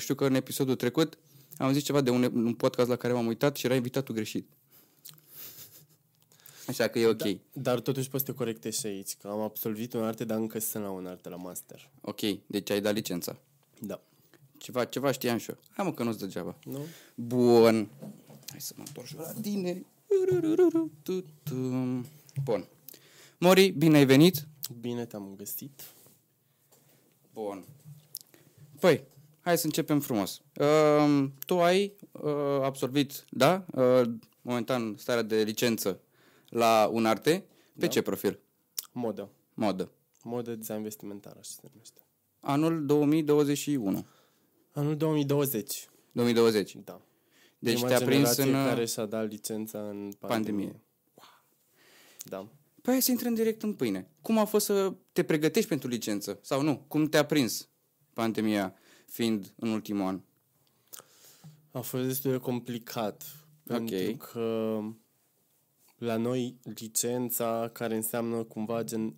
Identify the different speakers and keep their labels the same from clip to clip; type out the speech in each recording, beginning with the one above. Speaker 1: Știu că în episodul trecut am zis ceva de un, un podcast la care m-am uitat și era invitatul greșit. Așa că e ok. Da.
Speaker 2: Dar totuși poți să te corectezi și aici, că am absolvit un arte, dar încă sunt la un arte, la master.
Speaker 1: Ok, deci ai dat licența.
Speaker 2: Da.
Speaker 1: Ceva, ceva știam și eu. Hai mă că nu-ți degeaba.
Speaker 2: Nu?
Speaker 1: Bun. Hai să mă întorc la tine. Tu, tu. Bun. Mori, bine ai venit.
Speaker 2: Bine te-am găsit.
Speaker 1: Bun. Păi, hai să începem frumos. Uh, tu ai uh, absolvit, da, uh, momentan starea de licență la un arte. Pe
Speaker 2: Da.
Speaker 1: ce profil?
Speaker 2: Modă.
Speaker 1: Modă.
Speaker 2: Modă design vestimentar, așa se numește.
Speaker 1: Anul 2021.
Speaker 2: Anul 2020.
Speaker 1: 2020.
Speaker 2: Da.
Speaker 1: Deci
Speaker 2: Prima
Speaker 1: te-a prins
Speaker 2: generație
Speaker 1: în... uh,
Speaker 2: care și-a dat licența în pandemie.
Speaker 1: pandemie.
Speaker 2: Da.
Speaker 1: Păi hai să intrăm direct în pâine. Cum a fost să te pregătești pentru licență? Sau nu? Cum te-a prins pandemia fiind în ultimul an?
Speaker 2: A fost destul de complicat. Pentru
Speaker 1: Ok.
Speaker 2: că la noi licența care înseamnă cumva gen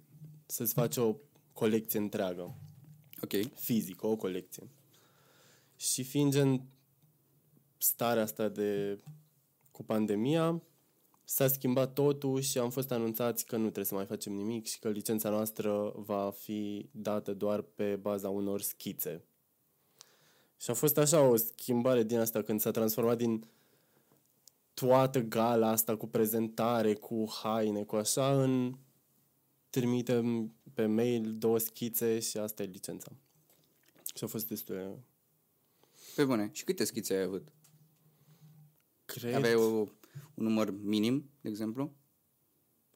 Speaker 2: să-ți faci o colecție întreagă.
Speaker 1: Ok.
Speaker 2: fizic, o colecție. Și fiind gen starea asta de cu pandemia, s-a schimbat totul și am fost anunțați că nu trebuie să mai facem nimic și că licența noastră va fi dată doar pe baza unor schițe. Și a fost așa o schimbare din asta când s-a transformat din toată gala asta cu prezentare, cu haine, cu așa, în trimitem pe mail două schițe și asta e licența. Și a fost destul de...
Speaker 1: Pe bune. Și câte schițe ai avut?
Speaker 2: Cred,
Speaker 1: Aveai o, un număr minim, de exemplu?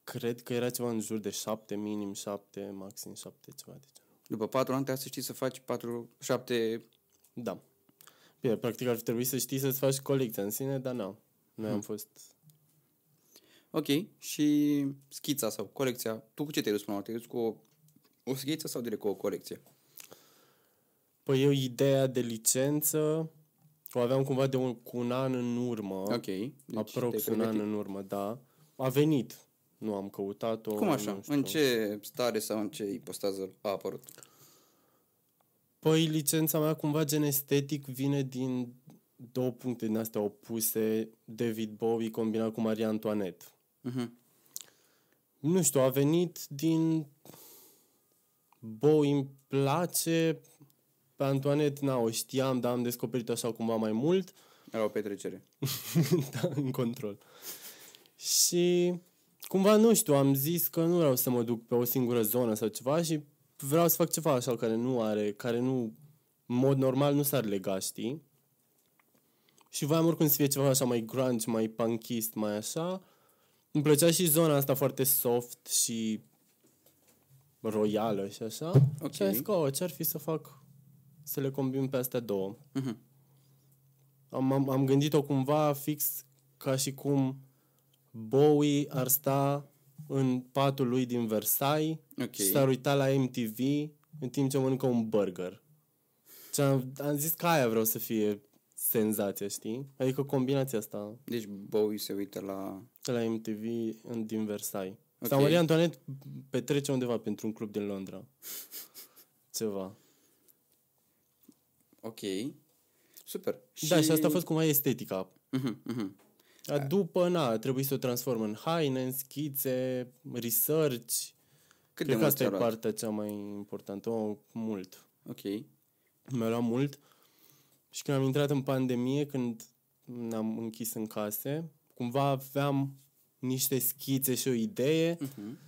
Speaker 2: cred că era ceva în jur de șapte, minim șapte, maxim șapte, ceva de genul.
Speaker 1: După patru ani trebuie să știi să faci patru, șapte...
Speaker 2: Da. Bine, practic ar fi trebuit să știi să-ți faci colecția în sine, dar nu. Noi
Speaker 1: Hm.
Speaker 2: am fost...
Speaker 1: Ok. Și schița sau colecția. Tu cu ce te-ai dus până la urmă? Te-ai dus cu o, o schiță sau direct cu o colecție?
Speaker 2: Păi eu ideea de licență o aveam cumva de un, cu un an în urmă.
Speaker 1: Ok. Deci
Speaker 2: aprox
Speaker 1: te-ai
Speaker 2: un an
Speaker 1: pregătit.
Speaker 2: în urmă, da. A venit. Nu am căutat-o.
Speaker 1: Cum
Speaker 2: nu
Speaker 1: așa?
Speaker 2: știu.
Speaker 1: În ce stare sau în ce ipostază a apărut?
Speaker 2: Păi licența mea cumva gen estetic vine din două puncte din astea opuse, David Bowie combinat cu Maria Antoinette.
Speaker 1: Uh-huh.
Speaker 2: Nu știu, a venit din Bowie îmi place, pe Antoinette, na, o știam, dar am descoperit așa cumva mai mult,
Speaker 1: Era o petrecere.
Speaker 2: da, în control. Și cumva, nu știu, am zis că nu vreau să mă duc pe o singură zonă sau ceva și vreau să fac ceva așa care nu are, care nu, în mod normal nu s-ar lega, știi? Și voiam oricum să fie ceva așa mai grunge, mai punkist, mai așa. Îmi plăcea și zona asta foarte soft și royală și așa.
Speaker 1: Ok.
Speaker 2: Și am zis că, "O, ce-ar fi să fac să le combin pe astea două.
Speaker 1: Mhm.
Speaker 2: Am, am, am gândit-o cumva fix ca și cum Bowie ar sta în patul lui din Versailles
Speaker 1: Ok.
Speaker 2: și s-ar uita la MTV în timp ce mănâncă un burger. Și am, am zis că aia vreau să fie senzația, știi? Adică combinația asta
Speaker 1: Deci Bowie se uită la...
Speaker 2: de la MTV în, din Versailles.
Speaker 1: Ok.
Speaker 2: Sau Maria Antoinette petrece undeva pentru un club din Londra. Ceva.
Speaker 1: Ok. Super.
Speaker 2: Și... Da, și asta a fost cumva estetica.
Speaker 1: Mhm, mhm.
Speaker 2: Dar După, na, trebuie să o transform în haine, în schițe, research.
Speaker 1: Cât de
Speaker 2: Cred că
Speaker 1: mult
Speaker 2: asta
Speaker 1: ți-a
Speaker 2: e
Speaker 1: luat?
Speaker 2: partea cea mai importantă. O, mult.
Speaker 1: Ok.
Speaker 2: Mi-a luat mult. Și când am intrat în pandemie, când ne-am închis în case, cumva aveam niște schițe și o idee,
Speaker 1: Mhm.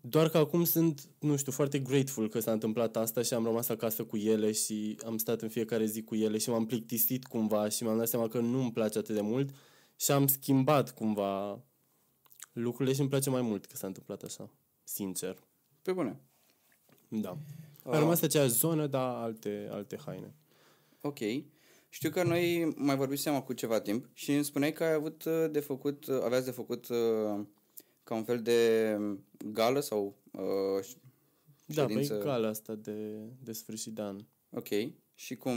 Speaker 2: doar că acum sunt, nu știu, foarte grateful că s-a întâmplat asta și am rămas acasă cu ele și am stat în fiecare zi cu ele și m-am plictisit cumva și mi-am dat seama că nu îmi place atât de mult și am schimbat cumva lucrurile și îmi place mai mult că s-a întâmplat așa, sincer.
Speaker 1: Pe bune.
Speaker 2: Da.
Speaker 1: Ah.
Speaker 2: A rămas aceeași zonă, dar alte, alte haine.
Speaker 1: Ok. Știu că noi mai vorbisem acum ceva timp și îmi spuneai că ai avut uh, de făcut, uh, aveați de făcut uh, ca un fel de um, gală sau... Uh, ș-
Speaker 2: Da, pe
Speaker 1: Ședință.
Speaker 2: egal asta de, de sfârșit de an.
Speaker 1: ok. Și cum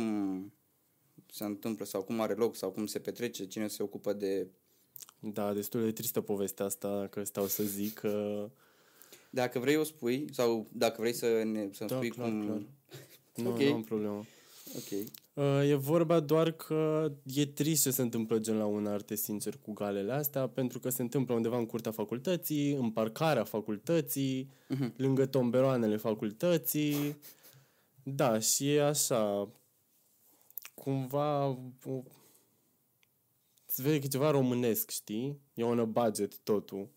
Speaker 1: se întâmplă sau cum are loc sau cum se petrece, cine se ocupă de...
Speaker 2: Da, destul de tristă povestea asta, că stau să zic că...
Speaker 1: Dacă vrei o spui sau dacă vrei să ne, să
Speaker 2: Da,
Speaker 1: spui
Speaker 2: clar,
Speaker 1: cum...
Speaker 2: clar. Nu,
Speaker 1: Ok.
Speaker 2: okay. nu am problemă.
Speaker 1: Ok.
Speaker 2: Uh, E vorba doar că e trist ce se întâmplă gen la un arte sincer cu galele astea, pentru că se întâmplă undeva în curtea facultății, în parcarea facultății, lângă tomberoanele facultății. Da, și e așa, cumva, o- se vede că e ceva românesc, știi? E on a budget totul.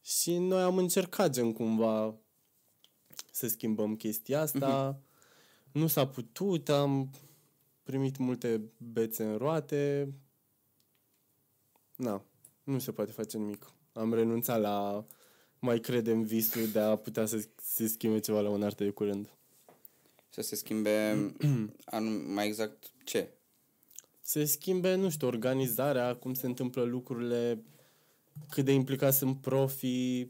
Speaker 2: Și noi am încercat gen cumva să schimbăm chestia asta. Nu s-a putut, am primit multe bețe în roate. Na, nu se poate face nimic. Am renunțat la mai crede în visul de a putea să se schimbe ceva la un artă de curând.
Speaker 1: Să se schimbe anum, mai exact ce?
Speaker 2: Se schimbe, nu știu, organizarea, cum se întâmplă lucrurile, cât de implicați sunt profii,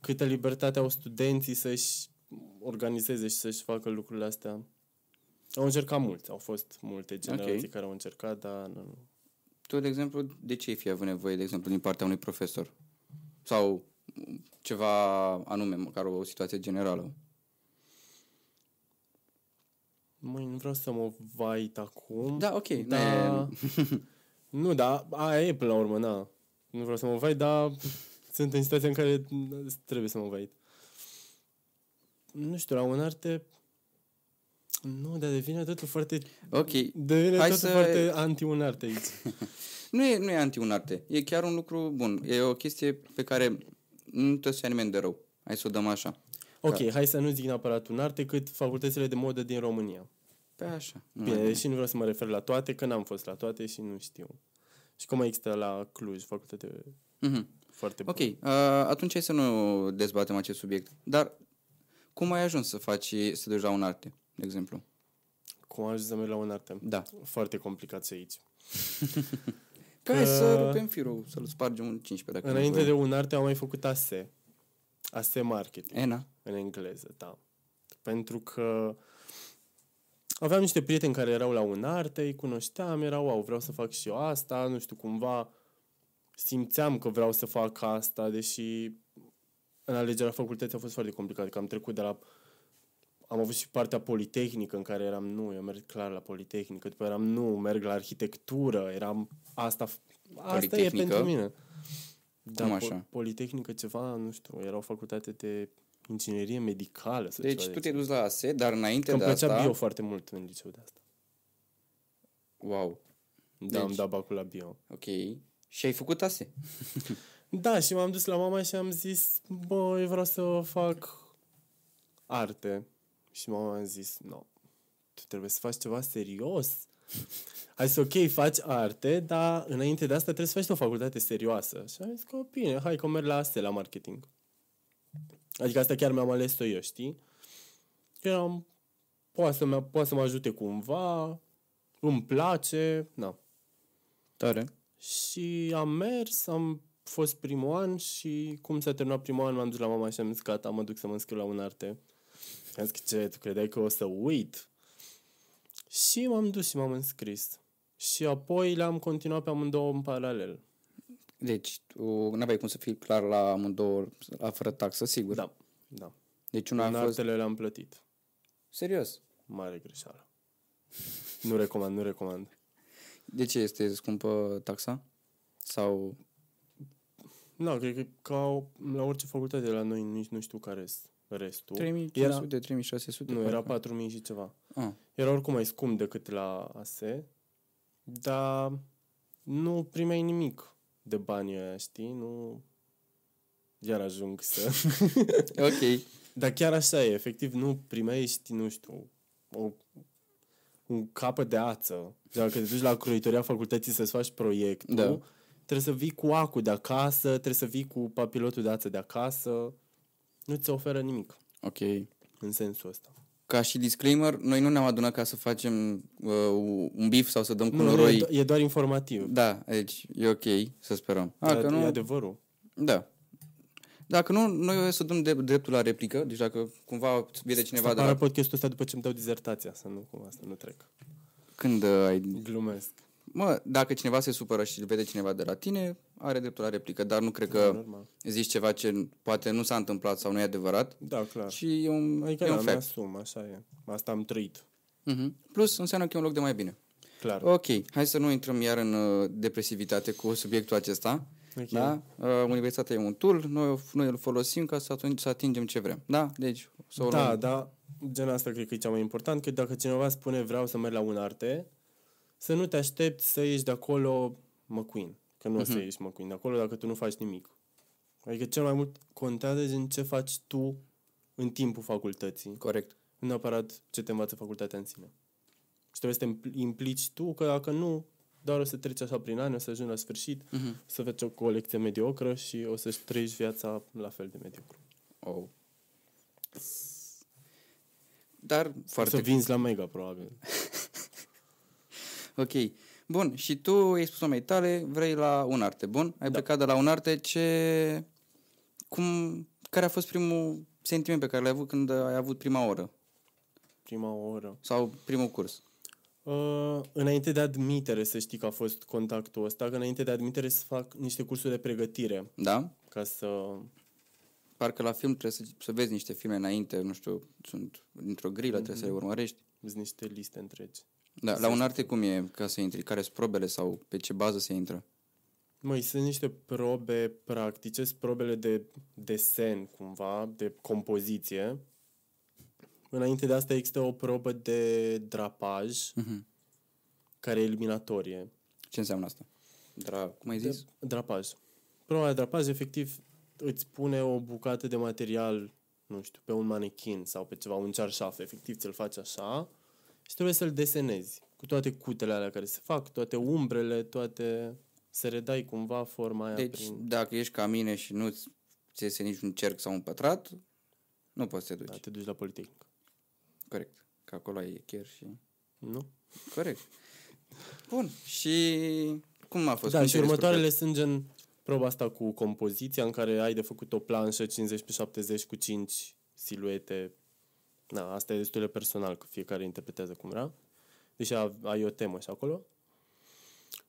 Speaker 2: câtă libertate au studenții să-și organizeze și să-și facă lucrurile astea. Au încercat mulți, au fost multe generații care au încercat, dar nu,
Speaker 1: Tu, de exemplu, de ce ai fi avut nevoie, de exemplu, din partea unui profesor? Sau ceva anume, măcar o situație generală?
Speaker 2: Măi, nu vreau să mă vait acum.
Speaker 1: Da, ok.
Speaker 2: Da.
Speaker 1: ne-
Speaker 2: nu, da, aia e până la urmă, na. Nu vreau să mă vait, dar sunt în situația în care trebuie să mă vait. Nu știu, la un arte... Nu, dar devine totul foarte...
Speaker 1: Ok,
Speaker 2: Devine
Speaker 1: Hai
Speaker 2: totul
Speaker 1: să-
Speaker 2: foarte anti-un arte aici.
Speaker 1: Nu e, nu e anti-unarte. E chiar un lucru bun. E o chestie pe care nu trebuie să ia nimeni de rău. Hai să o dăm așa.
Speaker 2: Ok, hai să nu zic neapărat un arte, cât facultățile de modă din România.
Speaker 1: Pe așa. Nu
Speaker 2: Bine,
Speaker 1: mai-
Speaker 2: deși nu vreau să mă refer la toate, că n-am fost la toate și nu știu. Și cum există la Cluj, facultate
Speaker 1: Mhm.
Speaker 2: foarte bună.
Speaker 1: Ok, uh, atunci hai să nu dezbatem acest subiect. Dar cum ai ajuns să faci, să duci la un arte, de exemplu?
Speaker 2: Cum am ajuns să merg la un artă?
Speaker 1: Da.
Speaker 2: Foarte complicat și aici.
Speaker 1: Că... Hai să rupem firul, să-l spargem un 15 dacă e
Speaker 2: Uh, Înainte de
Speaker 1: nevoie.
Speaker 2: un arte am mai făcut ASE. ASE Marketing.
Speaker 1: Ena.
Speaker 2: în engleză, da. Pentru că aveam niște prieteni care erau la un arte, îi cunoșteam, erau, au, vreau să fac și eu asta, nu știu, cumva simțeam că vreau să fac asta, deși în alegerea facultății a fost foarte complicat, că am trecut de la am avut și partea politehnică în care eram nu, eu merg clar la politehnică, după eram nu, merg la arhitectură, eram asta, asta e
Speaker 1: Politehnică?
Speaker 2: pentru mine. Da,
Speaker 1: Cum
Speaker 2: po-
Speaker 1: așa?
Speaker 2: Politehnică ceva, nu știu, era o facultate de inginerie medicală. Sau
Speaker 1: Deci
Speaker 2: ceva
Speaker 1: tu te-ai dus la ASE, dar înainte
Speaker 2: Că îmi
Speaker 1: de
Speaker 2: plăcea
Speaker 1: asta...
Speaker 2: bio foarte mult în liceu de asta.
Speaker 1: Wow,
Speaker 2: Da, deci... am
Speaker 1: Deci-
Speaker 2: dat bacul la bio.
Speaker 1: ok. Și ai făcut ASE.
Speaker 2: Da, și m-am dus la mama și am zis, bă, eu vreau să fac arte. Și mama a zis, nu, no, tu trebuie să faci ceva serios. Ai zis, ok, faci arte, dar înainte de asta trebuie să faci o facultate serioasă. Și am zis că, bine, hai că merg la asta, la marketing. Adică asta chiar mi-am ales-o eu, știi? Eu eram, poate să, mă, poate să mă ajute cumva, îmi place, na.
Speaker 1: Tare.
Speaker 2: Și am mers, am fost primul an și cum s-a terminat primul an m-am dus la mama și am zis gata, mă duc să mă înscriu la un arte. Am zis ce, tu credeai că o să uit? Și m-am dus și m-am înscris. Și apoi le-am continuat pe amândouă în paralel.
Speaker 1: Deci, tu n-aveai cum să fii clar la amândouă, la fără taxă, sigur.
Speaker 2: Da, da.
Speaker 1: Deci
Speaker 2: În
Speaker 1: una a fost...
Speaker 2: artele le-am plătit.
Speaker 1: Serios.
Speaker 2: Mare greșeală. Nu recomand, nu recomand.
Speaker 1: De ce este scumpă taxa? Sau...
Speaker 2: Da, cred că ca o- la orice facultate de la noi, nici nu știu care sunt restul.
Speaker 1: 3500, 3600?
Speaker 2: Nu, era
Speaker 1: parcă.
Speaker 2: 4.000 și ceva.
Speaker 1: Ah,
Speaker 2: Era oricum mai scump decât la ASE, dar nu primeai nimic de banii ăia, știi? Nu... Iar ajung să...
Speaker 1: Ok.
Speaker 2: dar chiar așa e, efectiv nu primești, nu știu, o, un capăt de ață. Dacă te duci la croitoria facultății să-ți faci proiectul,
Speaker 1: Da.
Speaker 2: trebuie să vii cu acul de acasă, trebuie să vii cu papilotul de ață de acasă. Nu ți oferă nimic
Speaker 1: Ok.
Speaker 2: în sensul ăsta.
Speaker 1: Ca și disclaimer, noi nu ne-am adunat ca să facem uh, un bif sau să dăm cu
Speaker 2: Nu, nu, e
Speaker 1: noroi.
Speaker 2: do- e doar informativ.
Speaker 1: Da, deci e ok, să sperăm. A,
Speaker 2: e,
Speaker 1: că
Speaker 2: e
Speaker 1: nu,
Speaker 2: adevărul.
Speaker 1: da. Dacă nu, noi o să dăm de, dreptul la replică, deci dacă cumva vede cineva
Speaker 2: Să
Speaker 1: de
Speaker 2: apară
Speaker 1: la...
Speaker 2: podcastul ăsta după ce îmi dau dizertația, să nu cumva să nu trec.
Speaker 1: Când uh, ai...
Speaker 2: Glumesc.
Speaker 1: Mă, dacă cineva se supără și vede cineva de la tine, are dreptul la replică, dar nu cred
Speaker 2: Da,
Speaker 1: că
Speaker 2: normal.
Speaker 1: zici ceva ce poate nu s-a întâmplat sau nu e adevărat.
Speaker 2: Da, clar.
Speaker 1: Și e un,
Speaker 2: Adică
Speaker 1: e
Speaker 2: da,
Speaker 1: un
Speaker 2: mi
Speaker 1: fact.
Speaker 2: asum, așa e. Asta am trăit.
Speaker 1: Mhm. Plus, înseamnă că e un loc de mai bine.
Speaker 2: Clar.
Speaker 1: Ok, hai să nu intrăm iar în uh, depresivitate cu subiectul acesta.
Speaker 2: Ok.
Speaker 1: Da? Uh, Universitatea e un tool, noi, o- noi îl folosim ca să, atunci, să atingem ce vrem. Da? Deci, să o
Speaker 2: da,
Speaker 1: luăm.
Speaker 2: da, gen asta cred că e cea mai important, că dacă cineva spune vreau să merg la un arte, să nu te aștepți să ieși de acolo McQueen, că nu o
Speaker 1: Mhm.
Speaker 2: să ieși McQueen de acolo dacă tu nu faci nimic. Adică cel mai mult contează din ce faci tu în timpul facultății,
Speaker 1: Corect.
Speaker 2: nu neapărat ce te învață facultatea în sine. Și trebuie să te impl- implici tu, că dacă nu, doar o să treci așa prin ani, o să ajungi la sfârșit,
Speaker 1: Mhm.
Speaker 2: să faci o colecție mediocră și o să-și trăiești viața la fel de mediocru.
Speaker 1: Oh. Dar
Speaker 2: Foarte
Speaker 1: foarte
Speaker 2: să vinzi la mega, probabil.
Speaker 1: Ok. Bun, și tu ai spus mamei tale, vrei la un arte, bun? Ai da. plecat de la un arte, ce... Cum... Care a fost primul sentiment pe care l-ai avut când ai avut prima oră?
Speaker 2: Prima oră.
Speaker 1: Sau primul curs?
Speaker 2: Uh, înainte de admitere, să știi că a fost contactul ăsta, că înainte de admitere să fac niște cursuri de pregătire,
Speaker 1: Da?
Speaker 2: ca să...
Speaker 1: Parcă la film trebuie să, să vezi niște filme înainte, nu știu, sunt dintr-o grilă, trebuie să le urmărești.
Speaker 2: sunt niște liste întregi.
Speaker 1: Da, la un arte cum e ca să intri? Care sunt probele sau pe ce bază se intră?
Speaker 2: Măi, sunt niște probe practice, sunt probele de desen, cumva, de compoziție. Înainte de asta există o probă de drapaj,
Speaker 1: Mhm.
Speaker 2: care e eliminatorie.
Speaker 1: Ce înseamnă asta? Dra, cum ai zis?
Speaker 2: Drapaj. Proba de drapaj, efectiv, îți pune o bucată de material, nu știu, pe un manechin sau pe ceva, un cearșaf, efectiv, ți-l faci așa și trebuie să-l desenezi cu toate cutele alea care se fac, toate umbrele, toate... Să redai cumva forma aia
Speaker 1: Deci,
Speaker 2: Da, prin...
Speaker 1: dacă ești ca mine și nu ți ți iese nici un cerc sau un pătrat, nu poți să te duci.
Speaker 2: Da, te duci la Politehnic.
Speaker 1: Corect. Că acolo e chiar și...
Speaker 2: Nu?
Speaker 1: Corect. Bun. Și cum a fost?
Speaker 2: da,
Speaker 1: Cum
Speaker 2: și
Speaker 1: te-ai
Speaker 2: următoarele sunt gen proba asta cu compoziția în care ai de făcut o planșă 50 pe 70 cu 5 siluete. Na, asta e destul de personal, că fiecare interpretează cum vrea. Deci a- ai o temă și acolo.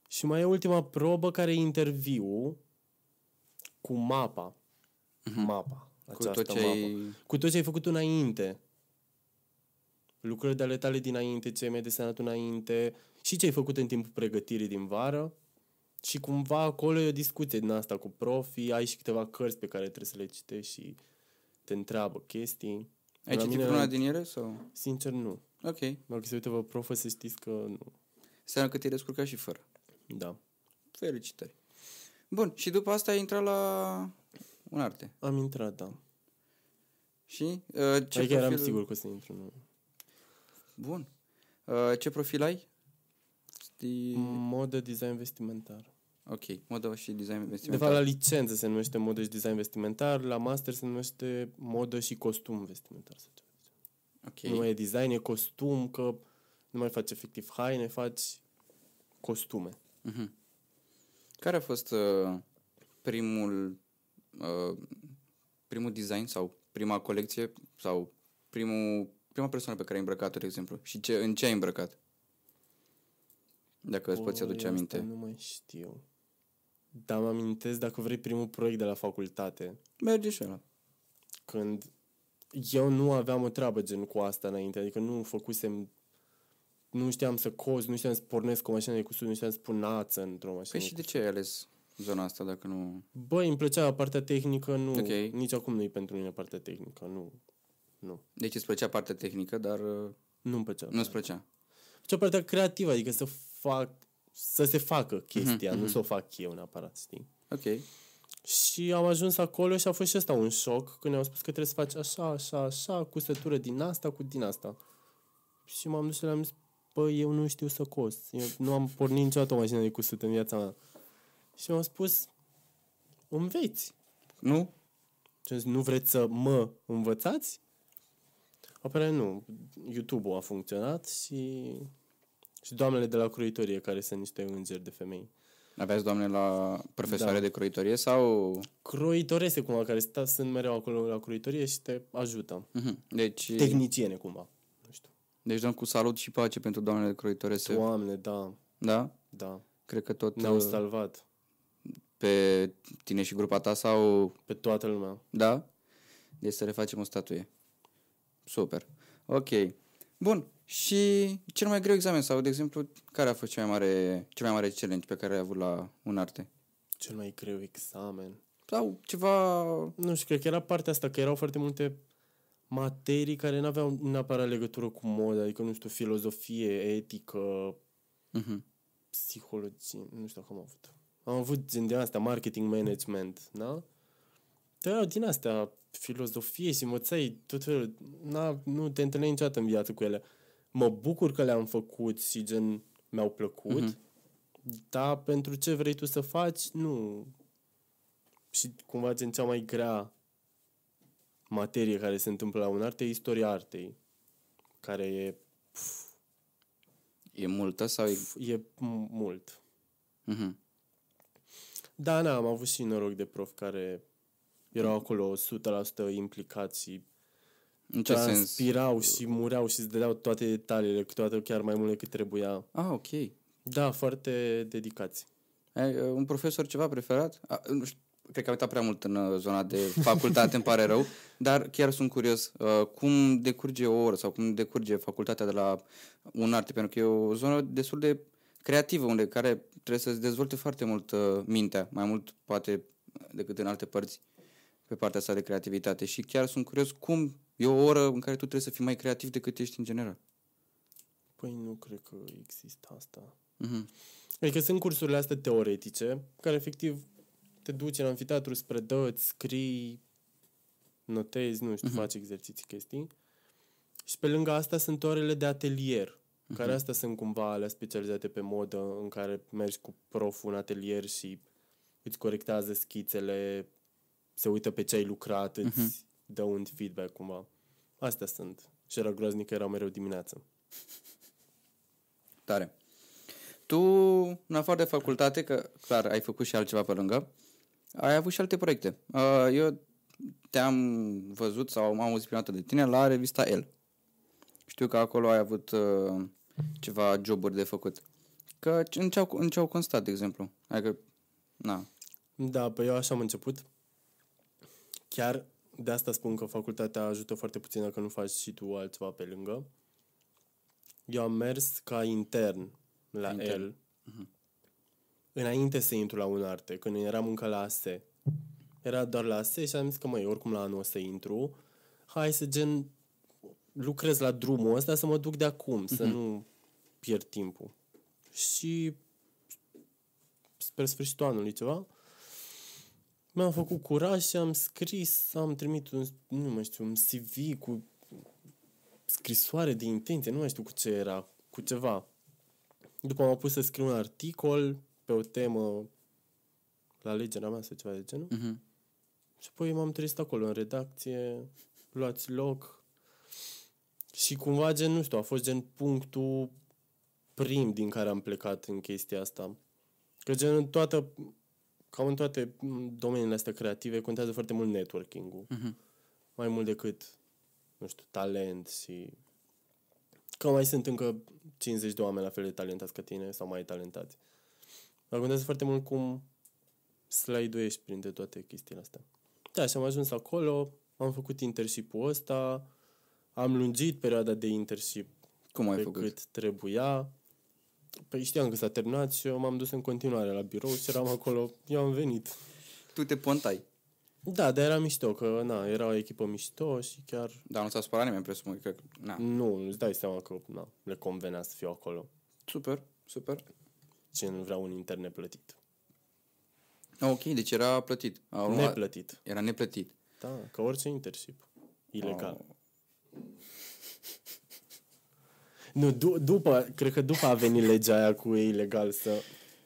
Speaker 2: Și mai e ultima probă care e interviu cu mapa. Mhm. Mapa.
Speaker 1: descurcat? Cu
Speaker 2: Această
Speaker 1: tot ce ai...
Speaker 2: cu tot ce ai făcut înainte. Lucrările ale tale dinainte, ce mi-ai desenat înainte și ce ai făcut în timpul pregătirii din vară. Și cumva acolo e o discuție din asta cu profi, ai și câteva cărți pe care trebuie să le citești și te întreabă chestii.
Speaker 1: Ai
Speaker 2: La
Speaker 1: citit
Speaker 2: mine,
Speaker 1: vreuna din ele? Sau...
Speaker 2: Sincer, nu.
Speaker 1: Ok.
Speaker 2: Dacă se uită vă profă, să știți că nu.
Speaker 1: Înseamnă că te-ai descurcat și fără.
Speaker 2: Da.
Speaker 1: Felicitări. Bun. Și după asta ai intrat la un arte.
Speaker 2: Am intrat, da.
Speaker 1: Și uh, ce
Speaker 2: Ce adică eram sigur că o să intru, nu.
Speaker 1: Bun. Uh, ce profil ai? Sti...
Speaker 2: Modă, design vestimentar.
Speaker 1: Ok. Modă și design
Speaker 2: Mm. De
Speaker 1: vestimentar.
Speaker 2: fapt, la licență se numește modă și design vestimentar, la master se numește modă și costum vestimentar. Sau ceva.
Speaker 1: Ok.
Speaker 2: Nu e design, e costum, că nu mai faci efectiv haine, faci costume.
Speaker 1: Mhm. Care a fost uh, primul uh, primul design sau prima colecție sau primul, prima persoană pe care ai îmbrăcat-o, de exemplu? Și ce, în ce ai îmbrăcat? Dacă îți poți
Speaker 2: Păi,
Speaker 1: aduce
Speaker 2: asta
Speaker 1: aminte.
Speaker 2: Nu mai știu. Dar mă amintesc, dacă vrei, primul proiect de la facultate,
Speaker 1: Merge și ăla.
Speaker 2: când eu nu aveam o treabă gen cu asta înainte, adică nu făcusem nu știam să cos, nu știam să pornesc o mașină de cusut, nu știam să pun nață într-o mașină.
Speaker 1: Păi și de ce ai ales zona asta dacă nu...
Speaker 2: Băi, îmi plăcea partea tehnică, nu.
Speaker 1: Ok.
Speaker 2: Nici acum nu e pentru mine partea tehnică, nu. Nu.
Speaker 1: Deci îți plăcea partea tehnică, dar uh,
Speaker 2: Nu-mi plăcea.
Speaker 1: nu îți plăcea.
Speaker 2: Ce partea creativă, adică să fac să se
Speaker 1: Mhm,
Speaker 2: facă chestia, nu să o fac eu neapărat, știi?
Speaker 1: Ok.
Speaker 2: Și am ajuns acolo și a fost și ăsta un șoc când ne-au spus că trebuie să faci așa, așa, așa, cu sătură din asta, cu din asta. Și m-am dus și le-am zis, bă, eu nu știu să cos. Eu nu am pornit niciodată o mașină de cusut în viața mea. Și mi-au spus, înveți.
Speaker 1: Nu?
Speaker 2: Și am zis, nu vreți să mă învățați? Apare nu. YouTube-ul a funcționat și... Și doamnele de la croitorie, care sunt niște îngeri de femei.
Speaker 1: Aveați, doamne, la profesoare
Speaker 2: Da.
Speaker 1: de croitorie sau...
Speaker 2: Croitorese, cumva, care sta, sunt mereu acolo la croitorie și te ajută.
Speaker 1: Mhm. Deci,
Speaker 2: Tehniciene, cumva. Nu știu.
Speaker 1: deci dăm cu salut și pace pentru doamnele croitorese.
Speaker 2: Doamne, da,
Speaker 1: Da?
Speaker 2: da.
Speaker 1: Cred că tot
Speaker 2: Ne-au
Speaker 1: uh,
Speaker 2: salvat
Speaker 1: pe tine și grupa ta sau...
Speaker 2: pe toată lumea.
Speaker 1: Da? Deci să le facem o statuie. Super. Ok. Bun. Și cel mai greu examen sau, de exemplu, care a fost cel mai mare, cel mai mare challenge pe care ai avut la un arte?
Speaker 2: Cel mai greu examen.
Speaker 1: Sau ceva...
Speaker 2: Nu știu, cred că era partea asta, că erau foarte multe materii care nu aveau neapărat legătură cu moda, adică, nu știu, filozofie, etică,
Speaker 1: Uh-huh.
Speaker 2: psihologie, nu știu cum am avut. Am avut gen din asta, marketing management, da? Dar erau din astea, filozofie și mățăi, tot felul, na, nu te întâlneai niciodată în viață cu ele. Mă bucur că le-am făcut și gen mi-au plăcut,
Speaker 1: Mhm.
Speaker 2: mm-hmm. dar pentru ce vrei tu să faci, nu. Și cumva gen cea mai grea materie care se întâmplă la un arte e istoria artei, care e,
Speaker 1: E multă sau e...
Speaker 2: e m- mult.
Speaker 1: Uh-huh.
Speaker 2: Da, na, am avut și noroc de prof care erau acolo 100% implicați și
Speaker 1: În ce sens?
Speaker 2: transpirau și mureau și îți dădeau toate detaliile, câteodată chiar mai mult decât trebuia.
Speaker 1: Ah, ok. Ai
Speaker 2: Da, foarte dedicați.
Speaker 1: uh, un profesor ceva preferat? A, uh, nu știu, cred că am uitat prea mult în uh, zona de facultate, îmi pare rău, dar chiar sunt curios uh, cum decurge o oră sau cum decurge facultatea de la un arte, pentru că e o zonă destul de creativă, unde care trebuie să-ți dezvolte foarte mult uh, mintea, mai mult poate decât în alte părți pe partea asta de creativitate și chiar sunt curios cum e o oră în care tu trebuie să fii mai creativ decât ești în general.
Speaker 2: Păi nu cred că există asta.
Speaker 1: Mhm.
Speaker 2: Adică sunt cursurile astea teoretice, care efectiv te duci în anfiteatru, îți predăți, scrii, notezi, nu știu, faci exerciții, chestii. Și pe lângă asta sunt orele de atelier, care astea sunt cumva alea specializate pe modă, în care mergi cu proful în atelier și îți corectează schițele, se uită pe ce ai lucrat, îți dă un feedback cumva. Astea sunt. Și era groaznic, era mereu dimineață.
Speaker 1: Tare. Tu, în afară de facultate, că clar, ai făcut și altceva pe lângă, ai avut și alte proiecte. Uh, Eu te-am văzut sau am auzit prima dată de tine la revista El. Știu că acolo ai avut uh, ceva joburi de făcut. Că ce- în ce au, în ce au constat, de exemplu? Adică, na.
Speaker 2: Da, păi eu așa am început. Chiar de asta spun că facultatea ajută foarte puțin dacă nu faci și tu altceva pe lângă. Eu am mers ca intern la
Speaker 1: Intern.
Speaker 2: el. Înainte să intru la un arte, când eram încă la AS. Era doar la AS și am zis că, măi, oricum la anul o să intru. Hai să gen lucrez la drumul ăsta să mă duc de acum, să nu pierd timpul. Și spre sfârșitul anului ceva, mi-am făcut curaj și am scris, am trimit un, nu mai știu, un CV cu scrisoare de intenție, nu mai știu cu ce era, cu ceva. După am pus să scriu un articol pe o temă la alegerea mea sau ceva de genul.
Speaker 1: Uh-huh.
Speaker 2: Și apoi m-am trezit acolo în redacție, luați loc. Și cumva gen, nu știu, a fost gen punctul prim din care am plecat în chestia asta. Că gen în toată, cam în toate m, domeniile astea creative contează foarte mult networking-ul.
Speaker 1: Mhm.
Speaker 2: Mai mult decât, nu știu, talent și... Că mai sunt încă 50 de oameni la fel de talentați ca tine sau mai talentați. Dar contează foarte mult cum slide-uiești printre toate chestiile astea. Da, și am ajuns acolo, am făcut internship-ul ăsta, am lungit perioada de internship
Speaker 1: Cum ai
Speaker 2: pe
Speaker 1: făcut?
Speaker 2: cât trebuia. Păi știam că s-a terminat și eu m-am dus în continuare la birou și eram acolo, eu am venit.
Speaker 1: Tu te pontai.
Speaker 2: Da, dar era mișto, că na, era o echipă mișto și chiar...
Speaker 1: Dar nu s-a spărat nimeni, presupun. Că, na.
Speaker 2: Nu, îți dai seama că na, le convenea să fiu acolo.
Speaker 1: Super, super.
Speaker 2: Ce nu vreau un intern neplătit.
Speaker 1: Ok, deci era plătit. A urmat-
Speaker 2: Neplătit.
Speaker 1: Era neplătit.
Speaker 2: Da, ca orice internship. Ilegal.
Speaker 1: Wow.
Speaker 2: Nu, du- după, cred că după a venit legea aia cu e ilegal să...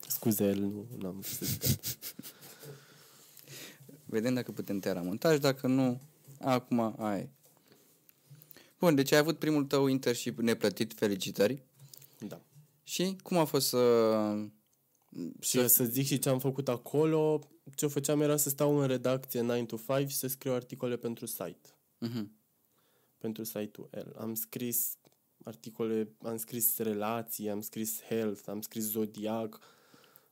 Speaker 2: Scuze, el nu am vrut să zic asta.
Speaker 1: Vedem dacă putem tăia la montaj, dacă nu, acum ai. Bun, deci ai avut primul tău internship neplătit, felicitări.
Speaker 2: Da.
Speaker 1: Și cum a fost să...
Speaker 2: Și eu să zic și ce am făcut acolo, ce făceam era să stau în redacție 9 to 5 și să scriu articole pentru site.
Speaker 1: Uh-huh.
Speaker 2: Pentru site-ul El. Am scris articole, am scris relații, am scris health, am scris zodiac.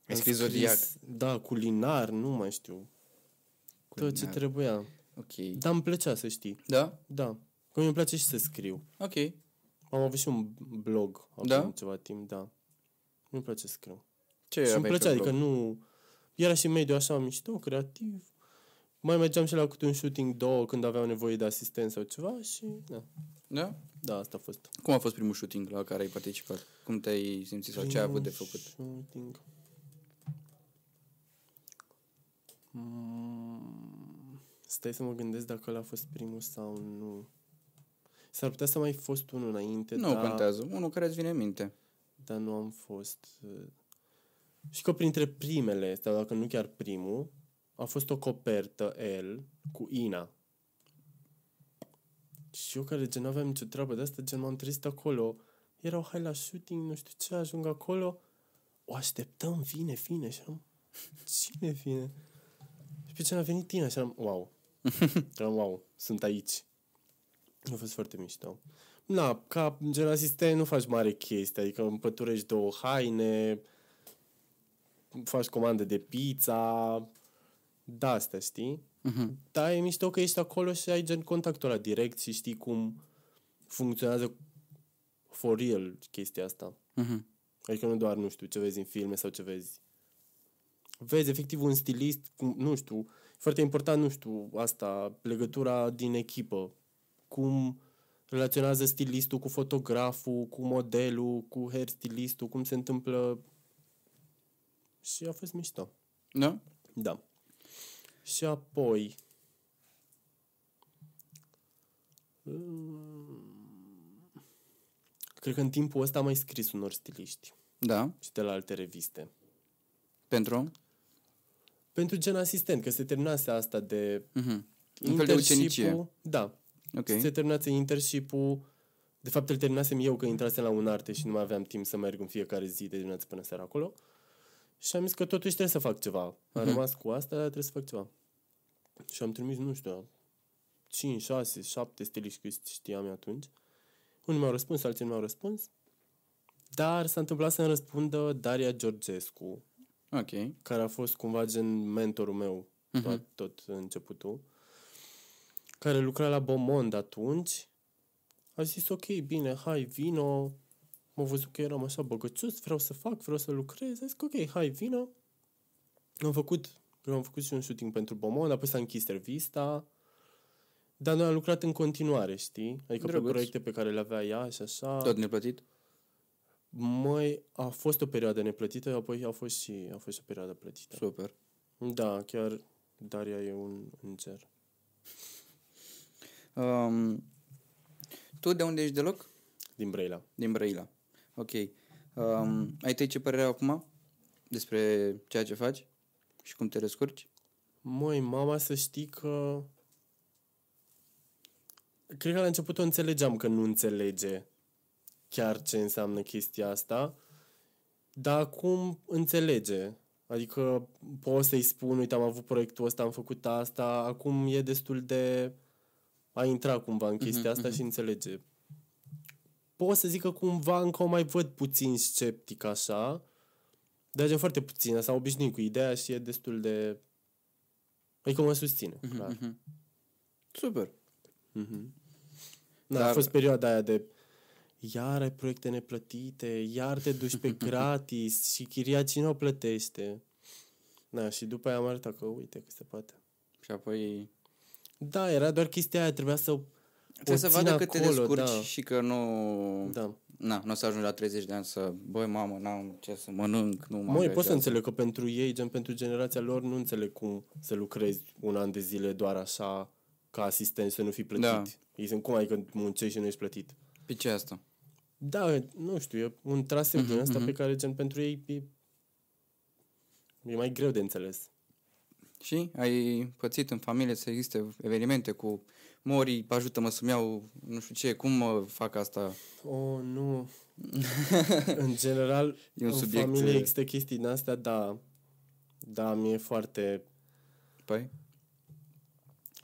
Speaker 2: am
Speaker 1: scris zodiac.
Speaker 2: Da, culinar, nu mai știu. Culinar. Tot ce
Speaker 1: Culinar.
Speaker 2: trebuia.
Speaker 1: Ok.
Speaker 2: Dar îmi plăcea să știi.
Speaker 1: Da?
Speaker 2: Da. Că mi-e place și să scriu.
Speaker 1: Ok.
Speaker 2: Am avut și un blog acum
Speaker 1: Da?
Speaker 2: ceva timp, da. Nu-mi place să scriu.
Speaker 1: Ce
Speaker 2: Și îmi
Speaker 1: aveai pe
Speaker 2: plăcea, adică
Speaker 1: blog?
Speaker 2: nu... Era și mediul așa mișto, creativ. Mai mergeam și la câte un shooting două când aveau nevoie de asistent sau ceva și... Da,
Speaker 1: Da?
Speaker 2: da asta a fost.
Speaker 1: Cum a fost primul shooting la care ai participat? Cum te-ai simțit sau ce ai avut de făcut?
Speaker 2: Shooting. Mm, Stai să mă gândesc dacă ăla a fost primul sau nu. S-ar putea să mai fi fost unul înainte,
Speaker 1: Nu
Speaker 2: dar,
Speaker 1: contează. Unul care îți vine în minte.
Speaker 2: dar nu am fost. uh, Și că printre primele, sau dacă nu chiar primul, a fost o copertă el cu Ina. Și eu care gen nu aveam nicio treabă de asta, gen m-am trezit acolo. Erau hai la shooting, nu știu ce, ajung acolo. O așteptăm, vine, vine. Și am, cine vine? Și pe ce a venit Tina și am, wow. Eram, wow, sunt aici. A fost foarte mișto. Na, ca gen asistent nu faci mare chestie, adică împăturești două haine, faci comandă de pizza, da, asta știi?
Speaker 1: Mhm.
Speaker 2: Dar e mișto că ești acolo și ai gen contactul la direct și știi cum funcționează for real chestia asta.
Speaker 1: Mhm.
Speaker 2: Adică nu doar, nu știu, ce vezi în filme sau ce vezi. Vezi efectiv un stilist, cum, nu știu, foarte important, nu știu, asta, legătura din echipă. Cum relaționează stilistul cu fotograful, cu modelul, cu hairstylistul, cum se întâmplă. Și a fost mișto.
Speaker 1: Da?
Speaker 2: Da. Și apoi... Mm, Cred că în timpul ăsta am mai scris unor stiliști
Speaker 1: Da?
Speaker 2: și de la alte reviste.
Speaker 1: Pentru?
Speaker 2: Pentru gen asistent, că se terminase asta de
Speaker 1: Mhm. Un fel de ucenicie.
Speaker 2: Da,
Speaker 1: Ok.
Speaker 2: okay. se terminase internship-ul. De fapt, îl terminasem eu că intrasem la un arte și nu mai aveam timp să merg în fiecare zi de dimineață până seara acolo. Și am zis că totuși trebuie să fac ceva.
Speaker 1: Mhm.
Speaker 2: Am rămas cu asta, dar trebuie să fac ceva. Și am trimis, nu știu, 5, 6, 7 stiliști cât știam eu atunci. Unii mi-au răspuns, alții nu mi-au răspuns. Dar s-a întâmplat să-mi răspundă Daria Georgescu,
Speaker 1: Ok.
Speaker 2: care a fost cumva gen mentorul meu
Speaker 1: Mhm.
Speaker 2: tot, tot începutul, care lucra la Beaumont atunci, a zis, ok, bine, hai, vino, m-a văzut că eram așa băgăcios, vreau să fac, vreau să lucrez, a zis, că, ok, hai, vino. Am făcut, eu am făcut și un shooting pentru Beaumont, apoi s-a închis revista, dar noi am lucrat în continuare, știi? Adică
Speaker 1: Drăguț.
Speaker 2: pe proiecte pe care le avea ea și așa.
Speaker 1: Tot neplătit?
Speaker 2: Mai a fost o perioadă neplătită, apoi a fost și, a fost și o perioadă plătită.
Speaker 1: Super.
Speaker 2: Da, chiar Daria e un înger.
Speaker 1: Um, tu de unde ești deloc?
Speaker 2: Din Brăila.
Speaker 1: Din Brăila. Ok. Um, ai tăi ce părere acum despre ceea ce faci și cum te descurci?
Speaker 2: Măi, mama să știi că... Cred că la început o înțelegeam că nu înțelege chiar ce înseamnă chestia asta, dar acum înțelege. Adică pot să-i spun, uite, am avut proiectul ăsta, am făcut asta, acum e destul de a intra cumva în
Speaker 1: Mhm,
Speaker 2: chestia asta și înțelege. Pot să zic că cumva încă o mai văd puțin sceptic așa, dar gen foarte puțin, s-a obișnuit cu ideea și e destul de... Adică mă susține, clar.
Speaker 1: Mhm. Super.
Speaker 2: Da,
Speaker 1: Mm-hmm. Dar-
Speaker 2: a fost perioada aia de iar ai proiecte neplătite, iar te duci pe gratis și chiria cine o plătește? Da, și după aia am arătat că uite că se poate.
Speaker 1: Și apoi
Speaker 2: Da, era doar chestia aia, trebuia să
Speaker 1: Trebuie să vadă cât te descurci
Speaker 2: da.
Speaker 1: și că nu...
Speaker 2: Da.
Speaker 1: Na, nu o să ajungi la 30 de ani să... Băi, mamă, n-am ce să mănânc, nu mă
Speaker 2: Măi, pot să înțeleg că pentru ei, gen pentru generația lor, nu înțeleg cum să lucrezi un an de zile doar așa ca asistent să nu fii plătit.
Speaker 1: Da.
Speaker 2: Da. Ei sunt cum adică muncești și nu ești plătit.
Speaker 1: Pe ce asta?
Speaker 2: Da, nu știu, e un traseu
Speaker 1: Mhm,
Speaker 2: din asta pe care, gen, pentru ei e, e mai greu de înțeles.
Speaker 1: Și ai pățit în familie să existe evenimente cu mori, ajută-mă să-mi iau nu știu ce, cum mă fac asta?
Speaker 2: Oh, nu. în general,
Speaker 1: E un
Speaker 2: în
Speaker 1: subiect, uh,
Speaker 2: familie
Speaker 1: e-
Speaker 2: există chestii din astea, da. Da, mi-e foarte...
Speaker 1: Păi,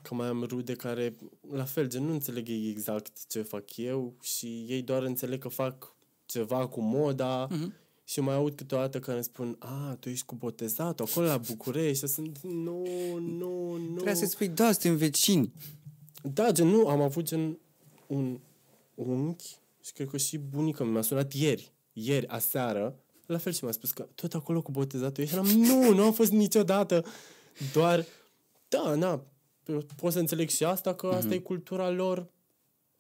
Speaker 2: Că mai am rude care, la fel, gen, nu înțeleg ei exact ce fac eu și ei doar înțeleg că fac ceva cu moda
Speaker 1: Mhm.
Speaker 2: și mai aud câteodată care îmi spun a, tu ești cu botezatul acolo la București și sunt, nu, nu, nu.
Speaker 1: trebuie să-ți spui, da, suntem vecini.
Speaker 2: Da, gen, nu, am avut gen un unchi Și cred că și bunica mi-a sunat ieri, ieri, aseară, la fel și mi-a spus că tot acolo cu botezatul. Eu eram, nu, nu am fost niciodată. Doar, da, na, eu pot să înțeleg și asta, că asta e cultura lor.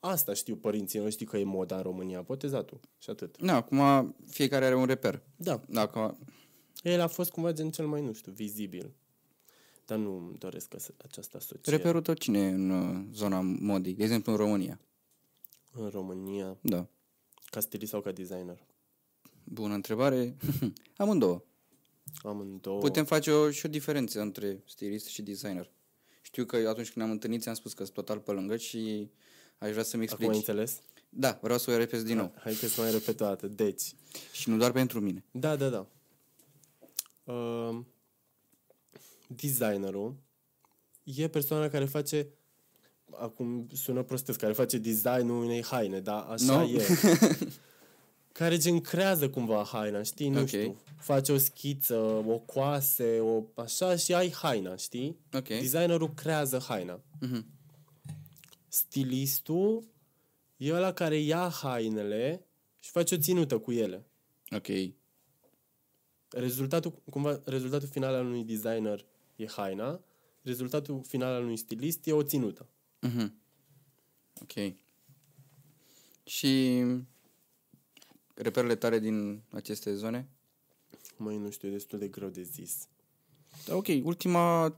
Speaker 2: Asta știu părinții noștri că e moda în România, botezatul. Și atât.
Speaker 1: Na, acum fiecare are un reper.
Speaker 2: Da.
Speaker 1: Dacă...
Speaker 2: El a fost cumva gen cel mai, nu știu, vizibil. Dar nu îmi doresc ca să- această asociere.
Speaker 1: Reperul tău cine e în uh, zona modii? De exemplu, în România.
Speaker 2: În România,
Speaker 1: Da.
Speaker 2: ca stilist sau ca designer?
Speaker 1: Bună întrebare. Amândouă.
Speaker 2: Amândouă.
Speaker 1: Putem face o, și o diferență între stilist și designer. Știu că eu atunci când ne-am întâlnit ți-am spus că sunt total pe lângă și aș vrea să-mi
Speaker 2: Acum ai
Speaker 1: explici.
Speaker 2: înțeles?
Speaker 1: Da, vreau să o repezi din nou.
Speaker 2: Hai că să mai repet o dată. Deci,
Speaker 1: Și nu doar pentru mine.
Speaker 2: da, da, da. Uh, designerul e persoana care face acum sună prostesc, care face designul unei haine, dar așa
Speaker 1: Nu.
Speaker 2: e. care gen creează cumva haina, știi? Nu
Speaker 1: Ok.
Speaker 2: știu. Face o schiță, o coase, o așa și ai haina, știi?
Speaker 1: Ok.
Speaker 2: Designerul creează haina.
Speaker 1: Mhm.
Speaker 2: Stilistul e ăla care ia hainele și face o ținută cu ele.
Speaker 1: Ok.
Speaker 2: Rezultatul, cumva, rezultatul final al unui designer e haina, rezultatul final al unui stilist e o ținută.
Speaker 1: Mhm. Ok. Și reperele tare din aceste zone?
Speaker 2: Mai nu știu, e destul de greu de zis.
Speaker 1: Da, ok. Ultima...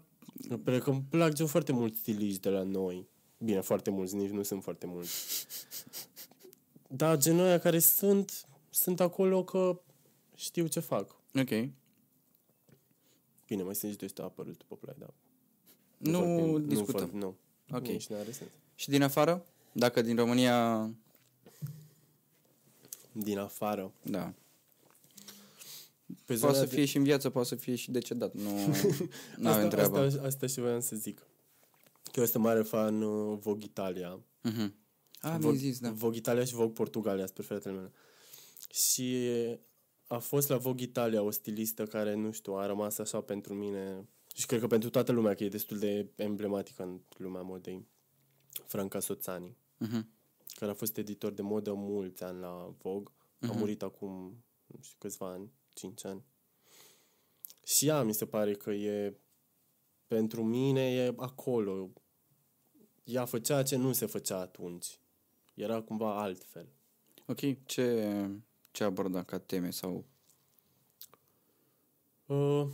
Speaker 2: Pentru că îmi plac gen foarte mult stiliști de la noi. Bine, foarte mulți, nici nu sunt foarte mulți. Dar genul ăia care sunt, sunt acolo că știu ce fac.
Speaker 1: Ok.
Speaker 2: Bine, mai sunt și doi apărut după play, dar...
Speaker 1: Nu,
Speaker 2: vorbim-
Speaker 1: discutăm.
Speaker 2: Nu, vorbim, nu.
Speaker 1: Ok.
Speaker 2: Nici nu are sens.
Speaker 1: și din afară? Dacă din România...
Speaker 2: Din afară.
Speaker 1: Da.
Speaker 2: Pe
Speaker 1: Poate să
Speaker 2: de-
Speaker 1: fie și în viață, poate să fie și decedat. Nu, nu
Speaker 2: asta,
Speaker 1: avem treabă.
Speaker 2: Asta, asta și voiam să zic. Că eu sunt mare fan uh, Vogue Italia.
Speaker 1: Mhm. A, mi-ai
Speaker 2: Vogue,
Speaker 1: zis, da.
Speaker 2: Vogue Italia și Vogue Portugalia, sunt preferatele mele. Și a fost la Vogue Italia o stilistă care, nu știu, a rămas așa pentru mine și cred că pentru toată lumea, că e destul de emblematică în lumea modei. Franca Soțani,
Speaker 1: Mhm.
Speaker 2: care a fost editor de modă mulți ani la Vogue, a
Speaker 1: Mhm.
Speaker 2: murit acum, nu știu, câțiva ani, 5 ani. Și ea mi se pare că e, pentru mine, e acolo. Ea făcea ce nu se făcea atunci. Era cumva altfel.
Speaker 1: Ok, ce, ce aborda ca teme sau...
Speaker 2: Uh,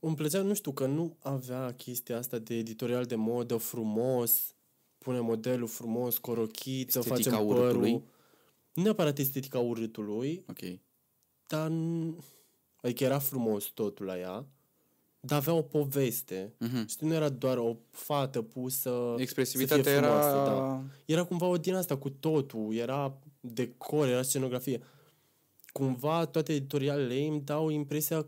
Speaker 2: îmi plăcea, nu știu, că nu avea chestia asta de editorial de modă frumos, pune modelul frumos, corochiță,
Speaker 1: Estetica
Speaker 2: facem
Speaker 1: urâtului?
Speaker 2: părul. Nu neapărat estetica urâtului,
Speaker 1: Ok,
Speaker 2: dar... n- Adică era frumos totul la ea, dar avea o poveste.
Speaker 1: Mhm.
Speaker 2: Știi, nu era doar o fată pusă... să fie
Speaker 1: expresivitatea
Speaker 2: frumoasă,
Speaker 1: era...
Speaker 2: da. Era cumva o din asta cu totul, era decor, era scenografie. Cumva toate editorialele ei îmi dau impresia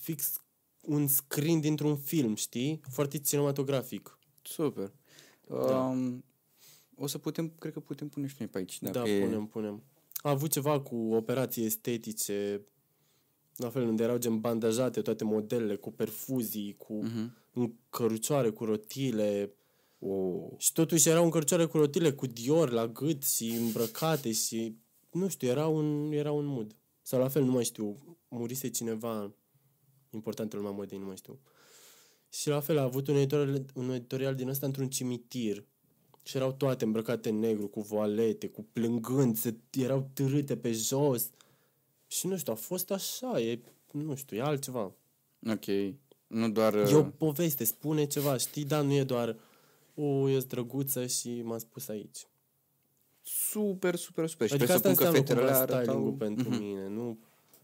Speaker 2: fix un screen dintr-un film, știi? Foarte cinematografic.
Speaker 1: Super.
Speaker 2: Da.
Speaker 1: Um, o să putem, cred că putem pune și noi pe aici. Dacă
Speaker 2: da,
Speaker 1: e...
Speaker 2: punem, punem. A avut ceva cu operații estetice, la fel, unde erau gen bandajate toate modelele, cu perfuzii, cu
Speaker 1: Mhm.
Speaker 2: uh-huh. în cărucioare, cu rotile.
Speaker 1: Oh.
Speaker 2: Și totuși erau în cărucioare cu rotile, cu Dior la gât și îmbrăcate și... Nu știu, era un, era un mood. Sau la fel, nu mai știu, murise cineva important în lumea modei, nu mai știu. Și la fel, a avut un editorial, un editorial din ăsta într-un cimitir. Și erau toate îmbrăcate în negru, cu voalete, cu plângând, se, erau târâte pe jos. Și nu știu, a fost așa, e, nu știu, e altceva.
Speaker 1: Ok, nu doar... uh,
Speaker 2: E o poveste, spune ceva, știi, dar nu e doar o, e drăguță și m-a spus aici.
Speaker 1: Super, super, super. Și
Speaker 2: adică asta
Speaker 1: presupun că
Speaker 2: înseamnă
Speaker 1: fetele
Speaker 2: cumva
Speaker 1: alea
Speaker 2: styling-ul
Speaker 1: arătau...
Speaker 2: pentru mine, nu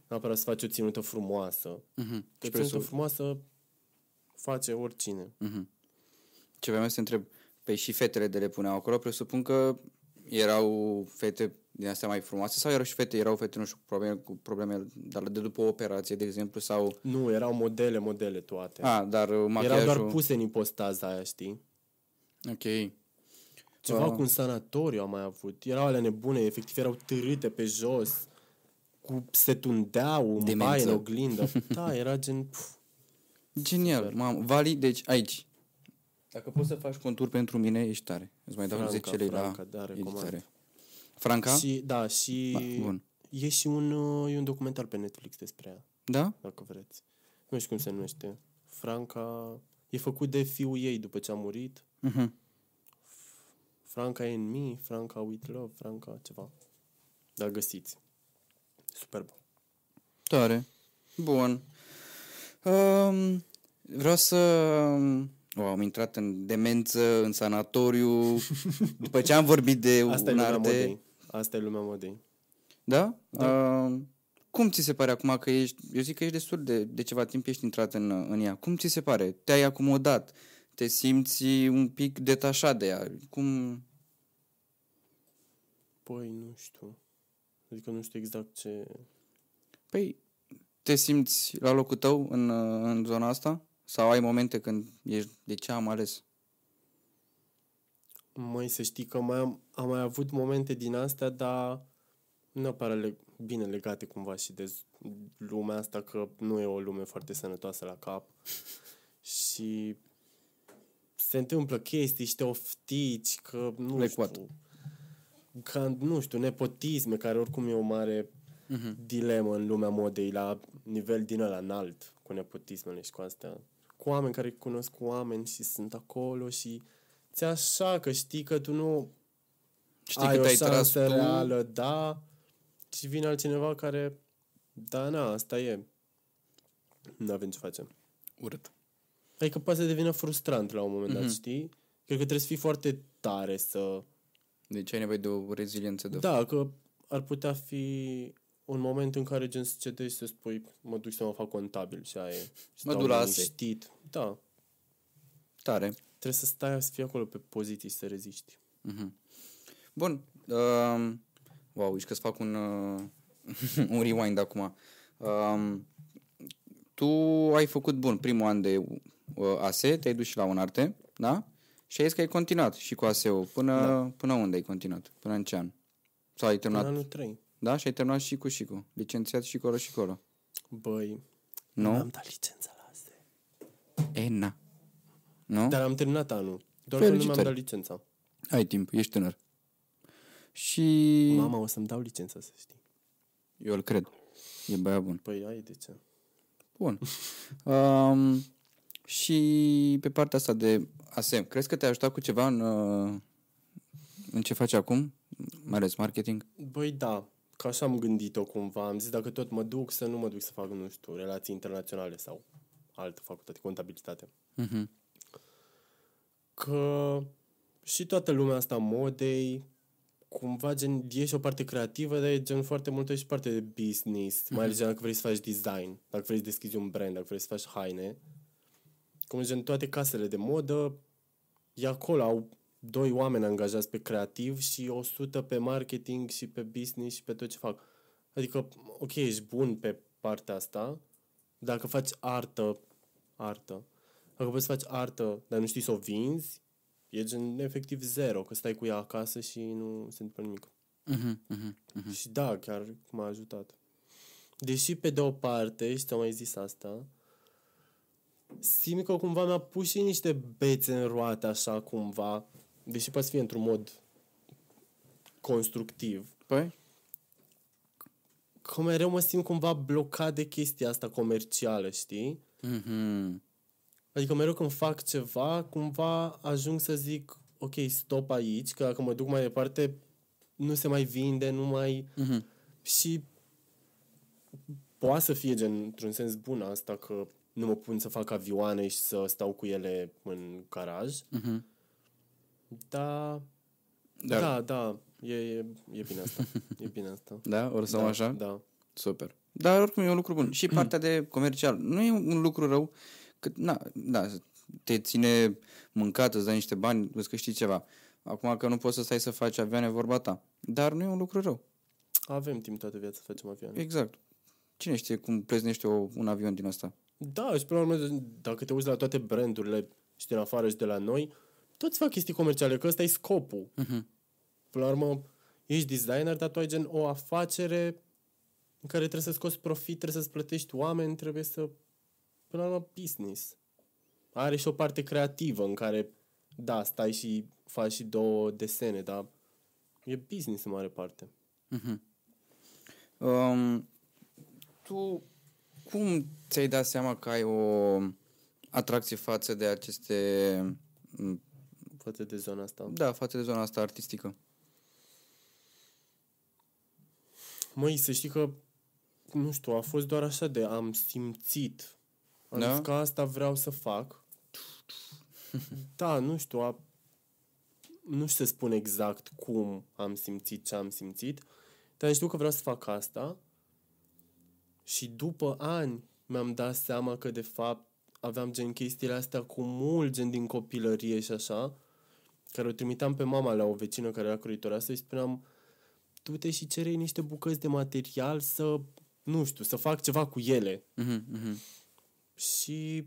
Speaker 2: neapărat să faci o ținută frumoasă.
Speaker 1: Mhm.
Speaker 2: Că
Speaker 1: Și
Speaker 2: ținută
Speaker 1: presupun-
Speaker 2: frumoasă face oricine.
Speaker 1: Mhm. Ce vreau să te întreb, pe și fetele de le puneau acolo, presupun că erau fete din astea mai frumoase sau erau și fete, erau fete, nu știu, cu probleme, cu probleme dar de după o operație, de exemplu, sau...
Speaker 2: Nu, erau modele, modele toate.
Speaker 1: A, dar uh, machiajul...
Speaker 2: erau doar puse în ipostaza aia, știi?
Speaker 1: Ok. Ah.
Speaker 2: Ceva cu un sanatoriu am mai avut. Erau alea nebune, efectiv erau târâte pe jos. Cu, se tundeau în
Speaker 1: Demență.
Speaker 2: baie, în oglindă. Da, era gen... Pf,
Speaker 1: Genial, mamă. Vali, deci aici. Dacă poți să faci contur pentru mine, ești tare. Îți mai dau
Speaker 2: Franca,
Speaker 1: 10 lei
Speaker 2: Franca,
Speaker 1: la
Speaker 2: da, recomand.
Speaker 1: editare. Franca?
Speaker 2: Și, da, și
Speaker 1: Ba, Bun.
Speaker 2: e și un, uh, e un documentar pe Netflix despre ea,
Speaker 1: Da?
Speaker 2: dacă vreți. Nu știu cum se numește. Franca e făcut de fiul ei după ce a murit.
Speaker 1: Uh-huh.
Speaker 2: Franca in me, Franca with love, Franca ceva. Dar găsiți. Superb.
Speaker 1: Tare. Bun. Um, vreau să... Wow, am intrat în demență, în sanatoriu, după ce am vorbit de
Speaker 2: Asta e
Speaker 1: un
Speaker 2: lumea
Speaker 1: ar de...
Speaker 2: modei. Asta e lumea modei.
Speaker 1: Da? da. Um, cum ți se pare acum că ești... Eu zic că ești destul de, de ceva timp ești intrat în, în ea. Cum ți se pare? Te-ai acomodat? Te simți un pic detașat de ea? Cum...
Speaker 2: Păi, nu știu. Adică nu știu exact ce...
Speaker 1: Păi, te simți la locul tău în, în zona asta? Sau ai momente când ești... De ce am ales?
Speaker 2: Mai să știi că mai am, am mai avut momente din astea, dar nu neapărat le, bine legate cumva și de z- lumea asta, că nu e o lume foarte sănătoasă la cap. și se întâmplă chestii și te oftici, că nu
Speaker 1: Like
Speaker 2: știu...
Speaker 1: what?
Speaker 2: Ca, nu știu, nepotisme, care oricum e o mare
Speaker 1: Mhm.
Speaker 2: dilemă în lumea modei la nivel din ăla înalt, cu nepotismele și cu astea. Cu oameni care cunosc cu oameni și sunt acolo și ți așa că știi că tu nu
Speaker 1: Știi cât ai tras tu?
Speaker 2: reală, da, și vine altcineva care, da, na, asta e. Nu avem ce facem.
Speaker 1: Urât.
Speaker 2: Adică poate să devină frustrant la un moment dat,
Speaker 1: Mhm.
Speaker 2: știi? Cred că trebuie să fii foarte tare să...
Speaker 1: Deci ai nevoie de o reziliență de...
Speaker 2: Da, că ar putea fi un moment în care gen să cedezi și să spui mă duc să mă fac contabil și aia e. Și
Speaker 1: Mă
Speaker 2: stau
Speaker 1: duc la asta.
Speaker 2: liniștit. Da.
Speaker 1: Tare.
Speaker 2: Trebuie să stai să fii acolo pe poziții și să reziști.
Speaker 1: Mhm. Bun. Um, wow, ești că-ți fac un, uh, un rewind acum. Um, tu ai făcut, bun, primul an de uh, ASE, te-ai dus și la un arte, da? Și ai zis că ai continuat și cu ASE-ul. Până, da. până unde ai continuat? Până în ce an? Sau ai
Speaker 2: Până
Speaker 1: terminat,
Speaker 2: anul 3.
Speaker 1: da? Și ai terminat și cu și cu. Licențiat și colo și colo.
Speaker 2: Băi,
Speaker 1: Nu?
Speaker 2: am dat licența la asta.
Speaker 1: E, na. Nu?
Speaker 2: Dar am terminat anul. Doar că nu mi-am
Speaker 1: Felicitări.
Speaker 2: dat licența.
Speaker 1: Ai timp, ești tânăr. Și...
Speaker 2: Mama, o să-mi dau licența, să știi.
Speaker 1: Eu îl cred. E băiat bun.
Speaker 2: Păi, ai de ce.
Speaker 1: Bun. um, și pe partea asta de ASEM, crezi că te-a ajutat cu ceva în, uh, în ce faci acum? Mai ales marketing?
Speaker 2: Băi, da, că așa am gândit-o cumva. Am zis dacă tot mă duc, să nu mă duc să fac, nu știu, relații internaționale sau altă facultate, contabilitate.
Speaker 1: Uh-huh.
Speaker 2: Că și toată lumea asta a modei, cumva gen, e și o parte creativă, dar e gen foarte multă și parte de business. Mai ales gen, dacă vrei să faci design, dacă vrei să deschizi un brand, dacă vrei să faci haine. Cum gen, toate casele de modă, e acolo, au doi oameni angajați pe creativ și 100 pe marketing și pe business și pe tot ce fac. Adică, ok, ești bun pe partea asta, dacă faci artă, artă, dacă poți să faci artă, dar nu știi să o vinzi, e gen efectiv zero, că stai cu ea acasă și nu se întâmplă nimic.
Speaker 1: Uh-huh.
Speaker 2: Mhm.
Speaker 1: Uh-huh.
Speaker 2: Și da, chiar m-a ajutat. Deși, pe de o parte, și ți-am mai zis asta, simt că cumva mi-a pus și niște bețe în roate, așa, cumva, deși poate să fie într-un mod constructiv,
Speaker 1: Păi?
Speaker 2: că mereu mă simt cumva blocat de chestia asta comercială, știi? Mhm.
Speaker 1: Uh-huh.
Speaker 2: Adică mereu când fac ceva, cumva ajung să zic, ok, stop aici, că dacă mă duc mai departe, nu se mai vinde, nu mai...
Speaker 1: Uh-huh.
Speaker 2: Și poate să fie gen, într-un sens bun asta, că nu mă pun să fac avioane și să stau cu ele în garaj.
Speaker 1: Uh-huh.
Speaker 2: Da,
Speaker 1: Dar-
Speaker 2: Dar... da, da, e, e, e bine asta. E bine asta.
Speaker 1: Da? O lăsăm
Speaker 2: da,
Speaker 1: așa?
Speaker 2: Da.
Speaker 1: Super. Dar oricum e un lucru bun. Și partea de comercial. Nu e un lucru rău. Că, na, da, te ține mâncat, îți dai niște bani, îți câștigi ceva. Acum că nu poți să stai să faci avioane, vorba ta. Dar nu e un lucru rău.
Speaker 2: Avem timp toată viața să facem avioane.
Speaker 1: Exact. Cine știe cum pleznește o, un avion din asta?
Speaker 2: Da, și până la urmă, dacă te uiți la toate brandurile și din afară și de la noi, toți fac chestii comerciale, că ăsta e scopul.
Speaker 1: Mhm.
Speaker 2: Până la urmă, ești designer, dar tu ai gen o afacere în care trebuie să scoți profit, trebuie să-ți plătești oameni, trebuie să... Până la urmă, business. Are și o parte creativă în care, da, stai și faci și două desene, dar E business în mare parte.
Speaker 1: Um, tu cum ți-ai dat seama că ai o atracție față de aceste... m,
Speaker 2: Față de zona asta.
Speaker 1: Da, față de zona asta artistică.
Speaker 2: Măi, să știi că, nu știu, a fost doar așa de am simțit. Am
Speaker 1: Da?
Speaker 2: da? zis că asta vreau să fac. da, nu știu, a... nu știu să spun exact cum am simțit ce am simțit, dar știu că vreau să fac asta și după ani mi-am dat seama că de fapt aveam gen chestiile astea cu mult gen din copilărie și așa, care o trimiteam pe mama la o vecină care era curitoreasă și spuneam, du-te și cere niște bucăți de material să, nu știu, să fac ceva cu ele.
Speaker 1: Mhm, mhm.
Speaker 2: Și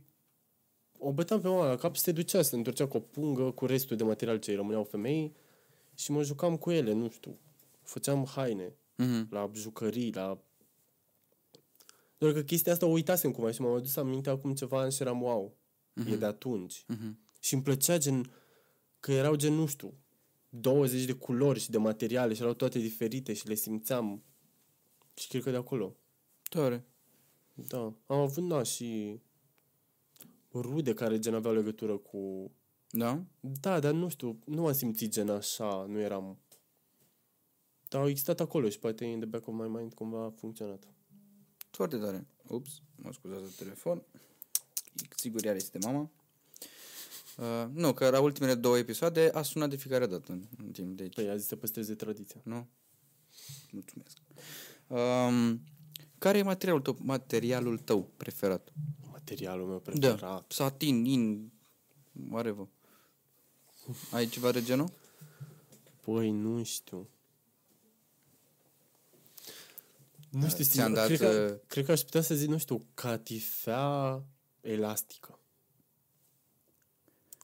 Speaker 2: o băteam pe mama la cap și se ducea, se întorcea cu o pungă, cu restul de material ce îi rămâneau femeii și mă jucam cu ele, nu știu. Făceam haine
Speaker 1: Mhm.
Speaker 2: la jucării, la... Doar că chestia asta o uitasem cumva și m-am adus aminte acum ceva ani și eram wow. E de atunci.
Speaker 1: Mhm.
Speaker 2: Și îmi plăcea gen că erau gen, nu știu, 20 de culori și de materiale și erau toate diferite și le simțeam. Și cred că de acolo.
Speaker 1: Tare.
Speaker 2: Da. Am avut, da, și rude care gen aveau legătură cu...
Speaker 1: Da?
Speaker 2: Da, dar nu știu, nu am simțit gen așa, nu eram... Dar au existat acolo și poate in the back of my mind cumva a funcționat.
Speaker 1: Foarte tare. Ups, mă scuzați de telefon. Sigur, iar este mama. Uh, nu, că la ultimele două episoade a sunat de fiecare dată în, în timp, deci...
Speaker 2: Păi a zis să păstreze tradiția.
Speaker 1: Nu? Mulțumesc. Um, care e materialul tău, materialul tău preferat?
Speaker 2: Materialul meu preferat.
Speaker 1: Satin, in, whatever. Ai ceva de genul?
Speaker 2: Da, Păi, nu știu. Nu știu,
Speaker 1: ți-am
Speaker 2: sincer,
Speaker 1: dat,
Speaker 2: cred, că,
Speaker 1: uh,
Speaker 2: cred că aș putea să zic, nu știu, catifea elastică.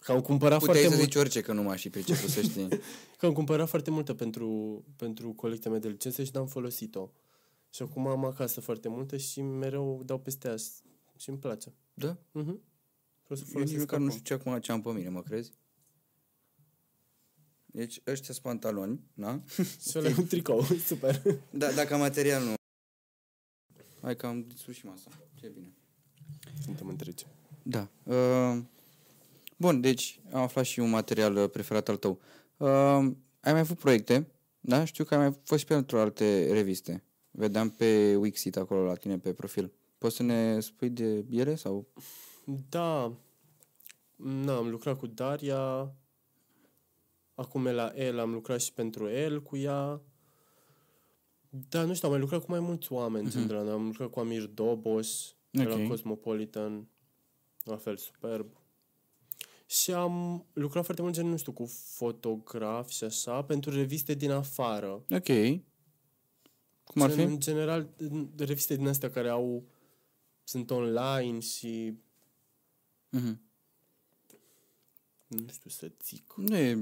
Speaker 2: Că am cumpărat
Speaker 1: Puteai
Speaker 2: foarte
Speaker 1: să
Speaker 2: mult.
Speaker 1: zici orice că nu m-aș fi priceput să știi.
Speaker 2: Că am cumpărat foarte multă pentru, pentru colecția mea de licențe și n-am folosit-o. Și acum am acasă foarte multe și mereu dau peste ea și- și îmi place.
Speaker 1: Da?
Speaker 2: Mhm. Vreau să
Speaker 1: Eu nici
Speaker 2: folosesc
Speaker 1: măcar nu
Speaker 2: acum.
Speaker 1: știu ce acum ce am pe mine, mă crezi? Deci ăștia sunt pantaloni, da?
Speaker 2: Și ăla e un tricou, super.
Speaker 1: Da, dacă material nu. Hai că am distrus și masa. Ce bine.
Speaker 2: Suntem întregi.
Speaker 1: Da. Uh, bun, deci am aflat și un material uh, preferat al tău. Uh, ai mai avut proiecte, da? Știu că ai mai fost și pentru alte reviste. Vedeam pe Wixit acolo la tine pe profil. Poți să ne spui de ele sau...
Speaker 2: Da. Na, am lucrat cu Daria. Acum e la el, am lucrat și pentru el cu ea. Da, nu știu, am mai lucrat cu mai mulți oameni, mm-hmm. de la noi. Am lucrat cu Amir Dobos, okay. de
Speaker 1: Mhm. Ok.
Speaker 2: la Cosmopolitan, la fel, superb. Și am lucrat foarte mult, gen, nu știu, cu fotografi și așa, pentru reviste din afară.
Speaker 1: Ok. Cum ar
Speaker 2: Gen,
Speaker 1: fi?
Speaker 2: În general, în- reviste din astea care au sunt online și
Speaker 1: Mhm.
Speaker 2: nu știu să zic.
Speaker 1: Nu e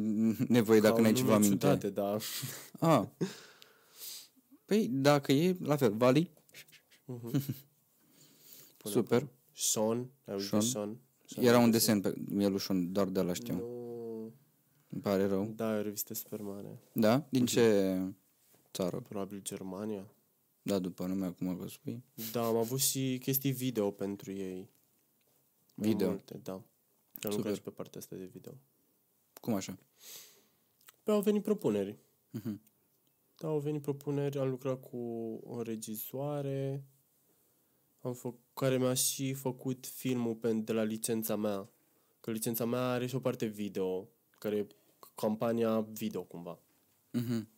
Speaker 1: nevoie Păi dacă
Speaker 2: Ca
Speaker 1: n-ai
Speaker 2: un
Speaker 1: ceva
Speaker 2: nume
Speaker 1: aminte.
Speaker 2: ciudate, da.
Speaker 1: Ah. Păi, dacă e, la fel, Vali,
Speaker 2: Până
Speaker 1: super.
Speaker 2: Sean, Mhm. ai auzit de
Speaker 1: Sean?
Speaker 2: Sean? Sean
Speaker 1: Era
Speaker 2: e o
Speaker 1: un
Speaker 2: revistă-
Speaker 1: desen pe el ușon, doar de la știu.
Speaker 2: Da. Nu.
Speaker 1: Îmi pare rău.
Speaker 2: Da, e o revistă super mare.
Speaker 1: Da? Din ce țară?
Speaker 2: Probabil Germania.
Speaker 1: Da, după nume acum că spui.
Speaker 2: Da, am avut și chestii video pentru ei. Mai
Speaker 1: Video.
Speaker 2: Multe, da. Am
Speaker 1: Super.
Speaker 2: lucrat și pe partea asta de video.
Speaker 1: Cum așa?
Speaker 2: Păi au venit propuneri.
Speaker 1: Mhm.
Speaker 2: Da, au venit propuneri, am lucrat cu o regizoare, am fă- care mi-a și făcut filmul pe, de la licența mea. Că licența mea are și o parte video, care e campania video cumva.
Speaker 1: Mhm.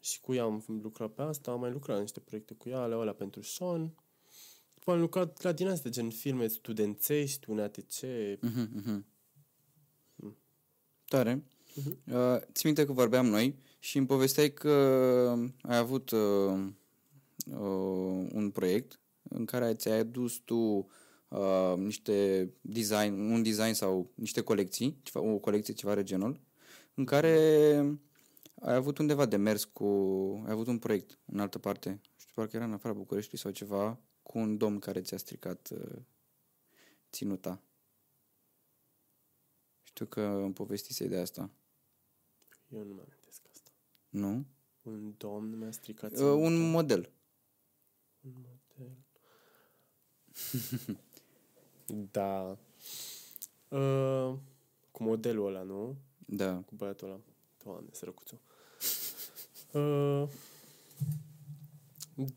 Speaker 2: Și cu ea am lucrat pe asta, am mai lucrat la niște proiecte cu ea, ale alea pentru Sean. După am lucrat la din astea, gen filme studențești, un ATC.
Speaker 1: Mhm, mhm. Tare. Uh, ți minte că vorbeam noi și îmi povesteai că ai avut uh, uh, un proiect în care ți-ai adus tu uh, niște design, un design sau niște colecții, ceva, o colecție, ceva de genul, în care ai avut undeva de mers cu, ai avut un proiect în altă parte, știu, parcă era în afara Bucureștiului sau ceva, cu un domn care ți-a stricat uh, ținuta. Știu că îmi povestisei de asta.
Speaker 2: Eu nu mi amintesc asta.
Speaker 1: Nu?
Speaker 2: Un domn mi-a stricat.
Speaker 1: Uh, un model.
Speaker 2: Un model. da. Uh, cu modelul ăla, nu?
Speaker 1: Da.
Speaker 2: Cu băiatul ăla. Doamne, sărăcuțu. Uh,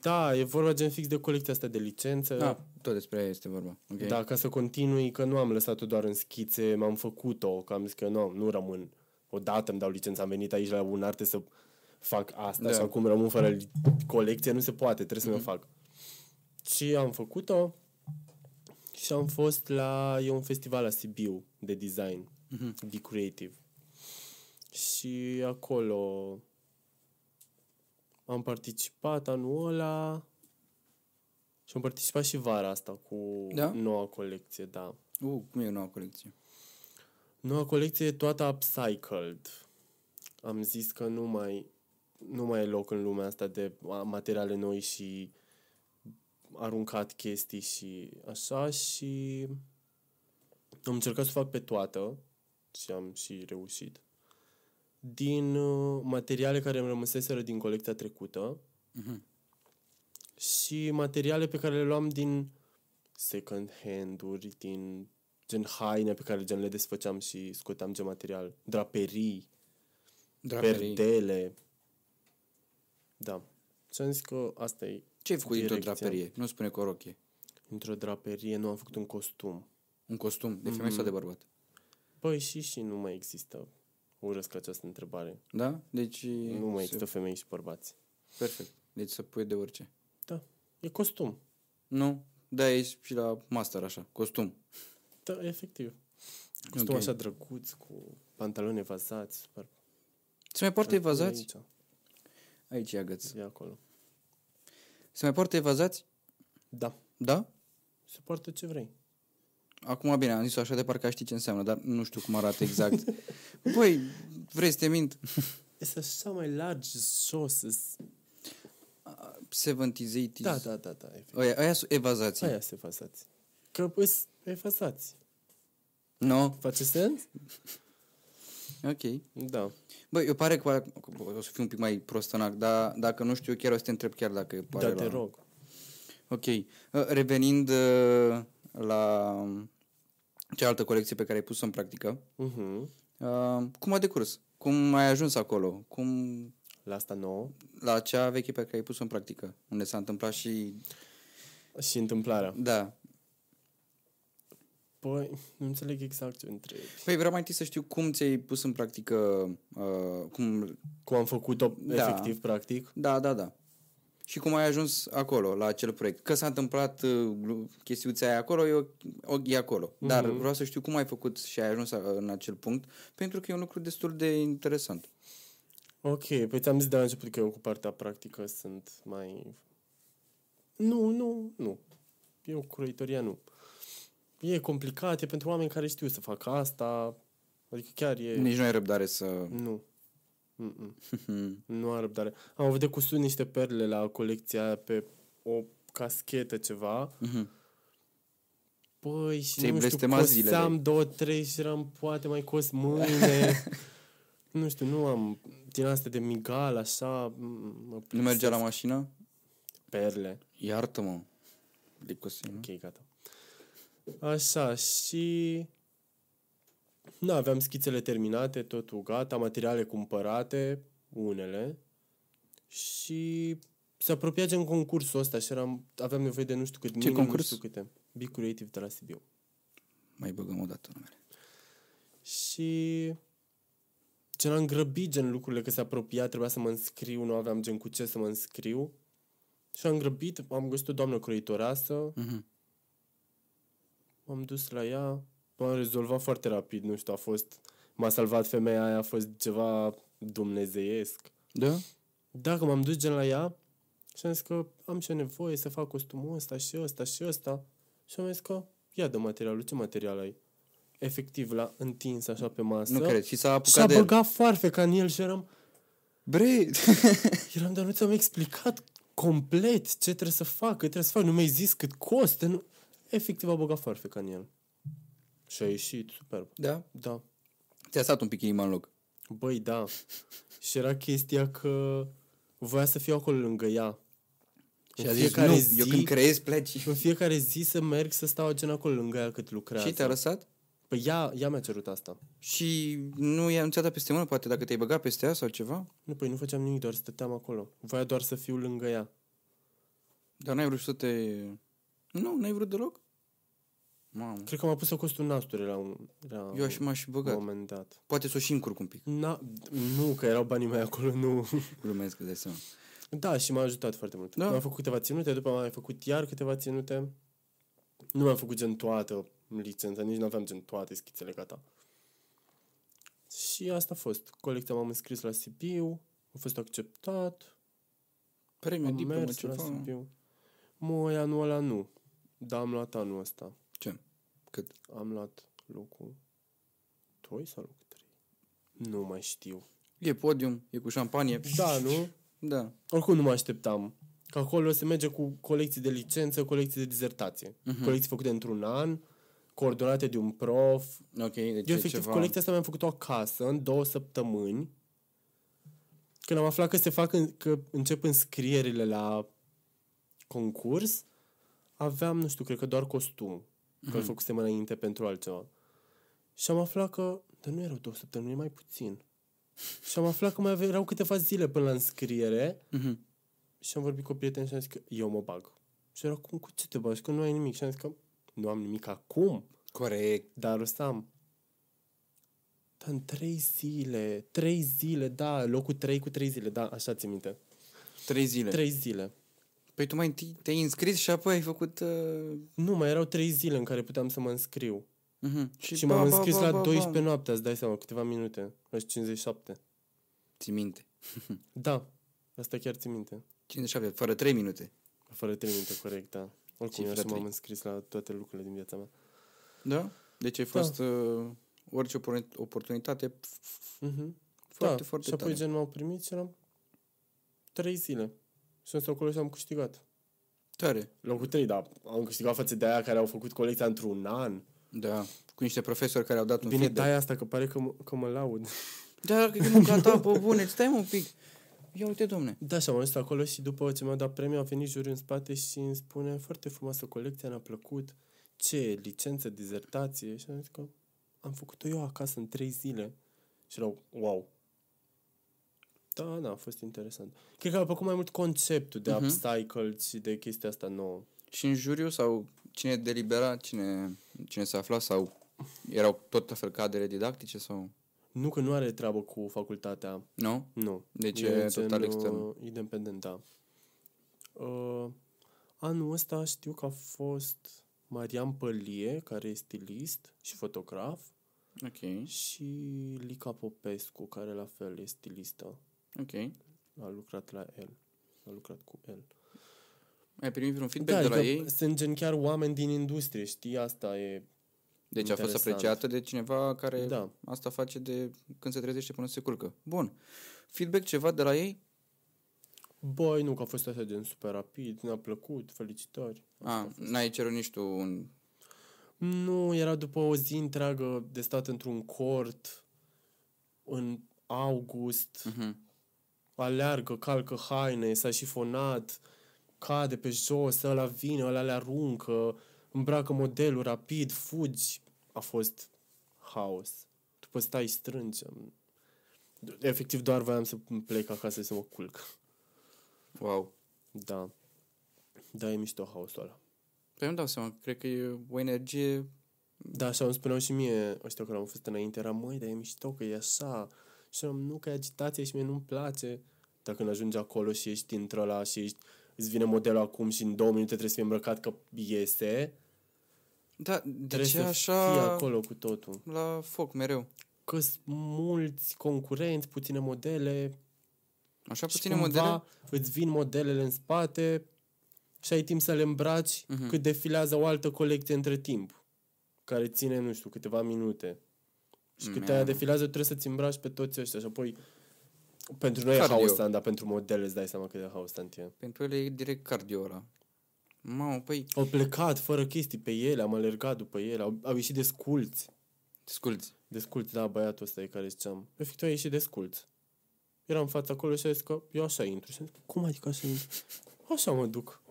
Speaker 2: da, e vorba gen fix de colecția asta de licență.
Speaker 1: Da, tot despre aia este vorba. Okay.
Speaker 2: Da, ca să continui, că nu am lăsat-o doar în schițe, m-am făcut-o, că am zis că nu, nu rămân. Odată îmi dau licența, am venit aici la un arte să fac asta
Speaker 1: Da.
Speaker 2: da. și acum rămân fără li- colecție, nu se poate, trebuie să mi-o fac. Și am făcut-o și am fost la, e un festival la Sibiu de design, Be Creative. Și acolo am participat anul ăla și am participat și vara asta cu
Speaker 1: Da?
Speaker 2: noua colecție, da.
Speaker 1: Uh, cum e noua colecție?
Speaker 2: Noua colecție e toată upcycled. Am zis că nu mai, nu mai e loc în lumea asta de a- materiale noi și aruncat chestii și așa și am încercat să o fac pe toată și am și reușit din uh, materiale care îmi rămăseseră din colecția trecută
Speaker 1: Mhm.
Speaker 2: și materiale pe care le luam din second hand-uri, din gen haine pe care gen le desfăceam și scoteam gen material, draperii,
Speaker 1: Draperii.
Speaker 2: perdele. Da. Și am zis că asta e
Speaker 1: Ce ai făcut dintr-o
Speaker 2: direcția.
Speaker 1: draperie? Nu spune cu o rochie.
Speaker 2: Într-o draperie nu am făcut un costum.
Speaker 1: Un costum de
Speaker 2: Mhm.
Speaker 1: femeie sau de bărbat?
Speaker 2: Păi și și nu mai există. Urăsc această întrebare.
Speaker 1: Da? Deci...
Speaker 2: Nu mai
Speaker 1: se-
Speaker 2: există femei și bărbați.
Speaker 1: Perfect. Deci să pui de orice.
Speaker 2: Da. E costum.
Speaker 1: Nu? Da, ești și la master așa, costum.
Speaker 2: Da, efectiv. Costum
Speaker 1: Ok.
Speaker 2: așa drăguț, cu pantaloni evazați. Super.
Speaker 1: Se mai poartă evazați?
Speaker 2: Aici,
Speaker 1: Aici e agăț.
Speaker 2: E acolo.
Speaker 1: Se mai poartă evazați?
Speaker 2: Da.
Speaker 1: Da?
Speaker 2: Se poartă ce vrei.
Speaker 1: Acum bine, am zis așa de parcă știi ce înseamnă, dar nu știu cum arată exact. Băi, vrei să te mint?
Speaker 2: Este așa mai larg, jos. îs-
Speaker 1: 70s, 80s.
Speaker 2: Da, da, da, da. Efectiv.
Speaker 1: Aia, aia sunt evazații.
Speaker 2: Aia se fasați. Că păi, îs efasați.
Speaker 1: Nu?
Speaker 2: Face sens?
Speaker 1: Ok.
Speaker 2: Da.
Speaker 1: Băi, eu pare că că o să fiu un pic mai prostănac, dar dacă nu știu, chiar o să te întreb chiar dacă pare
Speaker 2: Da,
Speaker 1: la...
Speaker 2: te rog.
Speaker 1: Ok. Uh, Revenind uh, la um, cealaltă colecție pe care ai pus-o în practică,
Speaker 2: Mhm.
Speaker 1: uh, cum a decurs? Cum ai ajuns acolo? Cum
Speaker 2: La asta nouă.
Speaker 1: la cea veche pe care ai pus-o în practică, unde s-a întâmplat și...
Speaker 2: Și întâmplarea.
Speaker 1: Da.
Speaker 2: Păi, nu înțeleg exact ce întrebi.
Speaker 1: Păi vreau mai întâi să știu cum ți-ai pus în practică... Uh, cum...
Speaker 2: Cum am făcut-o
Speaker 1: Da.
Speaker 2: efectiv, practic.
Speaker 1: Da, da, da. Și cum ai ajuns acolo, la acel proiect. Că s-a întâmplat uh, glu- chestiuța aia acolo, e, o- o- e acolo. Dar
Speaker 2: Mhm.
Speaker 1: vreau să știu cum ai făcut și ai ajuns uh, în acel punct, pentru că e un lucru destul de interesant.
Speaker 2: Ok, păi ți-am zis de la început că eu cu partea practică sunt mai... Nu, nu, nu. Eu cu croitoria nu. E complicat, e pentru oameni care știu să facă asta. Adică chiar e...
Speaker 1: Nici nu ai răbdare să...
Speaker 2: Nu. Mm-mm. Nu am răbdare. Am avut de cusut niște perle la colecția aia pe o caschetă ceva.
Speaker 1: Mhm.
Speaker 2: Păi, și
Speaker 1: Ți-ai
Speaker 2: nu știu,
Speaker 1: blestemat zilele.
Speaker 2: coseam două, trei și eram, poate mai cos mâine. nu știu, nu am din astea de migal, așa, m- mă
Speaker 1: nu mergea la mașină?
Speaker 2: perle.
Speaker 1: Iartă-mă. Licosim.
Speaker 2: Ok, gata. Așa, și... Nu, aveam schițele terminate, totul gata, materiale cumpărate, unele. Și se apropia gen concursul ăsta și eram, aveam nevoie de nu știu cât, minim,
Speaker 1: concurs?
Speaker 2: nu știu câte. Be Creative de la Sibiu.
Speaker 1: Mai băgăm o dată numele.
Speaker 2: Și gen am grăbit gen lucrurile că se apropia, trebuia să mă înscriu, nu aveam gen cu ce să mă înscriu. Și am grăbit, am găsit o doamnă croitoreasă,
Speaker 1: Mhm.
Speaker 2: m-am dus la ea, m-am rezolvat foarte rapid, nu știu, a fost, m-a salvat femeia aia, a fost ceva dumnezeiesc.
Speaker 1: Da?
Speaker 2: Dacă m-am dus gen la ea și am zis că am și eu nevoie să fac costumul ăsta și ăsta și ăsta și am zis că ia de materialul, ce material ai? Efectiv, l-a întins așa pe masă.
Speaker 1: Nu cred. Și s-a
Speaker 2: Și a
Speaker 1: apucat de el.
Speaker 2: băgat foarfeca în el și eram,
Speaker 1: Bre!
Speaker 2: eram, dar nu ți-am explicat complet ce trebuie să fac, cât trebuie să fac, nu mi-ai zis cât costă. Nu... Efectiv a băgat foarfeca în el. Și a ieșit superb.
Speaker 1: da?
Speaker 2: Da.
Speaker 1: Ți-a stat un pic inima în loc.
Speaker 2: Băi, da. Și era chestia că voia să fiu acolo lângă ea.
Speaker 1: Și a zis, nu,
Speaker 2: zi,
Speaker 1: eu când creez pleci.
Speaker 2: în fiecare zi să merg să stau gen acolo lângă ea cât lucrează.
Speaker 1: Și te-a lăsat?
Speaker 2: Păi ea, ea mi-a cerut asta.
Speaker 1: Și nu i-a anunțat peste mână, poate dacă te-ai băgat peste ea sau ceva?
Speaker 2: Nu, păi nu făceam nimic, doar stăteam acolo. Voia doar să fiu lângă ea.
Speaker 1: Dar n-ai vrut să te... Nu, n-ai vrut deloc? Mamă,
Speaker 2: Cred că m-a pus să cost un nasture la un, la
Speaker 1: eu aș m-aș fi
Speaker 2: un
Speaker 1: băgat.
Speaker 2: moment dat.
Speaker 1: Poate să o și încurc un pic.
Speaker 2: Na, nu, că erau banii mei acolo, nu.
Speaker 1: Glumesc, îți dai seama.
Speaker 2: Da, și m-a ajutat foarte mult.
Speaker 1: Da.
Speaker 2: Da. Mi-am făcut câteva ținute, după am mai făcut iar câteva ținute. Nu mi-am făcut gen toată licența, nici nu aveam gen toate schițele gata. Și asta a fost. Colecția m-am înscris la Sibiu, a fost acceptat,
Speaker 1: Premiu,
Speaker 2: am
Speaker 1: diplomă,
Speaker 2: mers la
Speaker 1: ceva.
Speaker 2: Sibiu. Mă, e anul ăla nu, dar am luat anul ăsta.
Speaker 1: Ce? Cât?
Speaker 2: Am luat locul 2 sau locul 3? Nu mai știu.
Speaker 1: E podium, e cu șampanie.
Speaker 2: Da, nu?
Speaker 1: Da.
Speaker 2: Oricum nu mă așteptam. Că acolo se merge cu colecții de licență, colecții de dizertație. Uh-huh. Colecții făcute într-un an, coordonate de un prof.
Speaker 1: Ok, deci
Speaker 2: Eu,
Speaker 1: e
Speaker 2: efectiv,
Speaker 1: ceva...
Speaker 2: ceva... colecția asta mi-am făcut-o acasă, în două săptămâni. Când am aflat că se fac, în, că încep înscrierile la concurs, aveam, nu știu, cred că doar costum. Că
Speaker 1: Mhm.
Speaker 2: îl făcusem înainte pentru altceva. Și am aflat că, dar nu erau două săptămâni, mai puțin. Și am aflat că mai ave- erau câteva zile până la înscriere
Speaker 1: Mhm.
Speaker 2: și am vorbit cu prieteni și am zis că eu mă bag. Și era cum, cu ce te bagi, că nu ai nimic. Și am zis că nu am nimic acum,
Speaker 1: Corect.
Speaker 2: dar o să am. Dar în trei zile, trei zile, da, locul trei cu trei zile, da, așa ți minte.
Speaker 1: Trei zile.
Speaker 2: Trei zile.
Speaker 1: Păi tu mai întâi te-ai înscris și apoi ai făcut... Uh...
Speaker 2: Nu, mai erau trei zile în care puteam să mă înscriu.
Speaker 1: mhm.
Speaker 2: Și, m-am
Speaker 1: ba, ba,
Speaker 2: înscris
Speaker 1: ba,
Speaker 2: la
Speaker 1: ba, ba.
Speaker 2: 12 noaptea, îți dai seama, câteva minute. La 57.
Speaker 1: Ții minte.
Speaker 2: Da, asta chiar ți minte.
Speaker 1: 57, fără 3 minute.
Speaker 2: Fără 3 minute, corect, da. Oricum, eu
Speaker 1: Cifra
Speaker 2: așa m-am
Speaker 1: trei.
Speaker 2: înscris la toate lucrurile din viața mea.
Speaker 1: Da? Deci ai
Speaker 2: Da.
Speaker 1: fost uh, orice opor- oportunitate.
Speaker 2: Mhm.
Speaker 1: Foarte, foarte
Speaker 2: Și apoi
Speaker 1: tare.
Speaker 2: gen m-au primit și eram 3 zile. Și sunt acolo și am câștigat.
Speaker 1: Tare.
Speaker 2: Locul 3, dar am câștigat față de aia care au făcut colecția într-un an.
Speaker 1: Da. Cu niște profesori care au dat un
Speaker 2: Bine, da,
Speaker 1: feedback.
Speaker 2: dai asta, că pare că, m- că mă laud.
Speaker 1: Da, dacă e munca ta, pe bune, stai un pic. Ia uite, domne.
Speaker 2: Da, și am ajuns acolo și după ce mi-a dat premiu a venit juriul în spate și îmi spune foarte frumoasă colecția, ne-a plăcut. Ce, e, licență, dizertație? Și am zis că am făcut-o eu acasă în trei zile. Și erau, wow. Da, da, a fost interesant. Cred că a plăcut mai mult conceptul de
Speaker 1: Mhm.
Speaker 2: uh-huh. upcycled și de chestia asta nouă.
Speaker 1: Și în juriu sau cine delibera, cine, cine se afla sau erau tot la fel cadere didactice sau...
Speaker 2: Nu că nu are treabă cu facultatea,
Speaker 1: Nu?
Speaker 2: nu.
Speaker 1: Deci e total
Speaker 2: gen,
Speaker 1: extern.
Speaker 2: uh, Independent, da. Uh, anul ăsta știu că a fost Marian Pălie, care e stilist și fotograf,
Speaker 1: Ok,
Speaker 2: și Lica Popescu, care la fel e stilistă.
Speaker 1: ok.
Speaker 2: A lucrat la el. A lucrat cu el.
Speaker 1: Ai primit vreun feedback de la
Speaker 2: adică
Speaker 1: ei?
Speaker 2: sunt gen chiar oameni din industrie, știi? Asta e...
Speaker 1: Deci a fost
Speaker 2: Interesant.
Speaker 1: apreciată de cineva care
Speaker 2: Da.
Speaker 1: asta face de când se trezește până se culcă. Bun. Feedback ceva de la ei?
Speaker 2: Băi, nu, că a fost așa gen super rapid, ne-a plăcut, felicitări.
Speaker 1: A, Ah, n-ai cerut nici tu un...
Speaker 2: Nu, era după o zi întreagă de stat într-un cort în august,
Speaker 1: Uh-huh.
Speaker 2: aleargă, calcă haine, s-a șifonat, cade pe jos, ăla vine, ăla le aruncă, îmbracă modelul rapid, fugi. A fost haos. După stai strânge. Efectiv doar voiam să plec acasă să mă culc.
Speaker 1: Wow.
Speaker 2: Da. Da, e mișto haosul ăla.
Speaker 1: Păi îmi dau seama, cred că e o energie...
Speaker 2: Da, așa îmi spuneau și mie ăștia care au fost înainte, era măi, dar e mișto că e așa. Și am nu, că e agitație și mie nu-mi place. Dar când ajungi acolo și ești într la și ești, îți vine modelul acum și în două minute trebuie să fii îmbrăcat că iese,
Speaker 1: Da, de
Speaker 2: trebuie
Speaker 1: ce
Speaker 2: să
Speaker 1: așa
Speaker 2: fii acolo cu totul.
Speaker 1: la foc mereu?
Speaker 2: că sunt mulți concurenți, puține modele
Speaker 1: Așa
Speaker 2: și
Speaker 1: puține
Speaker 2: cumva
Speaker 1: modele?
Speaker 2: îți vin modelele în spate și ai timp să le îmbraci
Speaker 1: Mhm.
Speaker 2: uh-huh. cât defilează o altă colecție între timp, care ține, nu știu, câteva minute. Și cât
Speaker 1: Mi-am-
Speaker 2: aia defilează, trebuie să-ți îmbraci pe toți ăștia și apoi... Pentru noi
Speaker 1: Cardio.
Speaker 2: e haosant, dar pentru modele îți dai seama cât de haosant e.
Speaker 1: Pentru ele e direct cardio ăla. Mamă, păi,
Speaker 2: Au plecat fără chestii pe ele, am alergat după ele, au, au ieșit desculți.
Speaker 1: sculți.
Speaker 2: desculț la băiatul ăsta de care ziceam. "Păi, Efectiv, a ieșit desculț. Eram în fața acolo și a zis că eu așa intru. Și am zis, cum adică așa intru? Așa mă duc.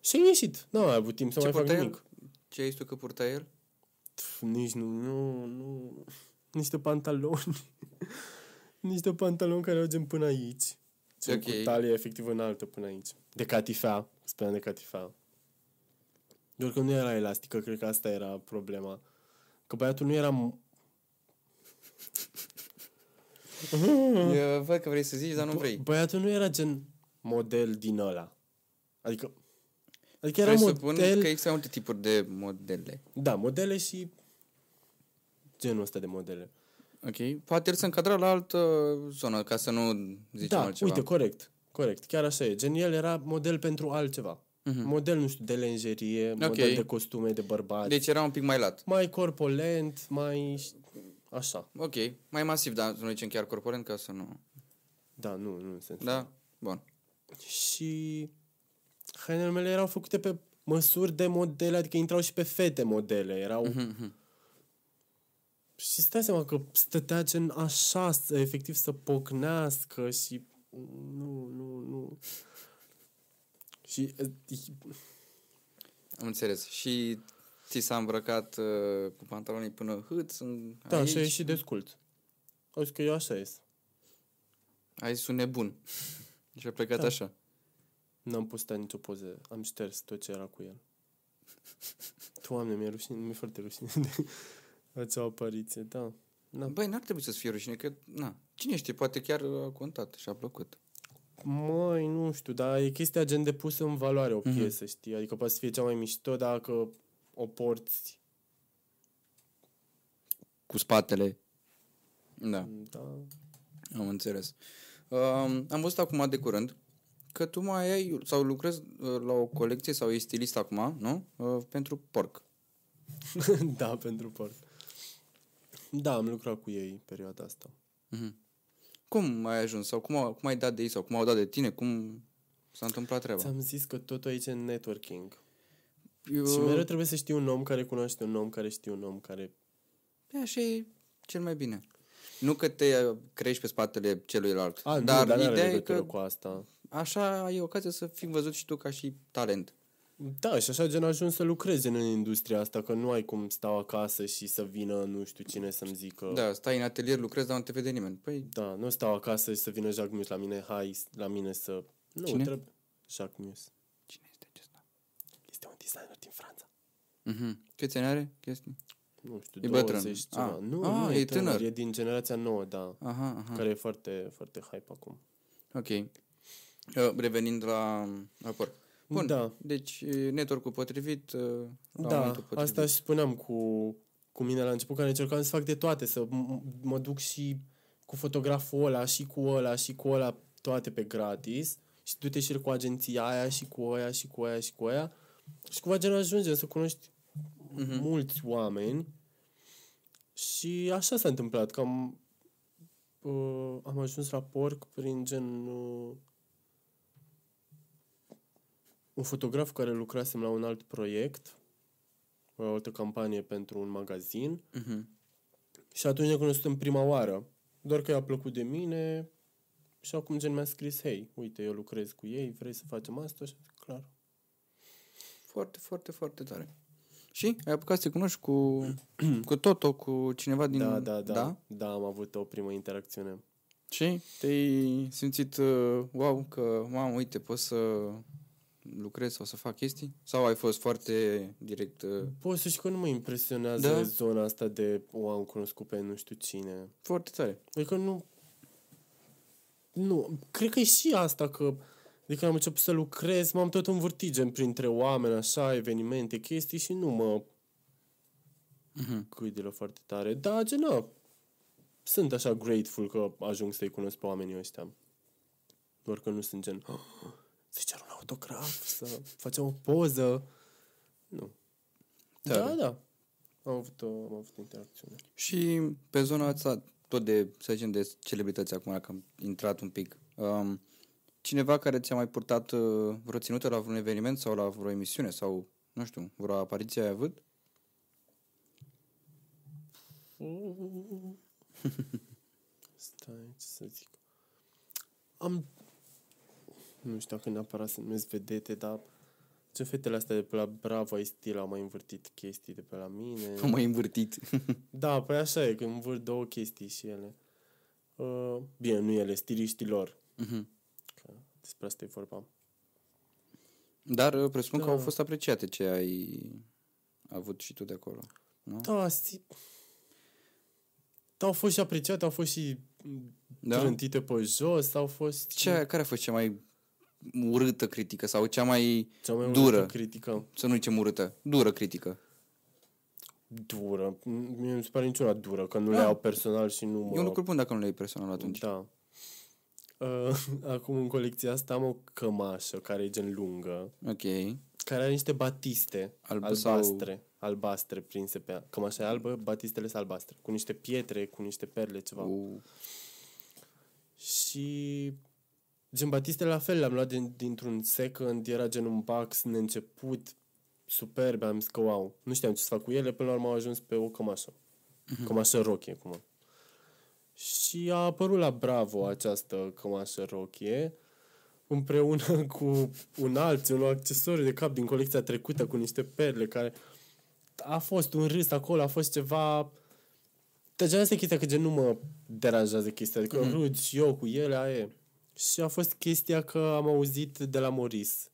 Speaker 2: Și a ieșit. N-am mai avut timp să
Speaker 1: Ce
Speaker 2: mai fac
Speaker 1: purta
Speaker 2: nimic.
Speaker 1: el? Ce ai zis tu că purta el?
Speaker 2: Pf, nici nu, nu, nu, niște pantaloni, niște pantaloni care au gen până aici. Gen
Speaker 1: Ok.
Speaker 2: Cu talie efectiv înaltă până aici. De catifea, speram de catifea. Doar că nu era elastică, cred că asta era problema. Că băiatul nu era...
Speaker 1: Eu văd că vrei să zici, dar nu vrei.
Speaker 2: Băiatul nu Mm. era gen model din ăla. Adică... Adică era
Speaker 1: Presupun
Speaker 2: model...
Speaker 1: că există mai multe tipuri de modele.
Speaker 2: Da, modele și genul ăsta de modele.
Speaker 1: Ok. Poate el se încadra la altă zonă, ca să nu zicem
Speaker 2: da,
Speaker 1: altceva.
Speaker 2: uite, corect. Corect, chiar așa e. Gen, el era model pentru altceva. Mm-hmm. Model, nu știu, de lenjerie, okay.
Speaker 1: Mhm. Ok.
Speaker 2: model de costume de bărbați. Deci...
Speaker 1: Deci era un pic mai lat.
Speaker 2: Mai corpolent, mai... Așa.
Speaker 1: Ok. Mai masiv, dar nu zicem chiar corporent, ca să nu...
Speaker 2: Da, nu, nu în sens.
Speaker 1: Da? Bun.
Speaker 2: Și hainele mele erau făcute pe măsuri de modele, adică intrau și pe fete modele. Erau... Mm-hmm. Și stai seama că stătea gen așa, să, efectiv să pocnească și... Nu, nu, nu... Și eh,
Speaker 1: Am înțeles. Și ți s-a îmbrăcat uh, cu pantalonii până hâț în
Speaker 2: Da,
Speaker 1: aici.
Speaker 2: și a ieșit descult. Au zis că eu așa ies.
Speaker 1: Ai zis un nebun. și a plecat
Speaker 2: Da.
Speaker 1: așa.
Speaker 2: N-am postat nicio poză. Am șters tot ce era cu el. Doamne, mi-e rușine, mi-e foarte rușine de acea apariție, da. Da.
Speaker 1: Băi, n-ar trebui să-ți fie rușine, că, na, cine știe, poate chiar uh, a contat și a plăcut.
Speaker 2: Măi, nu știu, dar e chestia gen de pus în valoare o
Speaker 1: Mhm.
Speaker 2: piesă, mm-hmm. știi? Adică poate să fie cea mai mișto dacă o porți.
Speaker 1: Cu spatele. Da.
Speaker 2: Da.
Speaker 1: Am înțeles. Um, am văzut acum de curând că tu mai ai sau lucrezi uh, la o colecție sau ești stilist acum, nu? Uh, pentru porc.
Speaker 2: da, pentru porc. Da, am lucrat cu ei perioada asta.
Speaker 1: Cum ai ajuns sau cum, au, cum ai dat de ei sau cum au dat de tine? Cum s-a întâmplat treaba?
Speaker 2: Ți-am zis că totul aici e networking.
Speaker 1: Eu,
Speaker 2: Și mereu trebuie să știi un om care cunoaște un om care știe un om care
Speaker 1: e, așa e cel mai bine. Nu că te uh, crești pe spatele celuilalt,
Speaker 2: A,
Speaker 1: dar,
Speaker 2: nu, dar
Speaker 1: ideea
Speaker 2: ideea
Speaker 1: e
Speaker 2: legătură
Speaker 1: că
Speaker 2: cu asta.
Speaker 1: așa ai ocazia să fii văzut și tu ca și talent.
Speaker 2: Da, și așa gen ajuns să lucrezi în industria asta, că nu ai cum stau acasă și să vină nu știu cine să-mi zică...
Speaker 1: Da, stai în atelier, lucrezi, dar nu te vede nimeni. Păi,
Speaker 2: da nu stau acasă și să vină Jacques Mus la mine, hai la mine să... Nu,
Speaker 1: Cine?
Speaker 2: trebuie. Jacques Mus.
Speaker 1: cine este acesta?
Speaker 2: Este un designer din Franța.
Speaker 1: Mhm. Câți ani are chestii?
Speaker 2: Nu știu,
Speaker 1: E
Speaker 2: 20
Speaker 1: bătrân.
Speaker 2: ceva.
Speaker 1: A.
Speaker 2: Nu,
Speaker 1: A,
Speaker 2: nu,
Speaker 1: e
Speaker 2: e tânăr.
Speaker 1: tânăr.
Speaker 2: E din generația nouă, da.
Speaker 1: Aha, aha.
Speaker 2: Care e foarte, foarte hype acum.
Speaker 1: Ok. Uh, Revenind la, la porc. Bun,
Speaker 2: Da.
Speaker 1: deci e, network-ul potrivit uh, la
Speaker 2: Da,
Speaker 1: momentul potrivit.
Speaker 2: asta și spuneam cu, cu mine la început, care încercam să fac de toate, să m- m- mă duc și cu fotograful ăla, și cu ăla, și cu ăla, toate pe gratis. Și du-te și cu agenția aia, și cu aia, și cu aia, și cu aia. Și cumva gen ajungem să cunoști
Speaker 1: Mhm.
Speaker 2: mm-hmm. mulți oameni. Și așa s-a întâmplat, că am, uh, am ajuns la porc prin gen... Uh, un fotograf cu care lucrasem la un alt proiect, la o altă campanie pentru un magazin
Speaker 1: Mhm.
Speaker 2: și atunci ne cunoscutem prima oară. Doar că i-a plăcut de mine și acum gen mi-a scris, hei, uite, eu lucrez cu ei, vrei să facem asta? Și am zis, clar.
Speaker 1: Foarte, foarte, foarte tare. Și ai apucat să te cunoști cu, cu Toto, cu cineva din...
Speaker 2: Da, da, da, da. Da, am avut o primă interacțiune.
Speaker 1: Și te-ai simțit, uh, wow, că, mamă, uite, pot să lucrez sau să fac chestii? Sau ai fost foarte direct... Uh,
Speaker 2: Pot să știi că nu mă impresionează
Speaker 1: Da?
Speaker 2: da? zona asta de o am cunoscut pe nu știu cine.
Speaker 1: foarte tare.
Speaker 2: Adică nu... Nu, cred că e și asta că... Adică am început să lucrez, m-am tot învârtit gen printre oameni, așa, evenimente, chestii și nu mă
Speaker 1: Mhm.
Speaker 2: câidilă foarte tare. Da, gen, na, sunt așa grateful că ajung să-i cunosc pe oamenii ăștia. Doar că nu sunt gen, "Oh, să cer un autograf, să facem o poză. Nu.
Speaker 1: Tare.
Speaker 2: Da, da. Am avut, o, am avut interacțiune.
Speaker 1: Și pe zona asta, tot de, să zicem, de celebrități acum, că am intrat un pic. Um, cineva care ți-a mai purtat uh, vreo ținută la vreun eveniment sau la vreo emisiune sau, nu știu, vreo apariție ai avut?
Speaker 2: Stai, ce să zic. Am... Nu știu dacă neapărat se numesc vedete, dar... Ce fetele astea de pe la Bravo ai stil au mai învârtit chestii de pe la mine.
Speaker 1: Am mai învârtit.
Speaker 2: Da, păi așa e, că învârt două chestii și ele. Uh, bine, nu ele, stiliștilor.
Speaker 1: Mhm.
Speaker 2: Că despre asta e vorba.
Speaker 1: Dar uh, presupun că
Speaker 2: Da.
Speaker 1: au fost apreciate ce ai avut și tu de acolo. Nu?
Speaker 2: Da, si... da, au fost și apreciate, au fost și da.
Speaker 1: Da?
Speaker 2: trântite pe jos, au fost și
Speaker 1: Ce, care a fost cea mai urâtă critică sau cea mai,
Speaker 2: cea mai
Speaker 1: dură.
Speaker 2: urâtă critică.
Speaker 1: să nu zicem urâtă, dură critică?
Speaker 2: Dură. Mie nu mi se pare niciuna dură, că nu le au personal și nu mă...
Speaker 1: Ah. E un lucru bun dacă nu le iei personal atunci.
Speaker 2: Da. Uh, acum în colecția asta am o cămașă care e gen lungă,
Speaker 1: Ok.
Speaker 2: care are niște batiste
Speaker 1: Albă sau-
Speaker 2: albastre, albastre prinse pe ea. Cămașa e albă, batistele sunt albastre, cu niște pietre, cu niște perle, ceva.
Speaker 1: U,
Speaker 2: Și gen Batiste la fel, l-am luat din, dintr-un second, era gen un box neînceput, superb, am zis că wow. Nu știam ce să fac cu ele, până la urmă au ajuns pe o cămașă. Cămașă rochie, cum Și a apărut la Bravo această cămașă rochie, împreună cu un alt, un accesoriu de cap din colecția trecută cu niște perle care a fost un râs acolo, a fost ceva deci asta e chestia că gen nu mă deranjează chestia, adică mm-hmm. râd și eu cu ele, aia e. Și a fost chestia că am auzit de la Moris,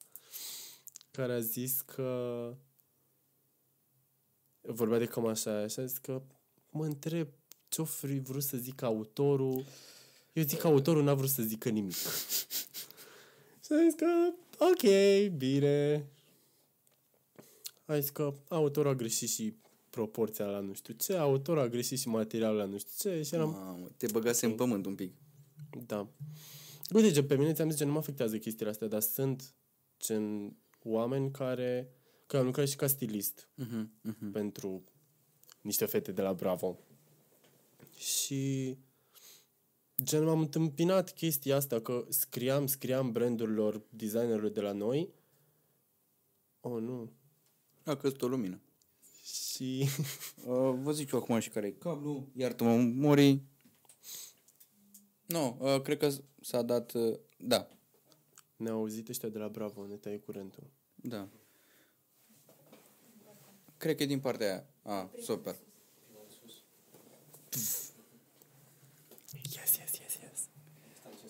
Speaker 2: care a zis că vorbea de cam așa aia și a zis că mă întreb ce-o fi vrut să zică autorul. Eu zic că autorul n-a vrut să zică nimic. și a zis că ok, bine. A zis că autorul a greșit și proporția la nu știu ce, autorul a greșit și materialul la nu știu ce și eram...
Speaker 1: mamă, te băgase în pământ un pic.
Speaker 2: Da. Uite, gen, pe mine ți-am zis, gen, nu mă afectează chestiile astea, dar sunt, gen, oameni care, că am lucrat și ca stilist
Speaker 1: Mhm, mhm.
Speaker 2: pentru niște fete de la Bravo. Și, gen, m-am întâmpinat chestia asta, că scriam, scriam brandurilor, designerilor de la noi. Oh, nu.
Speaker 1: A căzut o lumină.
Speaker 2: Și...
Speaker 1: Uh, vă zic eu acum și care e cablu. Iartă-mă, mori. Nu, uh, cred că s- s-a dat... Uh, da,
Speaker 2: Ne-au auzit ăștia de la Bravo, ne tai curentul.
Speaker 1: da. Cred că e din partea aia. A, super.
Speaker 2: Yes, yes, yes, yes.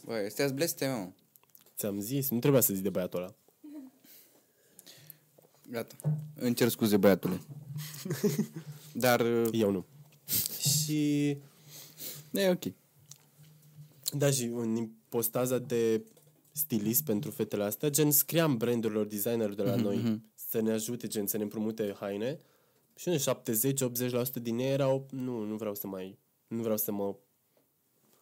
Speaker 1: Băi, astea blesteme, mă.
Speaker 2: Ți-am zis, nu trebuia să zic de băiatul ăla.
Speaker 1: Gata. Îmi cer scuze, băiatule. Dar... Uh,
Speaker 2: Eu nu. Și
Speaker 1: e ok.
Speaker 2: Da, și în postaza de stilist pentru fetele astea, gen scriam brandurilor, designerilor de
Speaker 1: Mhm,
Speaker 2: la noi să ne ajute, gen să ne împrumute haine. Și unde 70-80% din ei erau, nu, nu vreau să mai, nu vreau să mă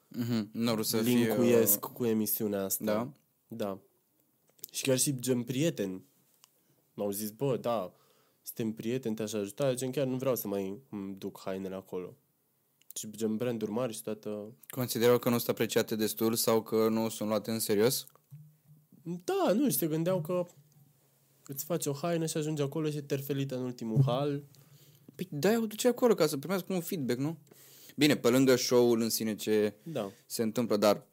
Speaker 1: Mhm, Nu vreau să fie...
Speaker 2: linkuiesc
Speaker 1: uh,
Speaker 2: cu emisiunea asta.
Speaker 1: Da.
Speaker 2: Da. Și chiar și gen prieteni m-au zis, bă, da, suntem prieteni, te-aș ajuta, gen chiar nu vreau să mai îmi duc hainele acolo. Și gen branduri mari și toată...
Speaker 1: Considerau că nu sunt apreciate destul sau că nu sunt luate în serios?
Speaker 2: Da, nu, și se gândeau că îți faci o haină și ajungi acolo și e terfelită în ultimul hal.
Speaker 1: Păi da, o duce acolo ca să primească un feedback, nu? Bine, pe lângă show-ul în sine ce
Speaker 2: Da.
Speaker 1: se întâmplă, dar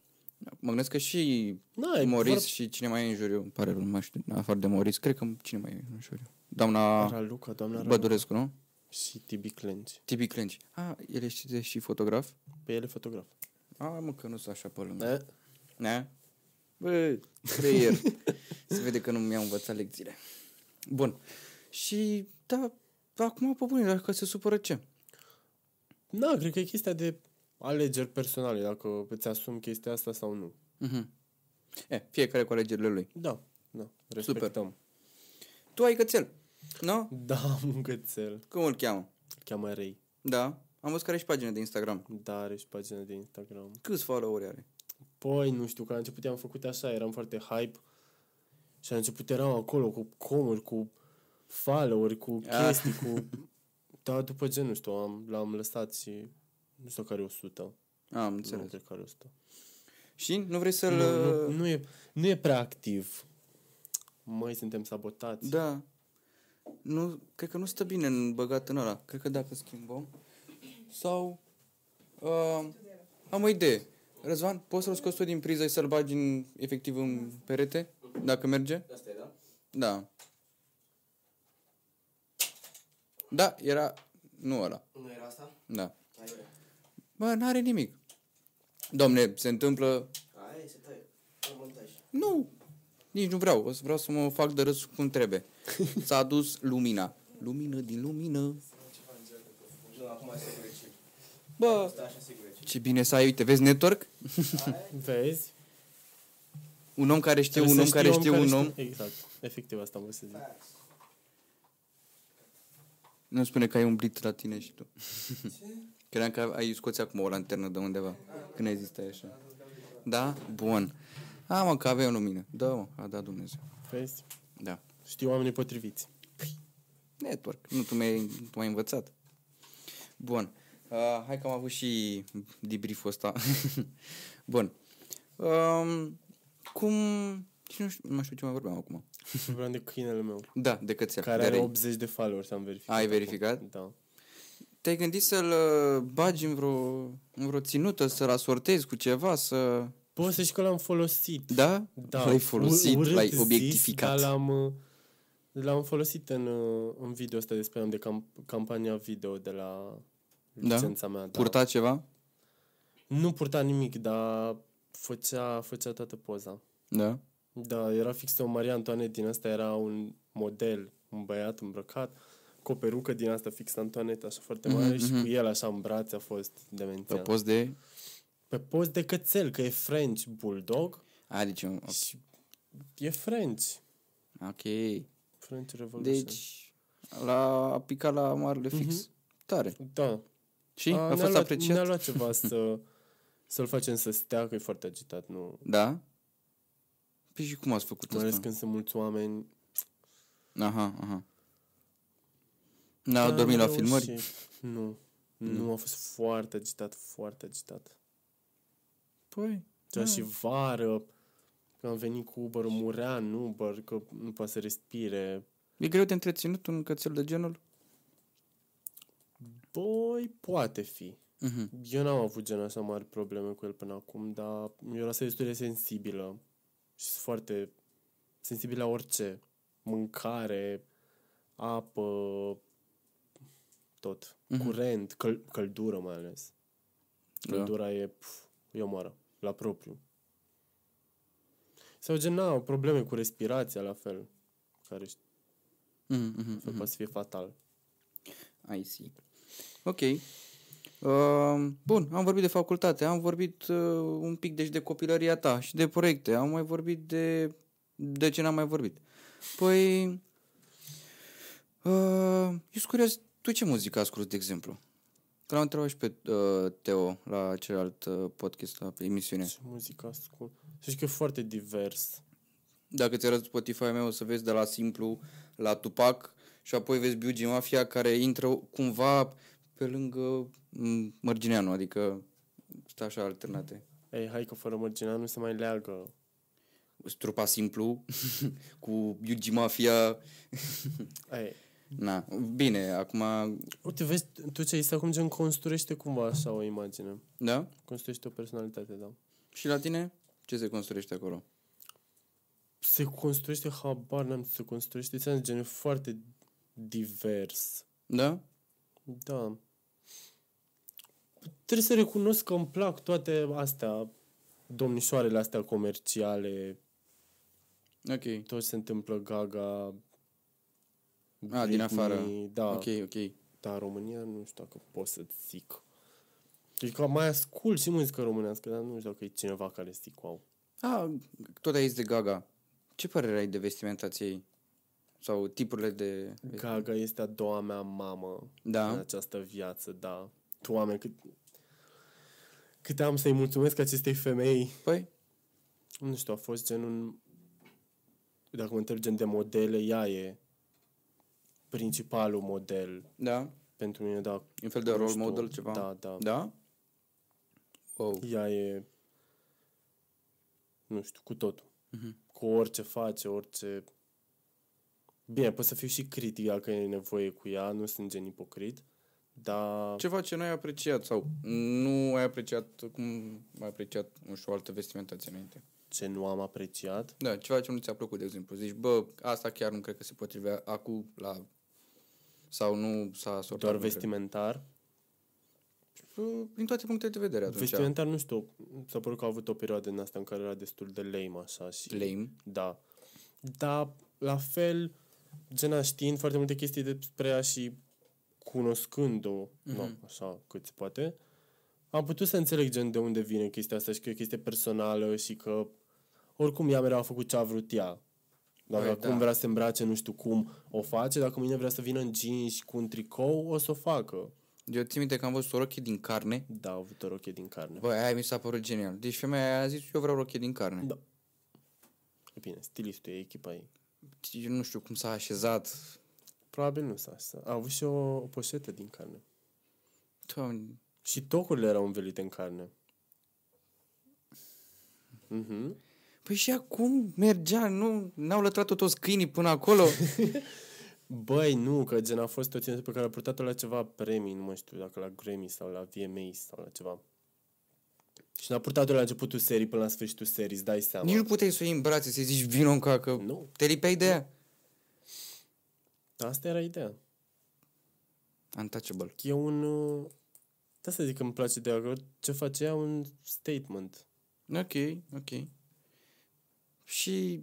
Speaker 1: mă gândesc că și
Speaker 2: Da, e
Speaker 1: Moris
Speaker 2: vorba-
Speaker 1: și cine mai e în juriu, îmi pare rău, nu mai știu, afară de Moris, cred că cine mai e în juriu. Doamna
Speaker 2: Raluca, doamna Raluca
Speaker 1: Bădurescu, nu?
Speaker 2: și Tibi Clenci.
Speaker 1: Tibi Clenci. A, el este și fotograf?
Speaker 2: Pe ele fotograf.
Speaker 1: A, mă, că nu sunt așa pe lângă.
Speaker 2: Da.
Speaker 1: Ne? Bă, creier. Se vede că nu mi-am învățat lecțiile. Bun. Și, da, acum pe bune, dacă se supără ce?
Speaker 2: da, cred că e chestia de alegeri personale, dacă îți asumi chestia asta sau nu.
Speaker 1: Mhm. E, fiecare cu alegerile lui.
Speaker 2: Da, da, respectăm.
Speaker 1: Tu ai cățel, nu?
Speaker 2: Super. Da, am un cățel.
Speaker 1: Cum îl cheamă?
Speaker 2: Îl cheamă Ray.
Speaker 1: Da, am văzut că are și pagina de Instagram.
Speaker 2: Da, are și pagina de Instagram.
Speaker 1: Câți followeri are?
Speaker 2: Păi, nu știu, că la început am făcut așa, eram foarte hype și la început eram acolo cu comuri, cu follower, cu
Speaker 1: Ah.
Speaker 2: chestii, cu... Dar după ce, nu știu, am, l-am lăsat și nu știu care e 100.
Speaker 1: Am
Speaker 2: Nu
Speaker 1: înțeles.
Speaker 2: cred că are 100.
Speaker 1: Și nu vrei să-l...
Speaker 2: Nu, nu, nu, e, nu e prea activ. Mai suntem sabotați.
Speaker 1: Da. Nu, cred că nu stă bine în băgat în ăla. Cred că dacă schimbăm... sau uh, am o idee. Răzvan, poți să-l scoți tu din priză și să-l bagi în, efectiv în perete? Dacă merge?
Speaker 3: Asta e, da?
Speaker 1: Da. Da, era... Nu ăla.
Speaker 3: Nu era asta?
Speaker 1: Da.
Speaker 3: Hai,
Speaker 1: Bă, n-are nimic. Domne, se întâmplă...
Speaker 3: hai, se taie. Am montaj.
Speaker 1: Nu! Nici nu vreau. O să vreau să mă fac de râs cum trebuie. S-a dus lumina. Lumină din lumină.
Speaker 3: Nu, acum e sigur e chip.
Speaker 1: Bă,
Speaker 3: Asta așa sigur e chip.
Speaker 1: ce bine să ai, uite, vezi network?
Speaker 2: Vezi?
Speaker 1: Un om care știe
Speaker 2: Trebuie
Speaker 1: un
Speaker 2: să
Speaker 1: om care
Speaker 2: știi
Speaker 1: știe un om.
Speaker 2: știe- Exact. Efectiv asta mă să zic.
Speaker 1: Nu spune că ai umblit la tine și tu. Credeam că ai scoți acum o lanternă de undeva. Când ai zis stai așa. Da? Bun. A, mă, că aveai o lumină. Da, mă, a dat Dumnezeu.
Speaker 2: Vezi?
Speaker 1: Da.
Speaker 2: Știu oamenii potriviți.
Speaker 1: Network. Nu, tu mi-ai, tu m-ai învățat. Bun. Uh, hai că am avut și debrieful ăsta. Bun. Um, cum... nici Nu știu, nu mai știu ce mai vorbeam acum.
Speaker 2: Vorbeam de câinele meu.
Speaker 1: Da, de cățel.
Speaker 2: Care
Speaker 1: de
Speaker 2: are
Speaker 1: rei.
Speaker 2: 80 de followers, am verificat.
Speaker 1: Ai
Speaker 2: acum.
Speaker 1: verificat?
Speaker 2: Da.
Speaker 1: Te-ai gândit să-l uh, bagi în vreo, în vreo ținută, să-l asortezi cu ceva, să...
Speaker 2: Pot să știi că l-am folosit.
Speaker 1: Da?
Speaker 2: Da.
Speaker 1: L-ai folosit,
Speaker 2: Ur- urât
Speaker 1: l-ai
Speaker 2: zis,
Speaker 1: obiectificat.
Speaker 2: dar l-am, uh, l-am folosit în, uh, în video ăsta despre am de camp- campania video de la
Speaker 1: Da?
Speaker 2: licența mea. Da.
Speaker 1: Purta ceva?
Speaker 2: Nu purta nimic, dar făcea, făcea toată poza.
Speaker 1: Da.
Speaker 2: Da, era fix o Maria Antoanet din asta, era un model, un băiat îmbrăcat, cu o perucă din asta fix Antoanet, așa foarte mare,
Speaker 1: Mhm,
Speaker 2: și
Speaker 1: mhm.
Speaker 2: cu el așa în brațe a fost
Speaker 1: Pe
Speaker 2: demențial.
Speaker 1: post de...
Speaker 2: Pe post de cățel, că e French Bulldog
Speaker 1: A, deci... un-
Speaker 2: și e French.
Speaker 1: Ok.
Speaker 2: French Revolution.
Speaker 1: Deci... La, a picat la marele fix. Tare.
Speaker 2: Da.
Speaker 1: Mhm. Și? A,
Speaker 2: ne-a
Speaker 1: fost
Speaker 2: luat,
Speaker 1: apreciat?
Speaker 2: Ne-a luat ceva să, să-l facem să stea, că e foarte agitat, nu?
Speaker 1: Da? Păi și cum ați făcut
Speaker 2: Mai ales
Speaker 1: asta?
Speaker 2: când sunt mulți oameni.
Speaker 1: Aha, aha. N-au
Speaker 2: Dar
Speaker 1: dormit
Speaker 2: am
Speaker 1: la filmări? Mm.
Speaker 2: reușit. Nu. Nu, a fost foarte agitat, foarte agitat.
Speaker 1: Păi...
Speaker 2: Da, și vară, că am venit cu uber murea în Uber, că nu poate să respire.
Speaker 1: E greu de întreținut un cățel de genul?
Speaker 2: Băi, Păi, poate fi.
Speaker 1: Mhm.
Speaker 2: Eu n-am avut gen așa mari probleme cu el până acum, dar eu rasă destul de sensibilă. Și sunt foarte sensibil la orice. Mâncare, apă, tot.
Speaker 1: Mhm.
Speaker 2: Curent, căl- căldură mai ales.
Speaker 1: Da.
Speaker 2: Căldura e... Pf, eu moară. La propriu. Sau gen, n-au probleme cu respirația la fel. Care știu,
Speaker 1: Mhm, mhm,
Speaker 2: mm-hmm. poate să fie fatal.
Speaker 1: I see. Ok. Uh, bun, am vorbit de facultate, am vorbit uh, un pic deci de copilăria ta și de proiecte, am mai vorbit de... De ce n-am mai vorbit? Păi... Uh, eu sunt curios, tu ce muzică asculti, de exemplu? Că l-am întrebat și pe uh, Teo la celălalt uh, podcast, la emisiune.
Speaker 2: Ce muzică ascult? Să știi că e foarte divers.
Speaker 1: Dacă ți arăt Spotify meu, o să vezi de la simplu la Tupac și apoi vezi Biugi Mafia care intră cumva pe lângă m, Mărgineanu, adică stă așa alternate.
Speaker 2: Ei, hai că fără mărginea nu se mai leagă.
Speaker 1: Strupa simplu cu Biugi Mafia.
Speaker 2: Ei,
Speaker 1: Na, bine, acum,
Speaker 2: Uite, vezi, tu ce ai zis acum, gen, construiește cumva așa o imagine.
Speaker 1: da?
Speaker 2: Construiește o personalitate, da.
Speaker 1: Și la tine? Ce se construiește acolo?
Speaker 2: Se construiește, habar n-am, se construiește, ți-am zis, gen, e foarte divers.
Speaker 1: Da?
Speaker 2: Da. Trebuie să recunosc că îmi plac toate astea, domnișoarele astea comerciale,
Speaker 1: Ok.
Speaker 2: tot ce se întâmplă gaga,
Speaker 1: A, din afară.
Speaker 2: Britney, Da.
Speaker 1: Ok, ok.
Speaker 2: Dar în România nu știu dacă pot să zic. Deci că mai ascult și muzică românească, dar nu știu dacă e cineva care zic wow.
Speaker 1: A, tot ai zis de Gaga. Ce părere ai de vestimentația ei? Sau tipurile de...
Speaker 2: Gaga este a doua mea mamă
Speaker 1: Da.
Speaker 2: în această viață, da. Doamne, cât, cât am să-i mulțumesc acestei femei.
Speaker 1: Păi,
Speaker 2: Nu știu, a fost gen un... Dacă mă întreb gen de modele, ea e principalul model
Speaker 1: da?
Speaker 2: pentru mine, da.
Speaker 1: E Un fel de
Speaker 2: nu
Speaker 1: role
Speaker 2: știu,
Speaker 1: model, ceva?
Speaker 2: Da, da.
Speaker 1: Da? Wow.
Speaker 2: Ea e, nu știu, cu totul.
Speaker 1: Mhm.
Speaker 2: Cu orice face, orice... Bine, pot să fiu și critic dacă e nevoie cu ea, nu sunt gen ipocrit, Dar
Speaker 1: Ceva ce n-ai apreciat sau nu ai apreciat cum ai apreciat, nu știu, o altă vestimentație înainte.
Speaker 2: ce nu am apreciat,
Speaker 1: Da, ceva ce nu ți-a plăcut, de exemplu. Zici, bă, asta chiar nu cred că se potrivea acum la... Sau nu s-a sortat.
Speaker 2: doar
Speaker 1: nu cred.
Speaker 2: vestimentar.
Speaker 1: Uh, Din toate punctele de vedere atunci.
Speaker 2: Vestimentar, nu știu, s-a părut că a avut o perioadă din asta în care era destul de lame așa și...
Speaker 1: Lame.
Speaker 2: Da. Dar, la fel, gena știind foarte multe chestii despre ea și cunoscând-o, mm-hmm. no,
Speaker 1: Mhm.
Speaker 2: așa, cât se poate, am putut să înțeleg gen de unde vine chestia asta și că e o chestie personală și că oricum ea mereu a făcut ce a vrut ea. Dacă
Speaker 1: Păi,
Speaker 2: acum
Speaker 1: da.
Speaker 2: vrea să se îmbrace, nu știu cum o face, dacă mâine vrea să vină în jeans cu un tricou, o să o facă.
Speaker 1: Eu țin minte că am văzut o rochie din carne.
Speaker 2: Da, au avut o rochie din carne.
Speaker 1: Bă, aia mi s-a părut genial. Deci femeia a zis, eu vreau rochie din carne.
Speaker 2: Da. E bine, stilistul e echipa ei.
Speaker 1: Eu Deci, nu știu cum s-a așezat.
Speaker 2: Probabil nu s-a așa. A avut și o, o poșetă din carne.
Speaker 1: Doamne,
Speaker 2: Și tocurile erau învelite în carne. Mhm.
Speaker 1: Păi și acum mergea, nu? N-au lătrat-o toți câinii până acolo?
Speaker 2: Băi, nu, că gen a fost o ținută pe care a purtat-o la ceva premii, nu mă știu dacă la Grammy sau la VMA sau la ceva. Și n-a purtat-o la începutul serii până la sfârșitul serii, îți dai seama.
Speaker 1: Nici nu puteai să o iei în brațe, să-i zici, vino în cacă.
Speaker 2: Nu.
Speaker 1: Te lipeai de ea.
Speaker 2: Asta era ideea.
Speaker 1: Untouchable.
Speaker 2: E un... uh, Da să zic că îmi place de ea, că ce face ea un statement.
Speaker 1: Ok, ok. Și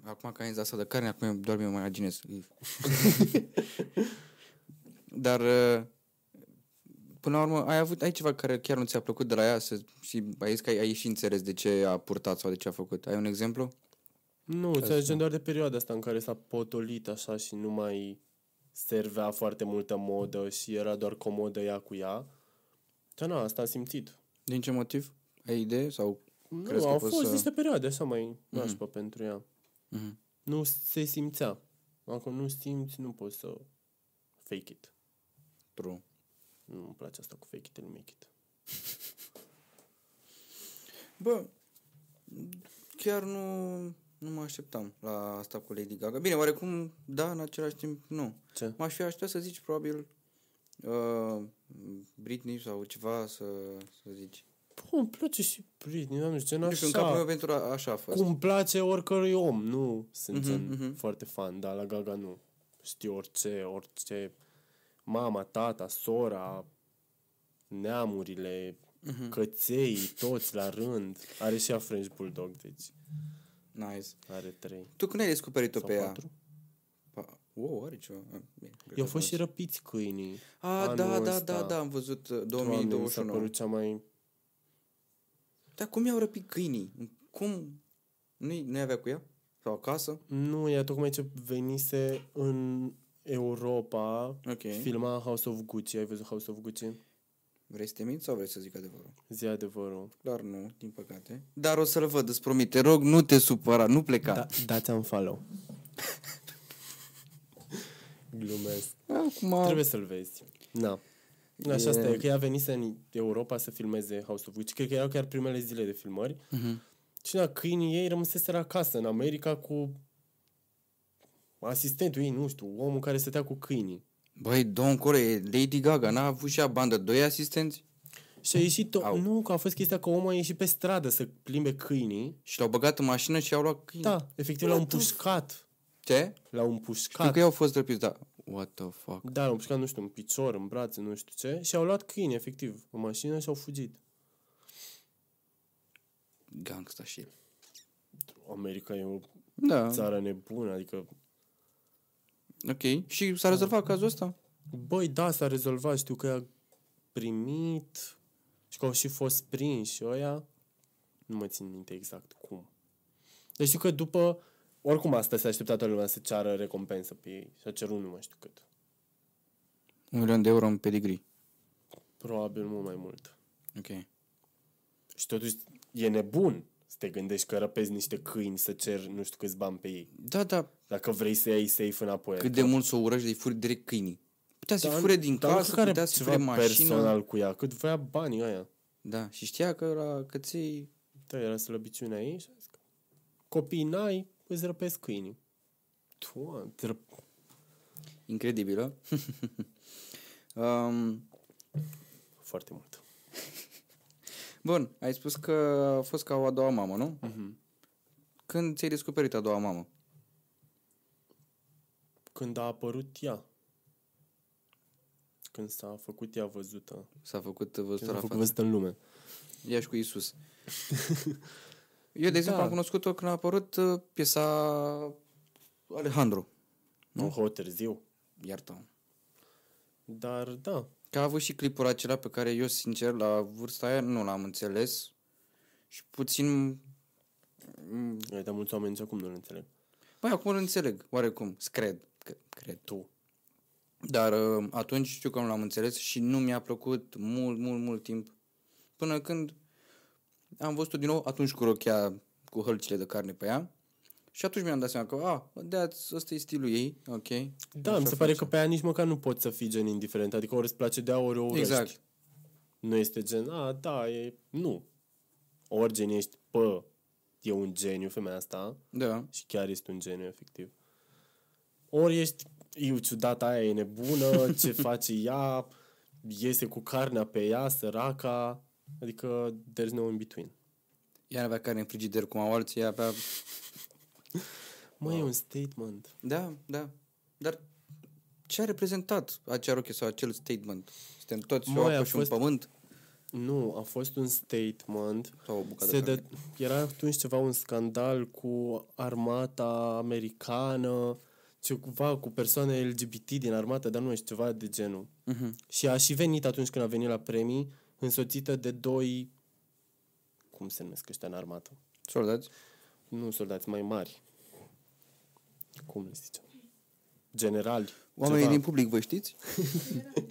Speaker 1: acum că ai zis asta de carne, acum eu doar mi-o mai imaginez. Dar uh, până la urmă, ai avut ai ceva care chiar nu ți-a plăcut de la ea să, și ai zis că ai, ai și înțeles de ce a purtat sau de ce a făcut. Ai un exemplu?
Speaker 2: Nu, ți gen doar de perioada asta în care s-a potolit așa și nu mai servea foarte multă modă și era doar comodă ea cu ea. Dar na, asta am simțit.
Speaker 1: Din ce motiv? Ai idee? Sau
Speaker 2: Nu,
Speaker 1: Crezi că
Speaker 2: au
Speaker 1: poți
Speaker 2: fost
Speaker 1: să-
Speaker 2: niște perioade așa mai nașpa pentru ea.
Speaker 1: Mhm.
Speaker 2: Nu se simțea. Acum nu simți, nu poți să fake it.
Speaker 1: true.
Speaker 2: Nu îmi place asta cu fake it and make it.
Speaker 1: Bă, chiar nu, nu mă așteptam la asta cu Lady Gaga. Bine, oarecum, da, în același timp, nu.
Speaker 2: Ce?
Speaker 1: M-aș fi așteptat să zici probabil uh, Britney sau ceva să, să zici.
Speaker 2: Bă, îmi place și Britney, nu am zis, gen
Speaker 1: Nu știu, Deci în capul meu
Speaker 2: așa.
Speaker 1: pentru a, așa a fost.
Speaker 2: Cum place oricărui om, nu sunt
Speaker 1: Mhm,
Speaker 2: gen
Speaker 1: mhm.
Speaker 2: foarte fan, dar la Gaga nu. Știu orice, orice, mama, tata, sora, neamurile,
Speaker 1: Mhm.
Speaker 2: căței, toți la rând. Are și ea French Bulldog, deci
Speaker 1: Nice.
Speaker 2: are trei.
Speaker 1: Tu când ai descoperit-o
Speaker 2: Sau
Speaker 1: pe ea?
Speaker 2: patru?
Speaker 1: Pa- Wow, are ceva. Ah, bine, cred
Speaker 2: I-au
Speaker 1: că
Speaker 2: fost și
Speaker 1: am
Speaker 2: răpiți câinii.
Speaker 1: văzut. A, da,
Speaker 2: anul
Speaker 1: da,
Speaker 2: ăsta.
Speaker 1: da, da, am văzut uh,
Speaker 2: Doamne, mi S-a
Speaker 1: 2029.
Speaker 2: părut cea mai...
Speaker 1: Dar cum i-au răpit câinii? Cum? Nu-i, nu avea cu ea? Sau acasă?
Speaker 2: Nu, ea tocmai ce venise în Europa,
Speaker 1: Ok.
Speaker 2: filma House of Gucci. Ai văzut House of Gucci?
Speaker 1: Vrei să te minți sau vrei să zic adevărul?
Speaker 2: Zi adevărul.
Speaker 1: Clar nu, din păcate. Dar o să-l văd, îți promit. Te rog, nu te supăra, nu pleca.
Speaker 2: Da, dați-am follow. Glumesc.
Speaker 1: Acum...
Speaker 2: Trebuie să-l vezi. Na.
Speaker 1: Oh.
Speaker 2: Na,
Speaker 1: Da. E-
Speaker 2: Așa asta e, că ea venise în Europa să filmeze House of Gucci. Cred că erau chiar primele zile de filmări.
Speaker 1: Mhm.
Speaker 2: Și da, câinii ei rămăseseră acasă în America cu asistentul ei, nu știu, omul care stătea cu câinii.
Speaker 1: Băi, Don Core, Lady Gaga, n-a avut și ea bandă doi asistenți?
Speaker 2: Și a ieșit,
Speaker 1: Au.
Speaker 2: o... nu, că a fost chestia că omul a ieșit pe stradă să plimbe câinii.
Speaker 1: Și l-au băgat în mașină și au luat câini.
Speaker 2: Da, efectiv l-au
Speaker 1: What the
Speaker 2: împușcat.
Speaker 1: Ce?
Speaker 2: L-au
Speaker 1: Știu
Speaker 2: împușcat.
Speaker 1: că ei au fost răpiți, da. What the fuck?
Speaker 2: Da, l-au împușcat, nu știu, în picior, în brațe, nu știu ce. Și au luat câini, efectiv, în mașină și au fugit.
Speaker 1: Gangsta shit.
Speaker 2: America e o
Speaker 1: Da,
Speaker 2: țară nebună, adică...
Speaker 1: ok. Și s-a rezolvat cazul ăsta?
Speaker 2: Băi, da, s-a rezolvat, știu că a primit și că au și fost prinși ăia. Nu mă țin minte exact cum. Deci știu că după... Oricum asta s-a așteptat toată lumea să ceară recompensă pe ei. Și a cerut nu mai știu cât.
Speaker 1: Un milion de euro în pedigree.
Speaker 2: Probabil mult mai mult.
Speaker 1: Ok.
Speaker 2: Și totuși e nebun să te gândești că răpezi niște câini să cer nu știu câți bani pe ei.
Speaker 1: Da, da,
Speaker 2: Dacă vrei să iei safe înapoi.
Speaker 1: cât de mult să o urăști de-i furi direct câinii. Putea să-i fure din casă,
Speaker 2: care
Speaker 1: putea să-i fure mașină.
Speaker 2: personal cu ea, cât vrea banii aia.
Speaker 1: Da, și știa că la căței
Speaker 2: Da, era slăbiciunea ei și a zis că copiii n-ai, îți răpesc câinii. Doamne, te răp-
Speaker 1: Incredibilă. Um,
Speaker 2: Foarte mult.
Speaker 1: bun, ai spus că a fost ca o a doua mamă, nu?
Speaker 2: Mm-hmm.
Speaker 1: Când ți-ai descoperit a doua mamă?
Speaker 2: Când a apărut ea. Când s-a făcut ea văzută.
Speaker 1: S-a făcut văzută
Speaker 2: Când s-a
Speaker 1: la
Speaker 2: făcut
Speaker 1: față.
Speaker 2: văzută în lume.
Speaker 1: Ea și cu Isus. Eu, de exemplu,
Speaker 2: Da.
Speaker 1: am cunoscut-o când a apărut uh, piesa Alejandro. Nu?
Speaker 2: Nu? Oh, târziu.
Speaker 1: Iartă.
Speaker 2: Dar da,
Speaker 1: Că a avut și clipul acela pe care eu, sincer, la vârsta aia nu l-am înțeles. Și puțin... mm,
Speaker 2: eu, dar mulți oameni nici acum nu-l înțeleg.
Speaker 1: Băi, Păi, acum îl înțeleg, oarecum. Cred. Că, cred.
Speaker 2: Tu.
Speaker 1: Dar uh, atunci știu că nu l-am înțeles și nu mi-a plăcut mult, mult, mult timp. Până când am văzut-o din nou atunci cu rochea, cu hălcile de carne pe ea. Și atunci mi-am dat seama că, a, de ăsta e stilul ei, ok.
Speaker 2: Da,
Speaker 1: Așa
Speaker 2: mi se pare
Speaker 1: face.
Speaker 2: că pe aia nici măcar nu poți să fii gen indiferent. Adică ori îți place de ea, ori o urăști.
Speaker 1: Exact.
Speaker 2: Nu este gen, a, da, e... Nu. Ori gen ești, pă, e un geniu femeia asta
Speaker 1: Da.
Speaker 2: și chiar este un geniu, efectiv. Ori ești, iu, ciudata aia e nebună, ce face ea, iese cu carnea pe ea, săraca, adică there's no in between.
Speaker 1: Ea avea carne în frigider cum au alții, ea avea...
Speaker 2: Mă, wow. e un statement.
Speaker 1: Da, da. Dar ce a reprezentat acea roche sau acel statement? Suntem toți o
Speaker 2: Măi, a
Speaker 1: apă și un
Speaker 2: fost-
Speaker 1: pământ?
Speaker 2: Nu, a fost un statement
Speaker 1: Sau o bucată
Speaker 2: Se
Speaker 1: de
Speaker 2: dă,
Speaker 1: carne?
Speaker 2: era atunci ceva un scandal cu armata americană, ceva cu persoane LGBT din armată, dar nu știu, ceva de genul.
Speaker 1: Mhm.
Speaker 2: Și a și venit atunci când a venit la premii, însoțită de doi, cum se numesc ăștia în armată?
Speaker 1: Soldați?
Speaker 2: Nu soldați, mai mari. Cum le zicem? Generali.
Speaker 1: Oamenii
Speaker 2: ceva.
Speaker 1: din public, vă știți?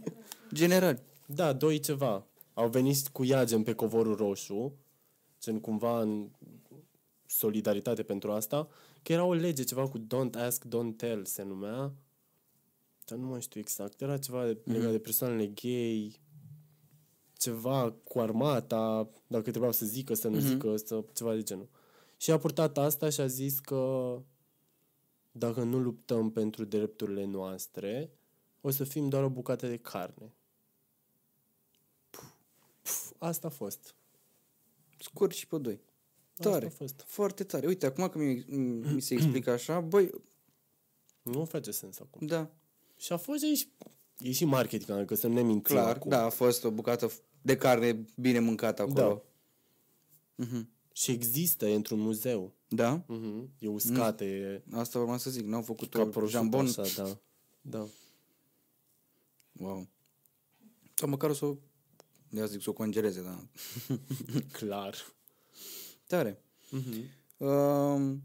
Speaker 1: General.
Speaker 2: Da, doi ceva. Au venit cu ea, gen, pe covorul roșu, gen, cumva în solidaritate pentru asta, că era o lege, ceva cu Don't Ask, Don't Tell se numea, dar nu mai știu exact, era ceva de, legat de persoanele gay, ceva cu armata, dacă trebuiau să zică, să nu
Speaker 1: Mhm.
Speaker 2: zică, să, ceva de genul. Și a purtat asta și a zis că dacă nu luptăm pentru drepturile noastre, o să fim doar o bucată de carne. Puf, puf, asta a fost.
Speaker 1: Scurt și pe doi.
Speaker 2: Asta
Speaker 1: Tare.
Speaker 2: a fost.
Speaker 1: Foarte tare. Uite, acum că mi, mi se explică așa, băi,
Speaker 2: Nu face sens acum.
Speaker 1: da,
Speaker 2: Și a fost și, e și marketing, adică să nu ne mințim
Speaker 1: clar,
Speaker 2: acum.
Speaker 1: da, a fost o bucată de carne bine mâncată acolo. Da. Mm-hmm.
Speaker 2: Și există, e într-un muzeu.
Speaker 1: da?
Speaker 2: Mm-hmm. E uscată, e
Speaker 1: Asta urma să zic, n-au făcut
Speaker 2: ca
Speaker 1: o
Speaker 2: prosciutto
Speaker 1: Mm. jambon.
Speaker 2: Așa, da. da.
Speaker 1: Wow. Sau măcar o să o, ia zic, să o congeleze, da.
Speaker 2: Clar.
Speaker 1: Tare. Mhm.
Speaker 2: Mm-hmm.
Speaker 1: Um,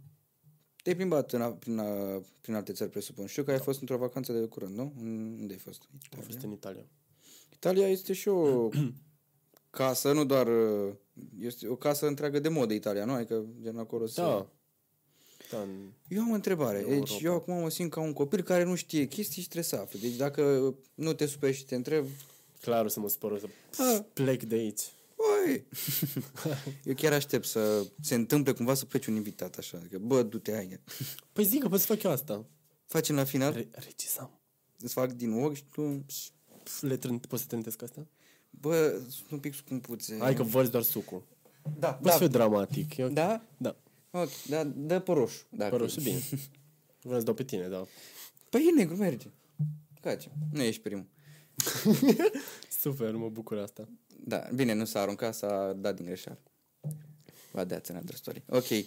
Speaker 1: te-ai plimbat în, a- prin, a- prin alte țări, presupun. Știu că
Speaker 2: Da.
Speaker 1: ai fost într-o vacanță de curând, nu? În- Unde ai fost?
Speaker 2: A
Speaker 1: Italia?
Speaker 2: fost în Italia.
Speaker 1: Italia este și o casă, nu doar... uh, Este o casă întreagă de modă Italia, nu? Adică, gen, acolo se...
Speaker 2: Da. Da, în-
Speaker 1: Eu am o întrebare.
Speaker 2: În
Speaker 1: Deci,
Speaker 2: Europa.
Speaker 1: eu acum mă simt ca un copil care nu știe chestii și trebuie să afle. Deci, dacă nu te superi și te întreb...
Speaker 2: clar o să mă spor, o să
Speaker 1: Ah.
Speaker 2: plec de aici.
Speaker 1: Oi! eu chiar aștept să se întâmple cumva să pleci un invitat, așa. Adică, bă, du-te, hai.
Speaker 2: Păi zic că pot să fac eu asta.
Speaker 1: Facem la final,
Speaker 2: Re- regizam.
Speaker 1: îți fac din ochi și tu...
Speaker 2: Pf, Le trânt, poți să trântesc asta?
Speaker 1: Bă, sunt un pic scumpuțe.
Speaker 2: Hai că vărs doar sucul.
Speaker 1: Da,
Speaker 2: Poți
Speaker 1: Mm. da,
Speaker 2: să fiu dramatic. Eu...
Speaker 1: da?
Speaker 2: Da.
Speaker 1: Ok, da, dă pe roșu. Dacă...
Speaker 2: Părul și bine. Vreau să dau pe tine, da.
Speaker 1: Păi e negru, merge. Cace. Nu ești primul.
Speaker 2: Super, mă bucur asta.
Speaker 1: Da, bine, nu s-a aruncat, s-a dat din greșeală. Va dea în altă story. Ok. Uh,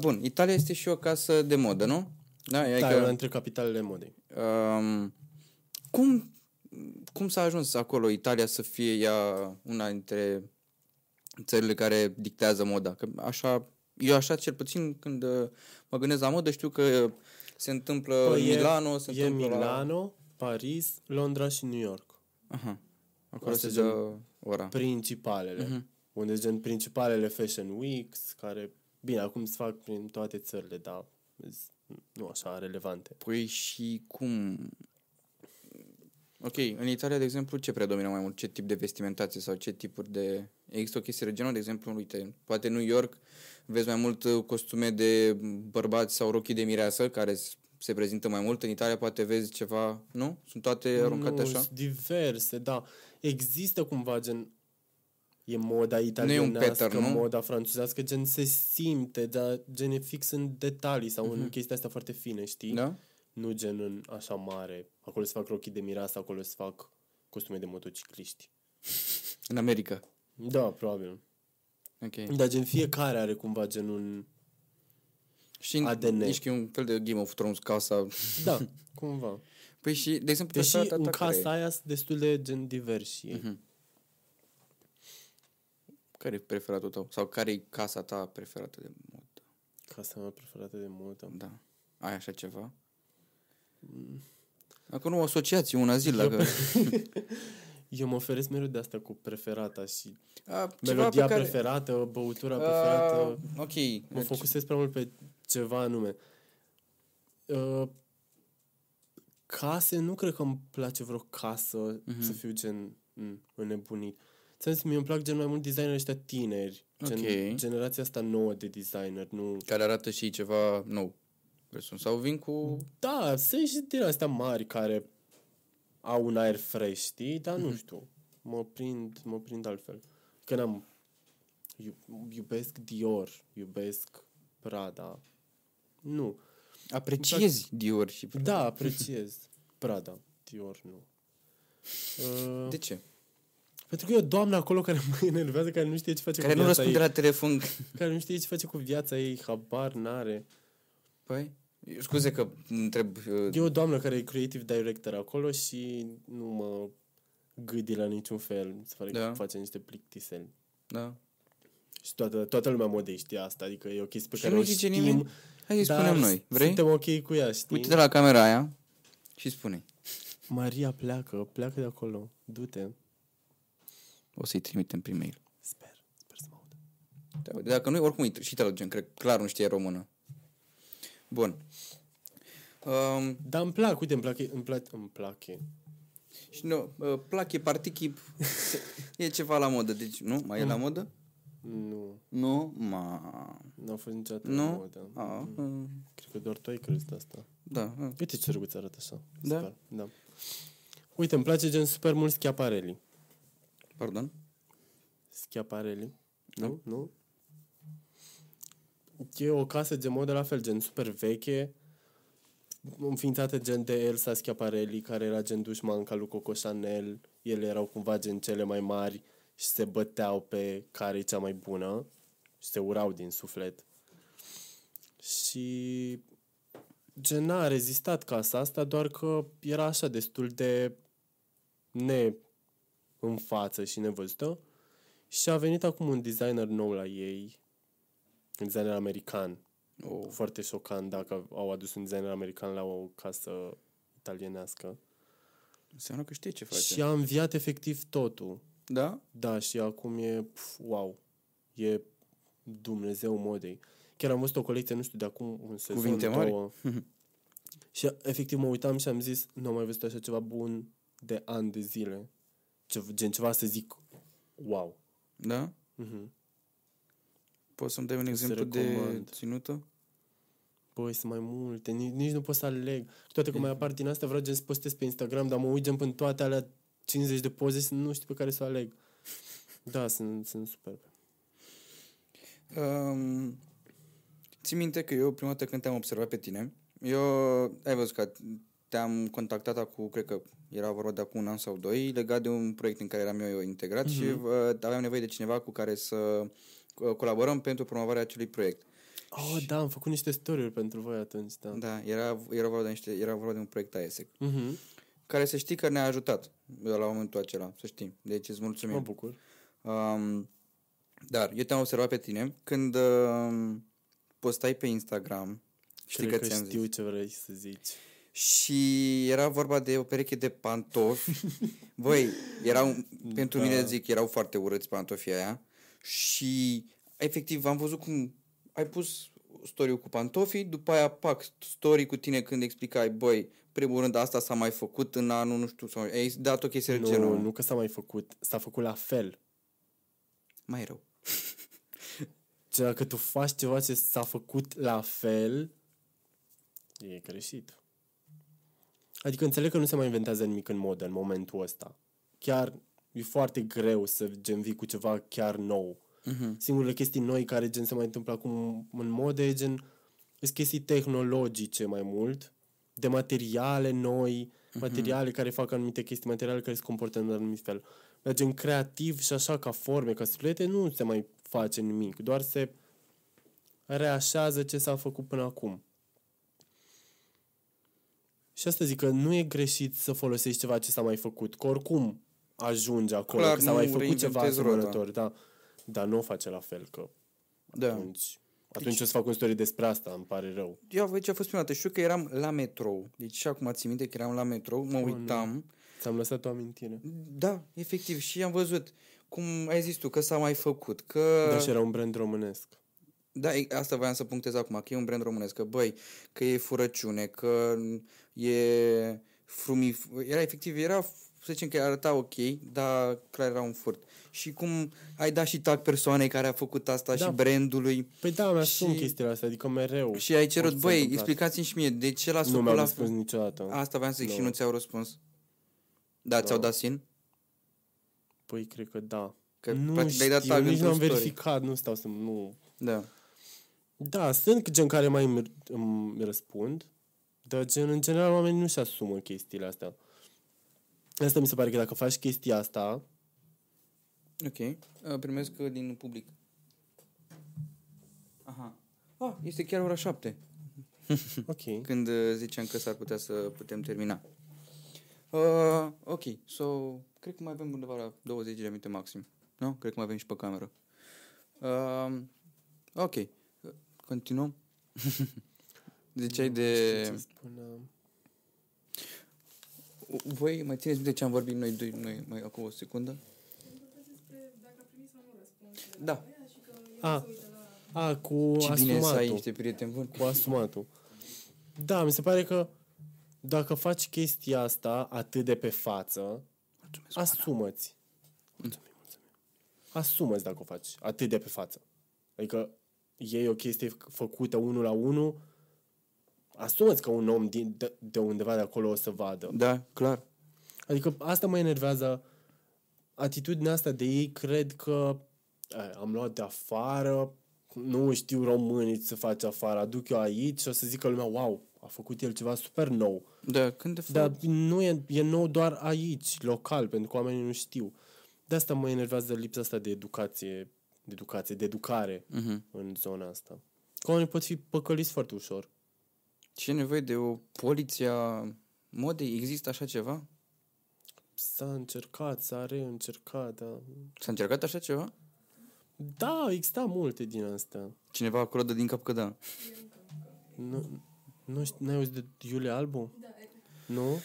Speaker 1: bun, Italia este și o casă de modă, nu? Da, e
Speaker 2: Da, era
Speaker 1: că,
Speaker 2: între capitalele modei.
Speaker 1: um, cum, cum s-a ajuns acolo Italia să fie ea una dintre țările care dictează moda? Că așa, eu așa cel puțin când uh, mă gândesc la modă știu că se întâmplă
Speaker 2: Păi
Speaker 1: în Uh, Milano,
Speaker 2: e,
Speaker 1: se
Speaker 2: e
Speaker 1: întâmplă la...
Speaker 2: Milano, Paris, Londra și New York.
Speaker 1: Aha. Acolo
Speaker 2: Asta
Speaker 1: se
Speaker 2: gen-
Speaker 1: dă ora.
Speaker 2: Principalele.
Speaker 1: Mhm.
Speaker 2: Unde gen principalele Fashion Weeks, care, bine, acum se fac prin toate țările, dar is- nu așa relevante.
Speaker 1: Păi și cum... Ok, în Italia, de exemplu, ce predomină mai mult? Ce tip de vestimentație sau ce tipuri de... Există o chestie regională, de exemplu, uite, poate în New York vezi mai mult uh, costume de bărbați sau rochii de mireasă, care sunt se prezintă mai mult. În Italia poate vezi ceva, nu? Sunt toate aruncate
Speaker 2: nu,
Speaker 1: așa?
Speaker 2: sunt diverse, da. Există cumva gen... E moda
Speaker 1: pattern,
Speaker 2: italienească,
Speaker 1: nu?
Speaker 2: moda franțuzească, gen se simte, dar gen e fix în detalii sau
Speaker 1: Mhm.
Speaker 2: în chestia asta foarte fine, știi?
Speaker 1: Da?
Speaker 2: Nu gen în așa mare. Acolo se fac rochii de mireasă, acolo se fac costume de motocicliști.
Speaker 1: În America.
Speaker 2: Da, probabil.
Speaker 1: Ok.
Speaker 2: Dar gen fiecare are cumva gen un...
Speaker 1: Și în-
Speaker 2: ADN.
Speaker 1: Ești că e un fel de Game of Thrones, casa.
Speaker 2: Da, cumva.
Speaker 1: Păi și, de exemplu,
Speaker 2: Deși
Speaker 1: pe
Speaker 2: în
Speaker 1: care
Speaker 2: casa
Speaker 1: e?
Speaker 2: aia sunt destul de gen diversi. ei.
Speaker 1: Care e preferatul tău? Sau care e casa ta preferată de mod?
Speaker 2: Casa mea preferată de modă.
Speaker 1: Da. Ai așa ceva? Dacă nu o asociați una zi la că...
Speaker 2: Eu mă oferesc mereu de asta cu preferata și
Speaker 1: A,
Speaker 2: melodia preferată, băutura preferată.
Speaker 1: A, ok. deci
Speaker 2: Mă focusez prea mult pe ceva anume. Uh, case, nu cred că îmi place vreo casă mm-hmm. să fiu gen mm, înnebunit. Ți-am zis, mie îmi plac gen mai mult designerii ăștia tineri. Gen,
Speaker 1: Ok.
Speaker 2: Generația asta nouă de designer, nu...
Speaker 1: Care arată și ceva nou. Presum. Sau vin cu...
Speaker 2: Da, sunt și din astea mari care au un aer fresh, știi? Dar nu știu. Mă prind, mă prind altfel. Că n-am... iu- Iubesc Dior, iubesc Prada. Nu.
Speaker 1: Apreciezi Dior Exact. și...
Speaker 2: Da, apreciez. Prada, Dior, nu. Uh,
Speaker 1: De
Speaker 2: deci,
Speaker 1: ce?
Speaker 2: pentru că e o doamnă acolo care mă enervează, care nu știe ce face
Speaker 1: Care
Speaker 2: cu
Speaker 1: nu
Speaker 2: viața
Speaker 1: răspunde
Speaker 2: ei.
Speaker 1: la telefon.
Speaker 2: Care nu știe ce face cu viața ei, habar n-are.
Speaker 1: Păi? Scuze că întreb... uh,
Speaker 2: E o doamnă care e creative director acolo și nu mă gâdi la niciun fel. Mi Se pare da.
Speaker 1: Da.
Speaker 2: că face niște plictiseli.
Speaker 1: Da.
Speaker 2: Și toată, toată lumea modei știe asta, adică e o chestie pe
Speaker 1: Și
Speaker 2: care
Speaker 1: nu
Speaker 2: o
Speaker 1: zice
Speaker 2: știm,
Speaker 1: nimeni. Hai să
Speaker 2: dar
Speaker 1: spunem noi. Vrei?
Speaker 2: Da, suntem ok cu ea, știi?
Speaker 1: Uite-te la camera aia și spune.
Speaker 2: Maria pleacă, pleacă de acolo, du-te.
Speaker 1: O să-i trimitem prin mail.
Speaker 2: Sper, sper să mă audă.
Speaker 1: Da, uite, Dacă nu, oricum îi- și traducem, cred, clar nu știe română. Bun. Um,
Speaker 2: Dar îmi plac, uite, îmi place, îmi place, îmi place.
Speaker 1: și nu, uh, plache, partichip, se- e ceva la modă, deci nu? Mai e la modă?
Speaker 2: Nu,
Speaker 1: Nu, ma...
Speaker 2: n-a fost niciodată la
Speaker 1: Nu?
Speaker 2: modă.
Speaker 1: A, uh,
Speaker 2: Cred că doar tu ai crezut asta.
Speaker 1: da, uh,
Speaker 2: Uite ce răguț arată așa.
Speaker 1: Da?
Speaker 2: Super. da. Uite, îmi place gen super mult schiaparelli.
Speaker 1: pardon.
Speaker 2: Schiaparelli? Nu? Nu? E o casă de modă la fel, gen super veche, înființată gen de Elsa Schiaparelli, care era gen dușmanca lui Coco Chanel. Ele erau cumva gen cele mai mari și se băteau pe care e cea mai bună și se urau din suflet. Și gen n-a rezistat casa asta, doar că era așa destul de ne în față și nevăzută. Și a venit acum un designer nou la ei, un designer american.
Speaker 1: Oh.
Speaker 2: Foarte șocant dacă au adus un designer american la o casă italienească.
Speaker 1: Înseamnă că știe ce face.
Speaker 2: Și a înviat efectiv totul.
Speaker 1: Da?
Speaker 2: Da, și acum e, pf, wow, e Dumnezeu modei. Chiar am văzut o colecție, nu știu, de acum un sezon,
Speaker 1: Cuvinte mari.
Speaker 2: două. și efectiv mă uitam și am zis, nu am mai văzut așa ceva bun de ani de zile. Ce, gen ceva să zic, wow.
Speaker 1: Da?
Speaker 2: Mhm.
Speaker 1: Poți să-mi dai un exemplu de
Speaker 2: recomand.
Speaker 1: ținută?
Speaker 2: Băi, sunt mai multe, nici, nici nu pot să aleg. Cu toate că mai apar din astea, vreau gen să postez pe Instagram, dar mă uit gen până toate alea 50 de poze și nu știu pe care să aleg. Da, sunt, sunt superbe.
Speaker 1: Um, ții minte că eu prima dată când te-am observat pe tine, eu, ai văzut că te-am contactat acum, cred că era vorba de acum un an sau doi, legat de un proiect în care eram eu, eu integrat mm-hmm. și uh, aveam nevoie de cineva cu care să uh, colaborăm pentru promovarea acelui proiect.
Speaker 2: Oh, da, am făcut niște story-uri pentru voi atunci, da. da.
Speaker 1: Da, era, era, vorba de niște, era vorba de un proiect AESEC,
Speaker 2: Mm-hmm.
Speaker 1: care să știi că ne-a ajutat uh, la momentul acela, să știi. Deci îți mulțumim.
Speaker 2: Mă bucur.
Speaker 1: Um, dar eu te-am observat pe tine când uh, postai pe Instagram. Știi
Speaker 2: Cred
Speaker 1: că,
Speaker 2: că
Speaker 1: ți-am
Speaker 2: știu
Speaker 1: zis.
Speaker 2: ce vrei să zici.
Speaker 1: Și era vorba de o pereche de pantofi. Băi, erau, pentru
Speaker 2: Da.
Speaker 1: mine zic, erau foarte urâți pantofii aia. Și efectiv am văzut cum ai pus story cu pantofii, după aia pac, story cu tine când explicai, băi, primul rând asta s-a mai făcut în anul, nu știu, sau ai dat o chestie de
Speaker 2: Nu,
Speaker 1: genul.
Speaker 2: nu că s-a mai făcut, s-a făcut la fel.
Speaker 1: Mai rău.
Speaker 2: Deci Dacă tu faci ceva ce s-a făcut la fel, E greșit. Adică înțeleg că nu se mai inventează nimic în modă în momentul ăsta. Chiar e foarte greu să gen vii cu ceva chiar nou. Uh-huh. Singurele chestii noi care gen se mai întâmplă acum în modă e gen sunt chestii tehnologice mai mult, de materiale noi, uh-huh. materiale care fac anumite chestii, materiale care se comportă în anumit fel. Dar gen creativ și așa ca forme, ca siluete, nu se mai face nimic, doar se reașează ce s-a făcut până acum. Și asta zic că nu e greșit să folosești ceva ce s-a mai făcut, că oricum ajunge acolo,
Speaker 1: Clar,
Speaker 2: că s-a
Speaker 1: nu
Speaker 2: mai făcut ceva
Speaker 1: reinventezi roata.
Speaker 2: asemănător, da. Dar nu o face la fel, că
Speaker 1: Da.
Speaker 2: atunci, atunci o să fac un story despre asta, îmi pare rău.
Speaker 1: Eu aici a fost prima dată. Știu că eram la metrou. Deci și acum țin minte că eram la metrou, mă uitam.
Speaker 2: Ți-am lăsat o amintire.
Speaker 1: Da, efectiv. Și am văzut cum ai zis tu, că s-a mai făcut, că...
Speaker 2: Da, și era un brand românesc.
Speaker 1: Da, e- asta voiam să punctez acum, că e un brand românesc, că băi, că e furăciune, că e frumi... Era efectiv, era, să zicem că arăta ok, dar clar era un furt. Și cum ai dat și tag persoanei care a făcut asta
Speaker 2: Da.
Speaker 1: și brandului
Speaker 2: Păi da, mi asum
Speaker 1: Și-
Speaker 2: chestiile astea, adică mereu.
Speaker 1: și ai cerut,
Speaker 2: Orice s-a
Speaker 1: băi,
Speaker 2: întâmplat.
Speaker 1: explicați-mi și mie, de ce l-ați
Speaker 2: Nu
Speaker 1: făcut
Speaker 2: mi-au
Speaker 1: la
Speaker 2: răspuns
Speaker 1: fel?
Speaker 2: niciodată.
Speaker 1: Asta voiam să zic și
Speaker 2: Nu.
Speaker 1: nu ți-au răspuns. Da, ți-au dat sin?
Speaker 2: Păi cred că da.
Speaker 1: Că
Speaker 2: nu
Speaker 1: practic le-ai dat
Speaker 2: știu,
Speaker 1: tag
Speaker 2: nici
Speaker 1: într-un
Speaker 2: nu am
Speaker 1: story.
Speaker 2: verificat, nu stau să... Nu.
Speaker 1: Da.
Speaker 2: Da, sunt gen care mai îmi, îmi răspund, dar gen, în general oamenii nu-și asumă chestiile astea. Asta mi se pare că dacă faci chestia asta,
Speaker 1: Ok. Uh, Primesc uh, din public. Aha. Ah, este chiar ora șapte.
Speaker 2: ok.
Speaker 1: Când uh, ziceam că s-ar putea să putem termina. Uh, ok, so, cred că mai avem undeva la 20 de minute maxim. Nu? Cred că mai avem și pe cameră. Uh, ok, Uh, continuăm. Ziceai
Speaker 2: Nu
Speaker 1: de...
Speaker 2: știu ce spuneam.
Speaker 1: Voi mai țineți minte ce am vorbit noi doi, noi mai acum o secundă? Da.
Speaker 2: A, a, Ah, cu
Speaker 1: Ce bine să ai
Speaker 2: asumatul.
Speaker 1: niște prieteni buni.
Speaker 2: cu asumatul. Da, mi se pare că dacă faci chestia asta atât de pe față,
Speaker 1: Mulțumesc,
Speaker 2: asumă-ți. Mulțumim, mulțumim. Asumă-ți dacă o faci atât de pe față. Adică e o chestie fă- făcută unul la unul, asumă-ți că un om din, de, de undeva de acolo o să vadă.
Speaker 1: Da, clar.
Speaker 2: Adică asta mă enervează atitudinea asta de ei cred că "E, am luat de afară, nu știu românii să face afară, aduc eu aici și o să zică lumea, wow, a făcut el ceva super nou.
Speaker 1: Da, când de fapt...
Speaker 2: Dar nu e, e nou doar aici, local, pentru că oamenii nu știu. De asta mă enervează lipsa asta de educație, de educație, de educare
Speaker 1: Mhm.
Speaker 2: în zona asta. Că oamenii pot fi păcăliți foarte ușor.
Speaker 1: Ce nevoie de o poliție a modei? Există așa ceva?
Speaker 2: S-a încercat, s-a reîncercat, dar...
Speaker 1: S-a încercat așa ceva?
Speaker 2: Da, exista multe din astea.
Speaker 1: Cineva acolo dă din cap că da.
Speaker 2: Nu, nu știu, n-ai auzit de Iulia Albu? Da. Nu?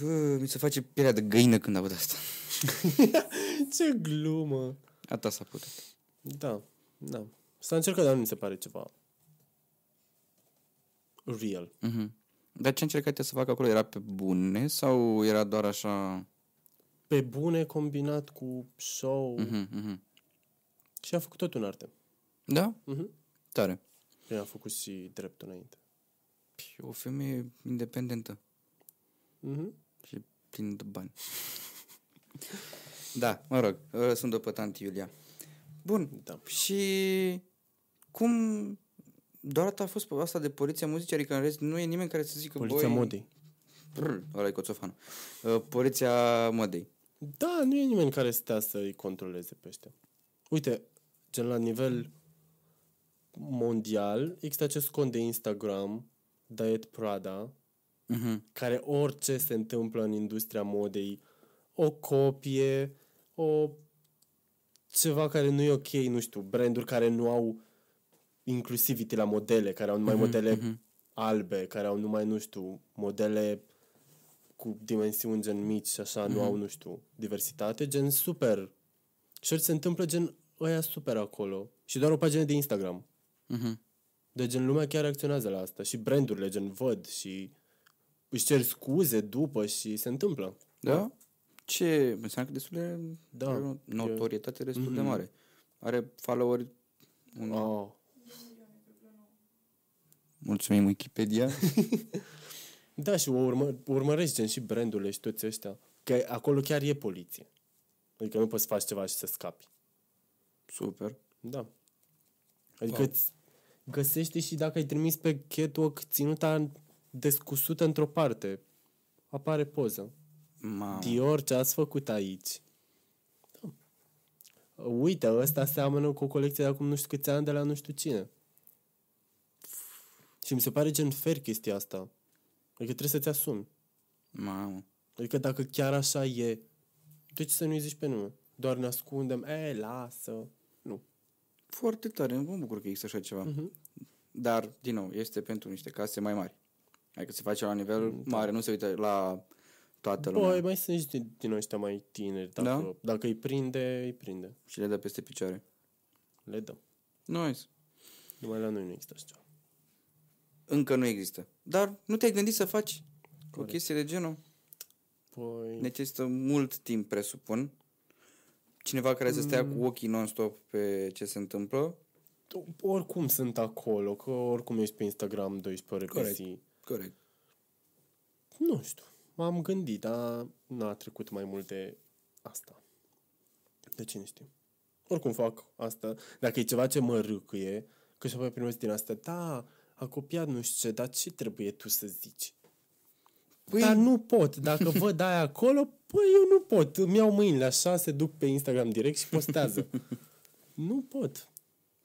Speaker 1: Bă, Mi se face pielea de găină când aud asta.
Speaker 2: Ce glumă!
Speaker 1: Ata s-a putut.
Speaker 2: Da, da. S-a încercat, dar nu mi se pare ceva real.
Speaker 1: Mhm. Dar ce încercat ea să facă acolo? Era pe bune sau era doar așa...
Speaker 2: Pe bune combinat cu show mm-hmm.
Speaker 1: Mhm, mhm.
Speaker 2: și a făcut tot în arte.
Speaker 1: Da?
Speaker 2: Mhm.
Speaker 1: Tare.
Speaker 2: Bine, a făcut și drept înainte.
Speaker 1: E o femeie independentă
Speaker 2: Mm-hmm.
Speaker 1: și plină de bani. da, mă rog, ă, sunt după tanti Iulia. Bun,
Speaker 2: Da.
Speaker 1: Și cum doar atât a fost pe asta de poliția muzicii, adică în rest nu e nimeni care să zică
Speaker 2: Poliția
Speaker 1: băi,
Speaker 2: modei.
Speaker 1: Brr, ăla e coțofanul. Uh, poliția modei.
Speaker 2: Da, nu e nimeni care stea să-i controleze pe ăștia. Uite, gen la nivel mondial, există acest cont de Instagram, Diet Prada,
Speaker 1: Uh-huh.
Speaker 2: care orice se întâmplă în industria modei, o copie, o ceva care nu e ok, nu știu, branduri care nu au inclusivity la modele, care au numai modele albe, care au numai, nu știu, modele cu dimensiuni gen mici și așa, nu au, nu știu, diversitate, gen super. Și orice se întâmplă gen ăia super acolo. Și doar o pagină de Instagram.
Speaker 1: Uh-huh.
Speaker 2: De gen, lumea chiar reacționează la asta și brandurile gen văd și își cer scuze după și se întâmplă.
Speaker 1: Da? Ce? Înseamnă că destul de...
Speaker 2: Da. Mhm.
Speaker 1: are o notorietate destul de mare.
Speaker 2: Ah.
Speaker 1: Are followeri
Speaker 2: Oh.
Speaker 1: Mulțumim Wikipedia.
Speaker 2: Da, și o urmă, urmărești gen și brandurile și toți ăștia. Că acolo chiar e poliție. Adică nu poți să faci ceva și să scapi.
Speaker 1: Super.
Speaker 2: Da. Adică îți găsește și dacă ai trimis pe catwalk ținuta descusută într-o parte. Apare poză.
Speaker 1: Mamă.
Speaker 2: Dior, ce ați făcut aici? Da. Uite, ăsta seamănă cu o colecție de acum nu știu câți ani de la nu știu cine. Și mi se pare gen fair chestia asta. Adică trebuie să-ți asumi.
Speaker 1: Mamă.
Speaker 2: Adică dacă chiar așa e, de ce să nu-i zici pe nume? Doar ne ascundem, e, lasă. Nu.
Speaker 1: Foarte tare, mă bucur că există așa ceva.
Speaker 2: Mhm.
Speaker 1: Dar, din nou, este pentru niște case mai mari. Adică se face la nivel
Speaker 2: Mm, da.
Speaker 1: mare, nu se uită la toată lumea
Speaker 2: Băi, Păi, mai sunt și din- din ăștia mai tineri. Dacă,
Speaker 1: Da?
Speaker 2: dacă îi prinde, îi prinde.
Speaker 1: și le dă peste picioare.
Speaker 2: Le dăm.
Speaker 1: Nice.
Speaker 2: Numai la noi nu există așa ceva.
Speaker 1: Încă nu există. Dar nu te-ai gândit să faci o chestie de genul?
Speaker 2: Păi...
Speaker 1: Necesită mult timp, presupun. Cineva care să stea
Speaker 2: Mm.
Speaker 1: cu ochii non-stop pe ce se întâmplă.
Speaker 2: oricum sunt acolo, că oricum ești pe Instagram 12 ore pe
Speaker 1: Corect.
Speaker 2: zi.
Speaker 1: Corect.
Speaker 2: Nu știu, m-am gândit, dar n-a trecut mai mult de asta. De cine știu? Oricum fac asta, dacă e ceva ce mă râcâie, că și apoi primesc din asta, da, a copiat nu știu ce, dar ce trebuie tu să zici? Păi... Dar nu pot, dacă văd aia acolo, păi eu nu pot, îmi iau mâinile așa, se duc pe Instagram direct și postează. nu pot.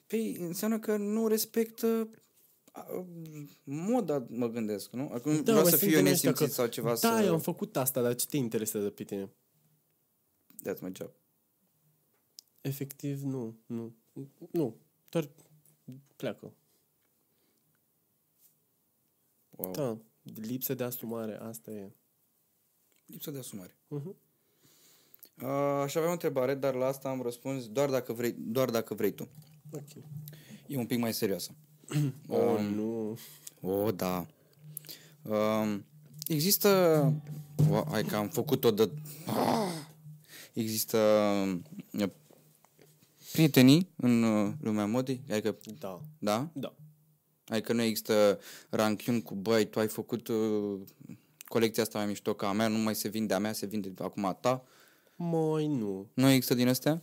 Speaker 1: Păi înseamnă că nu respectă a, moda, mă gândesc, nu? Acum da, vreau
Speaker 2: mă
Speaker 1: să
Speaker 2: simt
Speaker 1: fiu
Speaker 2: din
Speaker 1: eu
Speaker 2: ăștia
Speaker 1: simțit sau ceva
Speaker 2: da,
Speaker 1: să...
Speaker 2: eu am făcut asta, dar ce te interesează pe tine?
Speaker 1: That's my job.
Speaker 2: Efectiv, nu, nu. Nu, doar pleacă.
Speaker 1: Wow. Da.
Speaker 2: Da, lipsă de asumare, asta e.
Speaker 1: Lipsa de asumare.
Speaker 2: Mhm.
Speaker 1: Uh, aș avea o întrebare, dar la asta am răspuns doar dacă vrei, doar dacă vrei tu.
Speaker 2: Ok.
Speaker 1: E un pic mai serioasă.
Speaker 2: Oh, nu.
Speaker 1: Oh, da. Um, există... Wow, hai că am făcut-o de... Ah! Există um, prietenii în uh, lumea modei, adică,
Speaker 2: Da,
Speaker 1: da?
Speaker 2: da.
Speaker 1: Adică nu există ranchiun cu, băi, tu ai făcut uh, colecția asta mai mișto ca a mea, nu mai se vinde a mea, se vinde acum a ta.
Speaker 2: Mai nu.
Speaker 1: Nu există din astea?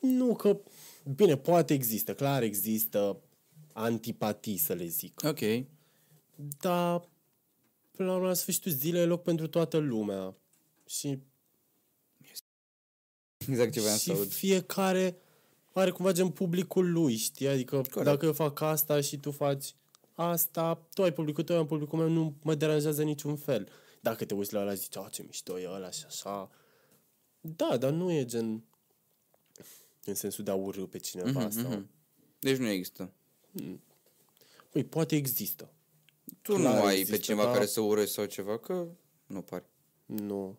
Speaker 2: Nu că, bine, poate există, clar există antipatii, să le zic.
Speaker 1: Ok.
Speaker 2: Dar, până la urmă, la sfârșitul zilei e loc pentru toată lumea. Și
Speaker 1: Exact ce voiam
Speaker 2: și
Speaker 1: să aud.
Speaker 2: fiecare are cumva gen publicul lui, știi? Adică Corect. dacă eu fac asta și tu faci asta, tu ai publicul tău, eu am publicul meu, nu mă deranjează niciun fel. Dacă te uiți la ăla și zici, a, ce mișto e ăla și așa. Da, dar nu e gen în sensul de a urâ pe cineva mm-hmm,
Speaker 1: Mhm,
Speaker 2: sau...
Speaker 1: Deci nu există.
Speaker 2: Păi, poate există.
Speaker 1: Tu
Speaker 2: Clar
Speaker 1: nu ai
Speaker 2: există,
Speaker 1: pe cineva
Speaker 2: da.
Speaker 1: care să urăști sau ceva, că nu pare.
Speaker 2: Nu.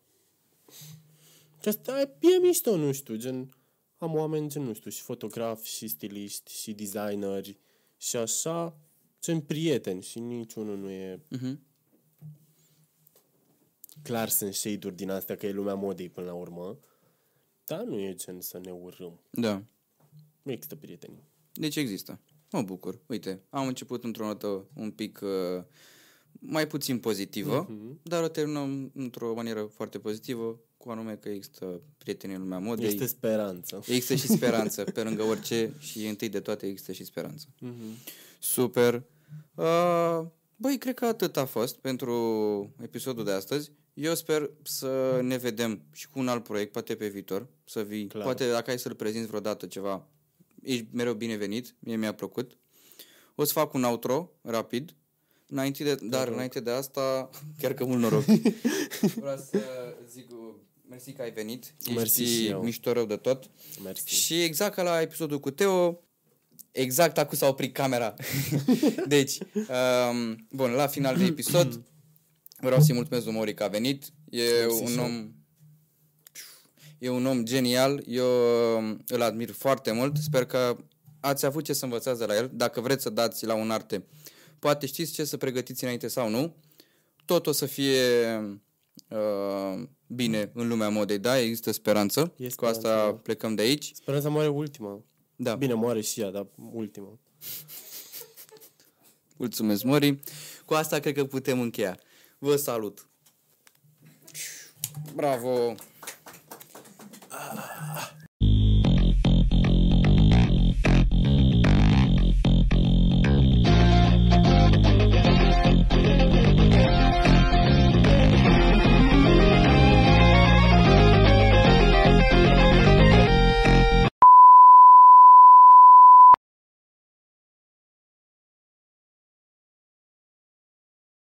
Speaker 2: Că Asta e e mișto, nu știu, gen... Am oameni, gen, nu știu, și fotografi, și stiliști, și designeri, și așa, gen prieteni și niciunul nu e...
Speaker 1: Mhm.
Speaker 2: Clar sunt shade-uri din astea, că e lumea modei până la urmă, dar nu e gen să ne urâm.
Speaker 1: Da.
Speaker 2: Nu există prietenii.
Speaker 1: Deci există. Mă bucur. Uite, am început într-o notă un pic uh, mai puțin pozitivă, dar o terminăm într-o manieră foarte pozitivă, cu anume că există prietenii în lumea modei.
Speaker 2: Este speranță.
Speaker 1: Există și speranță, pe lângă orice și întâi de toate există și speranță.
Speaker 2: Mhm.
Speaker 1: Super. Uh, băi, cred că atât a fost pentru episodul de astăzi. Eu sper să ne vedem și cu un alt proiect, poate pe viitor, să vii.
Speaker 2: Clar.
Speaker 1: Poate dacă ai să-l prezinți vreodată ceva, ești mereu binevenit, mie mi-a plăcut. O să fac un outro rapid, înainte de, dar înainte de asta, chiar că mult noroc. Vreau să zic, uh, mersi că ai venit, ești
Speaker 2: Mersi și eu.
Speaker 1: mișto rău de tot.
Speaker 2: Mersi.
Speaker 1: Și exact ca la episodul cu Teo, exact acum s-a oprit camera. deci, um, bun, la final de episod, vreau să-i mulțumesc lui Mori că a venit. E
Speaker 2: Mersi și
Speaker 1: un
Speaker 2: eu.
Speaker 1: om... E un om genial, eu um, îl admir foarte mult, sper că ați avut ce să învățați de la el, dacă vreți să dați la un arte, poate știți ce să pregătiți înainte sau nu, tot o să fie uh, bine în lumea modei, da, există speranță,
Speaker 2: E
Speaker 1: cu asta
Speaker 2: speranță. da.
Speaker 1: plecăm de aici.
Speaker 2: Speranța moare ultima.
Speaker 1: Da.
Speaker 2: Bine, moare și ea, dar ultima.
Speaker 1: Mulțumesc, Mori. Cu asta cred că putem încheia. Vă salut. Bravo.